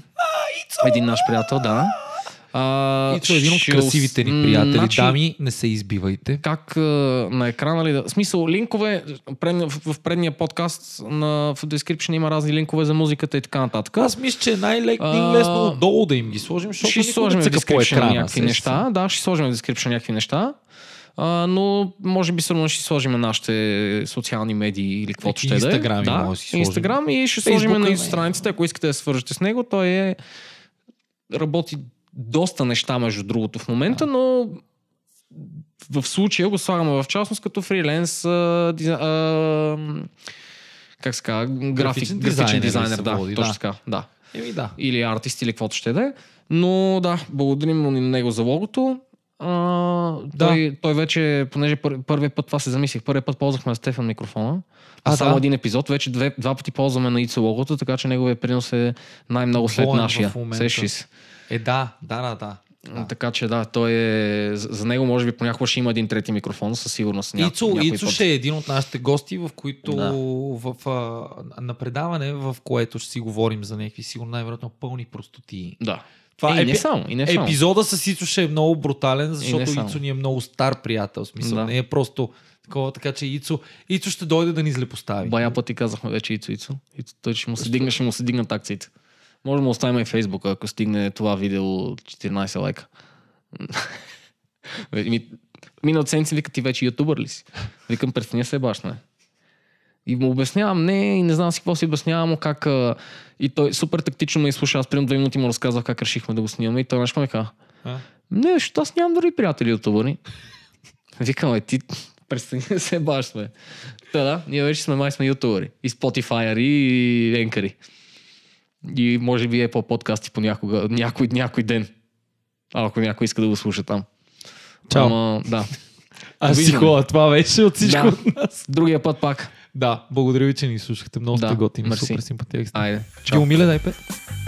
[SPEAKER 2] Един наш приятел, да. А,
[SPEAKER 3] И това е един от
[SPEAKER 2] ще
[SPEAKER 3] красивите
[SPEAKER 2] ос-
[SPEAKER 3] ни приятели.
[SPEAKER 2] Начин-
[SPEAKER 3] Дами, не се избивайте.
[SPEAKER 2] как а, на екрана ли да... В смисъл, линкове, пред, в, в предния подкаст на, в description има разни линкове за музиката и така нататък.
[SPEAKER 3] Аз мисля, че е най-лесно
[SPEAKER 2] А,
[SPEAKER 3] лесно отдолу да им ги сложим, защото
[SPEAKER 2] ще
[SPEAKER 3] никой
[SPEAKER 2] сложим
[SPEAKER 3] не
[SPEAKER 2] в
[SPEAKER 3] цъка по
[SPEAKER 2] description
[SPEAKER 3] екрана.
[SPEAKER 2] някакви
[SPEAKER 3] се-
[SPEAKER 2] неща. Да, ще сложим в description някакви неща. А, но може би сигурно ще сложим на нашите социални медии или каквото
[SPEAKER 3] И
[SPEAKER 2] ще да е.
[SPEAKER 3] Instagram
[SPEAKER 2] да,
[SPEAKER 3] може да си сложим.
[SPEAKER 2] Инстаграм и ще сложим
[SPEAKER 3] Фейсбука
[SPEAKER 2] на
[SPEAKER 3] има.
[SPEAKER 2] страницата, ако искате да се свържете с него. Той е работи доста неща, между другото, в момента, но в случая го слагаме в частност като фриленс а, диза, а, как се казва, график, графичен,
[SPEAKER 3] Графичен
[SPEAKER 2] дизайнер,
[SPEAKER 3] дизайнер нали,
[SPEAKER 2] дизайнер
[SPEAKER 3] се
[SPEAKER 2] да,
[SPEAKER 3] води, да.
[SPEAKER 2] точно така, да
[SPEAKER 3] Еми да.
[SPEAKER 2] или артист, или каквото ще да е. Но да, благодарим му на него за логото. А, да.
[SPEAKER 3] Да.
[SPEAKER 2] той, той вече, понеже пър, първият път това се замислих, първият път ползвахме с Стефан микрофона. А,
[SPEAKER 3] А,
[SPEAKER 2] само
[SPEAKER 3] да.
[SPEAKER 2] един епизод, вече две, два пъти ползваме на Ицо логото, така че неговия принос е най-много след
[SPEAKER 3] Двоен в
[SPEAKER 2] нашия.
[SPEAKER 3] момента.
[SPEAKER 2] Сещи се.
[SPEAKER 3] Е, да, да, да, да.
[SPEAKER 2] Да. Така че да, той е. За за него може би понякога ще има един трети микрофон, със сигурност. Ня...
[SPEAKER 3] Ицо,
[SPEAKER 2] някой
[SPEAKER 3] Ицо
[SPEAKER 2] път.
[SPEAKER 3] ще е един от нашите гости, в които
[SPEAKER 2] Да.
[SPEAKER 3] да. в, а, на предаване, в което ще си говорим за някакви сигурно най-вероятно пълни простотии.
[SPEAKER 2] Да.
[SPEAKER 3] Това
[SPEAKER 2] е, и
[SPEAKER 3] епи-
[SPEAKER 2] не само. И не само.
[SPEAKER 3] Епизода с Ицо ще е много брутален,
[SPEAKER 2] не
[SPEAKER 3] защото
[SPEAKER 2] само.
[SPEAKER 3] Ицо ни е много стар приятел. в Смисъл,
[SPEAKER 2] Да.
[SPEAKER 3] да. не е просто такова, така че Ицо, Ицо ще дойде да ни злепостави.
[SPEAKER 2] Бая пъти казахме вече Ицо Ицо. Ицо той ще му се дигне, ще му се дигнат акциите. Може да му оставим и в Фейсбука, ако стигне това видео 14 лайка. Ми, минал цен си вика, ти вече ютубър ли си? Викам, преценя се баш, не. И му обяснявам, не, и не знам си какво си обяснявам, му как... А... И той супер тактично ме изслуша. Аз примерно две минути му разказах как решихме да го снимаме. И той нещо ме каза,
[SPEAKER 3] А?
[SPEAKER 2] не, защото аз нямам дори приятели ютубъри. Викам, е, ти престани да се баш сме. Та да, ние вече сме май сме ютубъри. И Spotify и енкари. И може би е по подкасти понякога, някой, някой ден. А, ако някой иска да го слуша там.
[SPEAKER 3] Чао.
[SPEAKER 2] Ама, да.
[SPEAKER 3] Аз си
[SPEAKER 2] Довиждане.
[SPEAKER 3] хора, това беше от всичко
[SPEAKER 2] Да.
[SPEAKER 3] от нас.
[SPEAKER 2] Другия път пак.
[SPEAKER 3] Да, благодаря ви, че ни слушахте. Много
[SPEAKER 2] Да,
[SPEAKER 3] сте готини,
[SPEAKER 2] мерси.
[SPEAKER 3] супер симпатия.
[SPEAKER 2] Айде.
[SPEAKER 3] Ти умиле, дай пет.